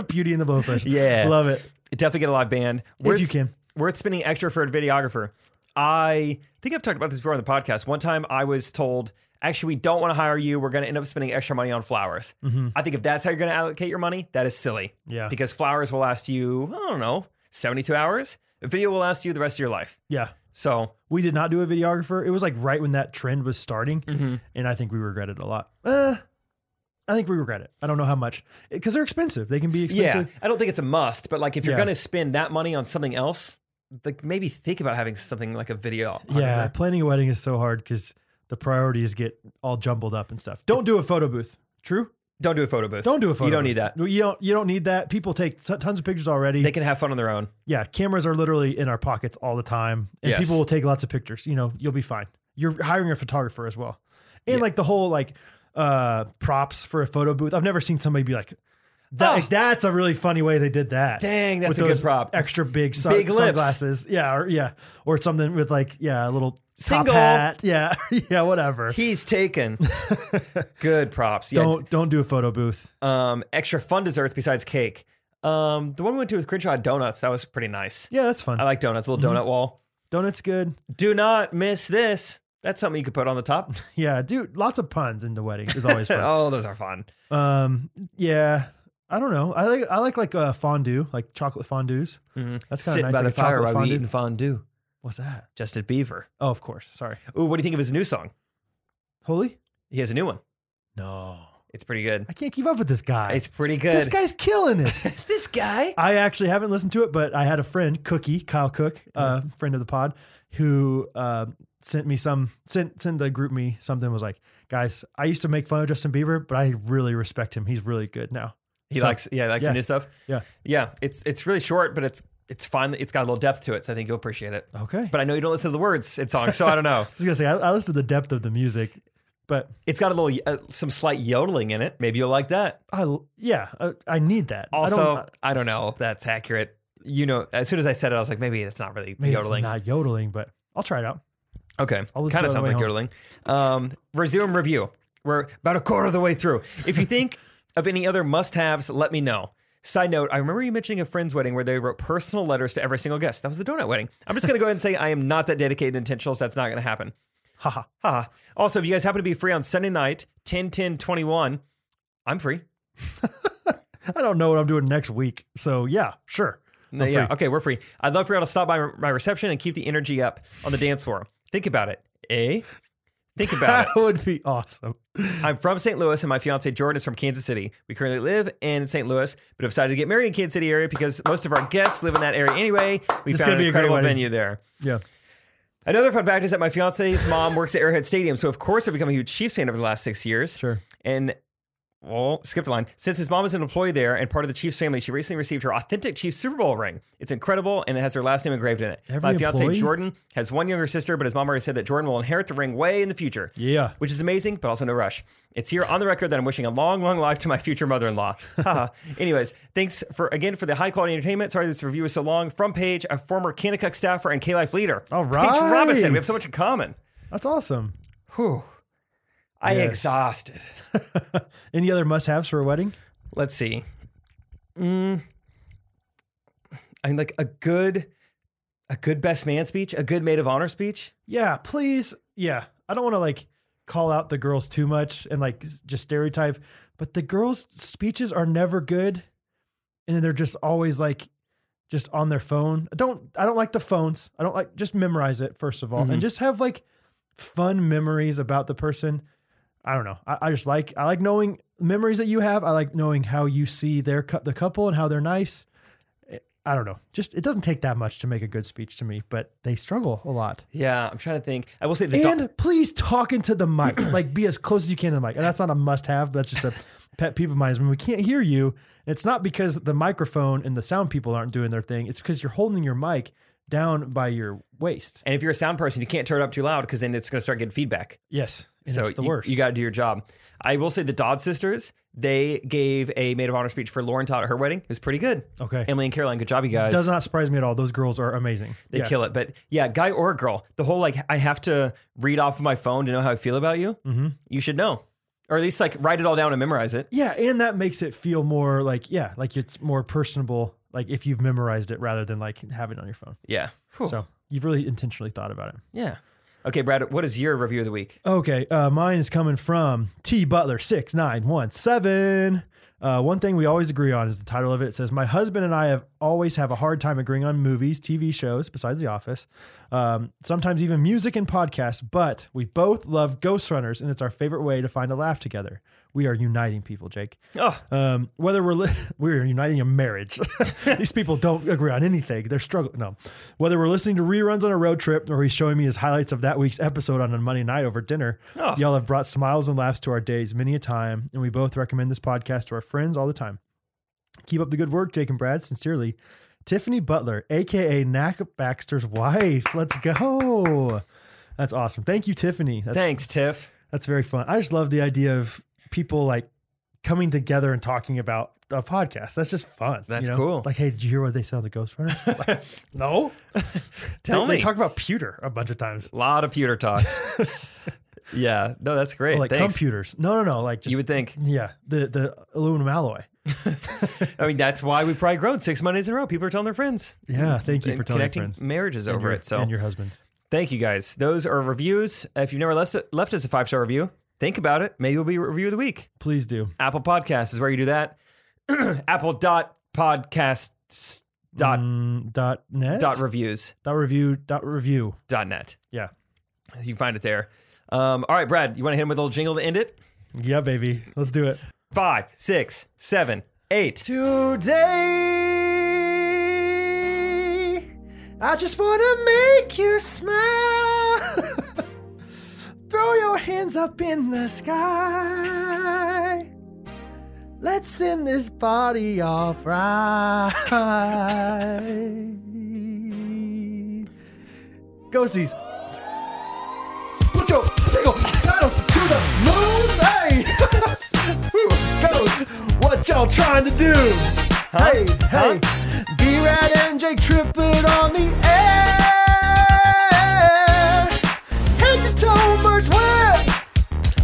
S1: Beauty and the Blowfish.
S2: Yeah.
S1: Love it.
S2: Definitely get a live band.
S1: if you can.
S2: worth spending extra for a videographer. I think I've talked about this before on the podcast. One time I was told, actually, we don't want to hire you. We're going to end up spending extra money on flowers.
S1: Mm-hmm.
S2: I think if that's how you're going to allocate your money, that is silly
S1: Yeah.
S2: because flowers will last you, I don't know, 72 hours. A video will last you the rest of your life.
S1: Yeah.
S2: So,
S1: We did not do a videographer. It was like right when that trend was starting.
S2: Mm-hmm.
S1: And I think we regret it a lot. Uh, I think we regret it. I don't know how much because they're expensive. They can be
S2: yeah,
S1: expensive.
S2: I don't think it's a must, but like if you're
S1: Yeah.
S2: going to spend that money on something else, like maybe think about having something like a video.
S1: Yeah. Planning a wedding is so hard because the priorities get all jumbled up and stuff. Don't do a photo booth. True.
S2: Don't do a photo booth.
S1: Don't do a photo.
S2: You don't
S1: booth.
S2: need that.
S1: No, You don't. You don't need that. People take so- tons of pictures already.
S2: They can have fun on their own.
S1: yeah, cameras are literally in our pockets all the time, and
S2: Yes.
S1: people will take lots of pictures. You know, you'll be fine. You're hiring a photographer as well, and
S2: Yeah.
S1: like the whole like uh props for a photo booth. I've never seen somebody be like, that,
S2: Oh.
S1: like, "That's a really funny way they did that."
S2: Dang, that's
S1: with
S2: a good
S1: those
S2: prop.
S1: Extra big, sun-
S2: Big lips.
S1: sunglasses. Yeah, or yeah, or something with like yeah, a little top
S2: Single.
S1: hat. Yeah, yeah, whatever.
S2: He's taken. Good props. Yeah.
S1: don't don't do a photo booth.
S2: Um, extra fun desserts besides cake. Um, the one we went to with Crenshaw had donuts. That was pretty nice.
S1: Yeah, Mm-hmm. that's fun.
S2: I like donuts. Little donut wall.
S1: Donuts good.
S2: Do not miss this. That's something you could put on the top.
S1: Yeah, dude, lots of puns in the wedding is always fun.
S2: oh, those are fun.
S1: Um. Yeah. I don't know. I like I like like uh, fondue, like chocolate fondues.
S2: Mhm.
S1: That's kind
S2: Sitting
S1: of nice.
S2: by the
S1: like a
S2: fire
S1: chocolate
S2: while we
S1: fondue.
S2: eating fondue.
S1: What's that?
S2: Justin Bieber.
S1: Oh, of course. Sorry.
S2: Ooh, what do you think of his new song?
S1: Holy?
S2: He has a new one.
S1: No.
S2: It's pretty good.
S1: I can't keep up with this guy.
S2: It's pretty good.
S1: This guy's killing it.
S2: This guy?
S1: I actually haven't listened to it, but I had a friend, Cookie Kyle Cook, uh, friend of the pod, who uh, sent me some sent sent the group me something was like, guys, I used to make fun of Justin Bieber, but I really respect him. He's really good now.
S2: He
S1: So-
S2: likes yeah, he likes
S1: yeah.
S2: the new stuff.
S1: Yeah.
S2: Yeah. It's it's really short, but it's it's fun. It's got a little depth to it, so I think you'll appreciate it.
S1: Okay.
S2: But I know you don't listen to the words in songs, so I don't know.
S1: I was gonna say I, I listened to the depth of the music, but
S2: It's got a little uh, some slight yodeling in it. Maybe you'll like that.
S1: I yeah, I, I need that. I
S2: Also, I
S1: don't-
S2: don't, know if that's accurate. You know, as soon as I said it, I was like, maybe it's not really
S1: maybe
S2: yodeling.
S1: it's not yodeling, but I'll try it out.
S2: Okay.
S1: I'll listen to it
S2: Kind of
S1: on
S2: sounds
S1: the way
S2: like
S1: home.
S2: yodeling. Um, resume review. We're about a quarter of the way through. If you think of any other must haves, let me know. Side note, I remember you mentioning a friend's wedding where they wrote personal letters to every single guest. That was the donut wedding. I'm just going to go ahead and say I am not that dedicated and intentional, so that's not going to happen.
S1: Haha.
S2: Haha. Also, if you guys happen to be free on Sunday night, 10 10 21, I'm free.
S1: I don't know what I'm doing next week, so yeah, sure.
S2: No,
S1: I'm
S2: yeah,
S1: free.
S2: okay, we're free. I'd love for y'all to stop by my reception and keep the energy up on the dance floor. Think about it, eh? Think about it.
S1: That would be awesome.
S2: I'm from St. Louis, and my fiance Jordan is from Kansas City. We currently live in St. Louis, but have decided to get married in Kansas City area because most of our guests live in that area anyway. We
S1: It's gonna be
S2: found an
S1: a great
S2: incredible
S1: wedding.
S2: venue there.
S1: Yeah.
S2: Another fun fact is that my fiance's mom works at Arrowhead Stadium, so of course I've become a huge Chiefs fan over the last six years.
S1: Sure.
S2: And well, skipped a line. Since his mom is an employee there and part of the Chiefs family, she recently received her authentic Chiefs Super Bowl ring. It's incredible, and it has her last name engraved in it.
S1: Every
S2: my fiance
S1: employee?
S2: Jordan has one younger sister, but his mom already said that Jordan will inherit the ring way in the future
S1: Yeah.
S2: which is amazing, but also no rush. It's here on the record that I'm wishing a long, long life to my future mother-in-law. Haha. Anyways, thanks for again for the high quality entertainment. Sorry this review is so long. From Paige, a former Kanakuk staffer and K Life leader.
S1: All
S2: Paige
S1: right.
S2: Robinson. We have so much in common.
S1: That's awesome.
S2: Whew. I
S1: Yes.
S2: exhausted.
S1: Any other must-haves for a wedding?
S2: Let's see. Mm. I mean, like a good, a good best man speech, a good maid of honor speech.
S1: Yeah, please. Yeah. I don't want to like call out the girls too much and like s- just stereotype, but the girls' speeches are never good. And then they're just always like just on their phone. I don't I don't like the phones. I don't like just memorize it first of all and just have like fun memories about the person. I don't know. I, I just like I like knowing memories that you have. I like knowing how you see their cou- the couple and how they're nice. Eh, I don't know. Just it doesn't take that much to make a good speech to me, but they struggle a lot
S2: Yeah, I'm trying to think. I will say the
S1: and please talk into the mic. like be as close as you can to the mic. And that's not a must have, but that's just a pet peeve of mine is when we can't hear you. It's not because the microphone and the sound people aren't doing their thing. It's because you're holding your mic down by your waist.
S2: and if you're a sound person, you can't turn it up too loud because then it's going to start getting feedback.
S1: Yes. And
S2: so
S1: it's the
S2: you,
S1: worst.
S2: got to do your job. I will say the Dodd sisters, they gave a maid of honor speech for Lauren Todd at her wedding. It was pretty good.
S1: okay.
S2: Emily and Caroline, good job, you guys.
S1: Does not surprise me at all. Those girls are amazing.
S2: they kill it. But yeah, guy or girl, the whole like I have to read off of my phone to know how I feel about you.
S1: Mm-hmm.
S2: You should know. or at least like write it all down and memorize it.
S1: Yeah, and that makes it feel more like yeah, like it's more personable. Like if you've memorized it rather than like having it on your phone.
S2: Yeah. Whew.
S1: So you've really intentionally thought about it.
S2: yeah. Okay, Brad. What is your review of the week?
S1: Okay, uh, mine is coming from T Butler six nine one seven. Uh, one thing we always agree on is the title of it. It says, "My husband and I have always have a hard time agreeing on movies, TV shows, besides The Office, um, sometimes even music and podcasts. But we both love Ghost Runners, and it's our favorite way to find a laugh together. We are uniting people, Jake.
S2: Oh,
S1: Um, whether we're li- we're uniting a marriage, these people don't agree on anything. They're struggling. No, whether we're listening to reruns on a road trip, or he's showing me his highlights of that week's episode on a Monday night over dinner,
S2: Oh.
S1: y'all have brought smiles and laughs to our days many a time, and we both recommend this podcast to our friends all the time. Keep up the good work, Jake and Brad. Sincerely, Tiffany Butler, aka Knack Baxter's wife. Let's go. That's awesome. Thank you, Tiffany. That's
S2: thanks, Tiff.
S1: that's very fun. I just love the idea of people like coming together and talking about a podcast. That's just fun.
S2: That's
S1: you know?
S2: cool.
S1: Like, hey, did you hear what they said on the Ghost Runner? Like, no.
S2: Tell
S1: They-
S2: me.
S1: They talk about pewter a bunch of times.
S2: A lot of pewter talk. yeah. No, that's great.
S1: Or, like
S2: thanks.
S1: computers. No, no, no. Like just
S2: you would think.
S1: yeah, the the aluminum alloy.
S2: I mean, that's why we've probably grown six Mondays in a row. People are telling their friends.
S1: Yeah, thank you
S2: And
S1: for telling your
S2: connecting
S1: friends.
S2: marriages
S1: And
S2: over
S1: your-
S2: it. So
S1: and your husband.
S2: Thank you guys. Those are reviews. If you've never left, left us a five star review, think about it. Maybe it'll be review of the week.
S1: Please do.
S2: Apple Podcasts is where you do that. Apple dot podcasts dot
S1: Mm, dot net
S2: Uh, dot reviews
S1: dot review dot review.
S2: dot net.
S1: Yeah.
S2: You can find it there. Um, all right, Brad, you want to hit him with a little jingle to end it?
S1: Yeah, baby. Let's do it.
S2: Five, six, seven, eight.
S1: Today, I just want to make you smile. Throw your hands up in the sky. Let's send this body off right. Ghosties. Put your big old pedals to the moon. Hey, Woo, fellas, what y'all trying to do? Hey, hey, B-Rad and Jake Trippett on the air. Head to toe merge web.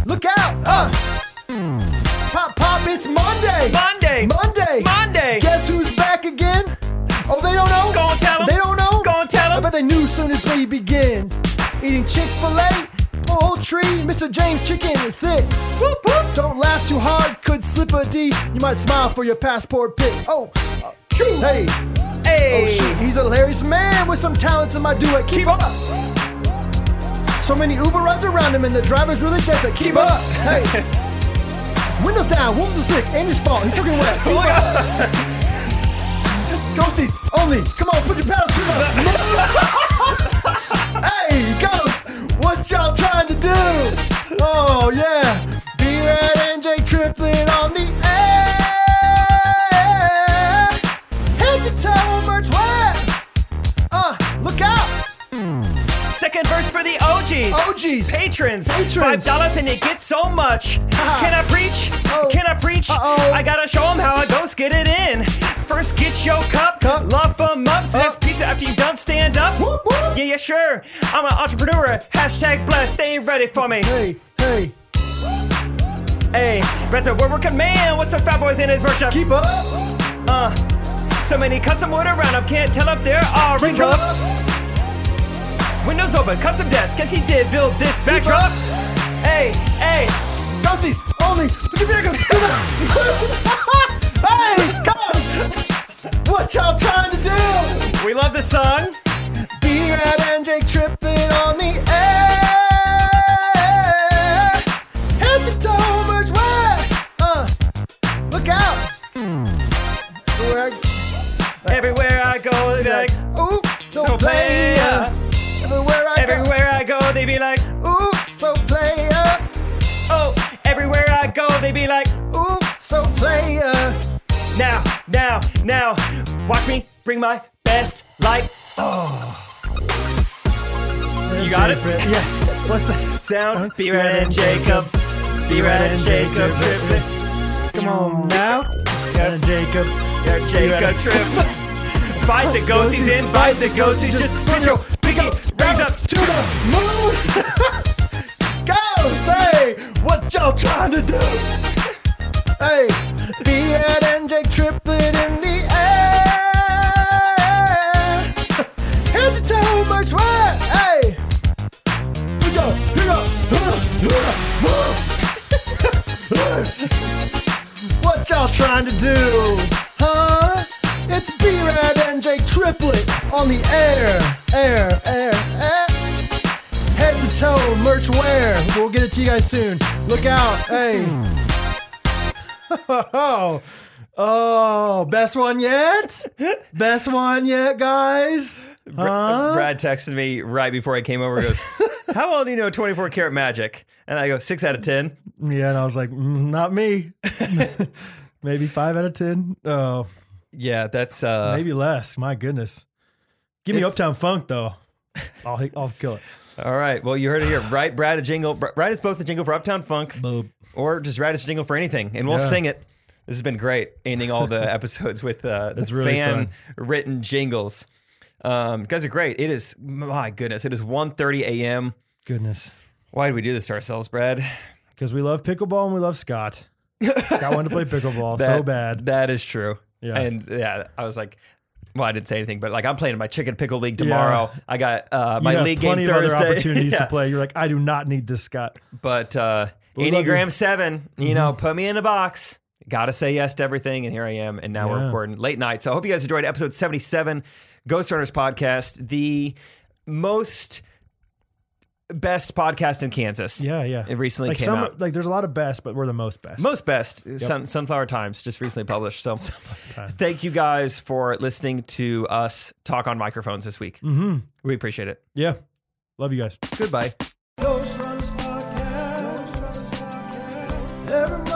S1: Look out, uh. Pop, pop, it's Monday.
S2: Monday.
S1: Monday.
S2: Monday.
S1: Guess who's back again? Oh, they don't know.
S2: Gonna tell 'em.
S1: They don't know.
S2: Gonna tell 'em.
S1: I bet they knew soon as we begin. Eating Chick Fil A, poultry, Mr. James chicken and thick. Whoop, whoop. Don't laugh too hard, could slip a D. You might smile for your passport pic. Oh, uh, hey,
S2: Hey.
S1: oh, shoot. he's a hilarious man with some talents in my duet. Keep, up. So many Uber rides around him, and the driver's really dense. Keep, Keep up. Hey. Windows down, wolves are sick, and his fault. He's talking wet. Keep up. Ghosties only. Come on, put your pedals to the. hey, ghosts, what y'all trying to do? Oh yeah, be red and Jake Triplett on the air. Head to toe merch web. Uh, look out,
S2: Second verse for the OGs.
S1: OGs.
S2: Patrons,
S1: Patrons.
S2: five dollars and you get so much.
S1: Ah.
S2: Can I preach?
S1: Oh.
S2: Can I preach?
S1: Uh-oh.
S2: I gotta show them how a ghost get it in. First, get your cup,
S1: Cup. Uh.
S2: love them up. So there's pizza after you done stand up.
S1: Whoop, whoop.
S2: Yeah, yeah, sure. I'm an entrepreneur. Hashtag blessed. They ain't ready for me.
S1: Hey, hey,
S2: Hey, that's a word working man. What's up, fat boys in his workshop?
S1: keep up.
S2: uh, so many custom wood around up. Can't tell if there are
S1: Keep
S2: raindrops. Windows open, custom desk. Guess he did build this backdrop. Hey, hey.
S1: Ghosties only. Put your pedals to the. hey, ghosts, what y'all trying to do?
S2: We love the sun.
S1: B-Rad and Jake tripping on the air. Head to toe merge web. Uh, look out. Where I,
S2: Everywhere I go, they be like,
S1: ooh,
S2: so
S1: don't play.
S2: player.
S1: Everywhere I
S2: everywhere I go, they be like,
S1: go. Ooh, so player.
S2: oh, everywhere I go, they be like,
S1: Ooh, so player.
S2: now, now, now, watch me bring my best light. You got it?
S1: Yeah. What's that?
S2: Sound, be red and Jacob, be red and Jacob tripping,
S1: Come on now. Yeah, Jacob.
S2: yeah, Jacob tripping. Fight the ghosties, invite the ghosties, just put your pinky rings up to
S1: the moon. Go! Hey, what y'all trying to do? Hey, Beard and Jake Triplett in the air. Head to toe merch wear. Hey, put your here up. What y'all trying to do? Huh? It's B-Rad and Jake Triplet on the air, air, air, air head to toe merch wear. We'll get it to you guys soon. Look out. Hey. Oh, oh, best one yet? Best one yet, guys?
S2: Br-
S1: Huh?
S2: Brad texted me right before I came over. He goes, "How well do you know 24 karat magic?" And I go, six out of ten."
S1: Yeah, and I was like, mm, not me. Maybe five out of 10. Oh,
S2: Yeah, that's uh,
S1: maybe less. My goodness. Give me
S2: It's-
S1: Uptown Funk, though. I'll, I'll kill it.
S2: all right. Well, you heard it here, right? Brad a jingle. Br- Brad is both the jingle for Uptown Funk,
S1: Boop.
S2: or just Brad is a jingle for anything, and we'll
S1: Yeah.
S2: sing it. This has been great, ending all the episodes with uh, the
S1: It's really
S2: fan
S1: fun.
S2: written jingles. Um, you guys are great. It is my goodness. It is 1.30 a.m.
S1: Goodness.
S2: Why do we do this to ourselves, Brad?
S1: Because we love pickleball and we love Scott. Scott wanted to play pickleball so
S2: That-
S1: bad.
S2: That is true.
S1: Yeah.
S2: And yeah, I was like, well, I didn't say anything, but like I'm playing my chicken pickle league tomorrow. I got uh,
S1: you
S2: my
S1: have
S2: league game
S1: plenty
S2: Thursday.
S1: of other opportunities
S2: Yeah.
S1: to play. You're like, I do not need this, Scott.
S2: But uh,
S1: we love you. Mm-hmm.
S2: Enneagram Seven, you know, put me in a box. Got to say yes to everything, and here I am. And now we're
S1: Yeah.
S2: recording late night. So I hope you guys enjoyed episode 77, Ghost Runners podcast, the most best podcast in Kansas.
S1: Yeah, yeah.
S2: it recently
S1: like
S2: came
S1: some,
S2: out.
S1: like there's a lot of best, but we're the most best.
S2: Most best Sun, Sunflower Times just recently published. So
S1: Times.
S2: thank you guys for listening to us talk on microphones this week.
S1: hmm
S2: We appreciate it.
S1: Yeah. Love you guys.
S2: Goodbye.
S1: Ghost Runners Podcast. Every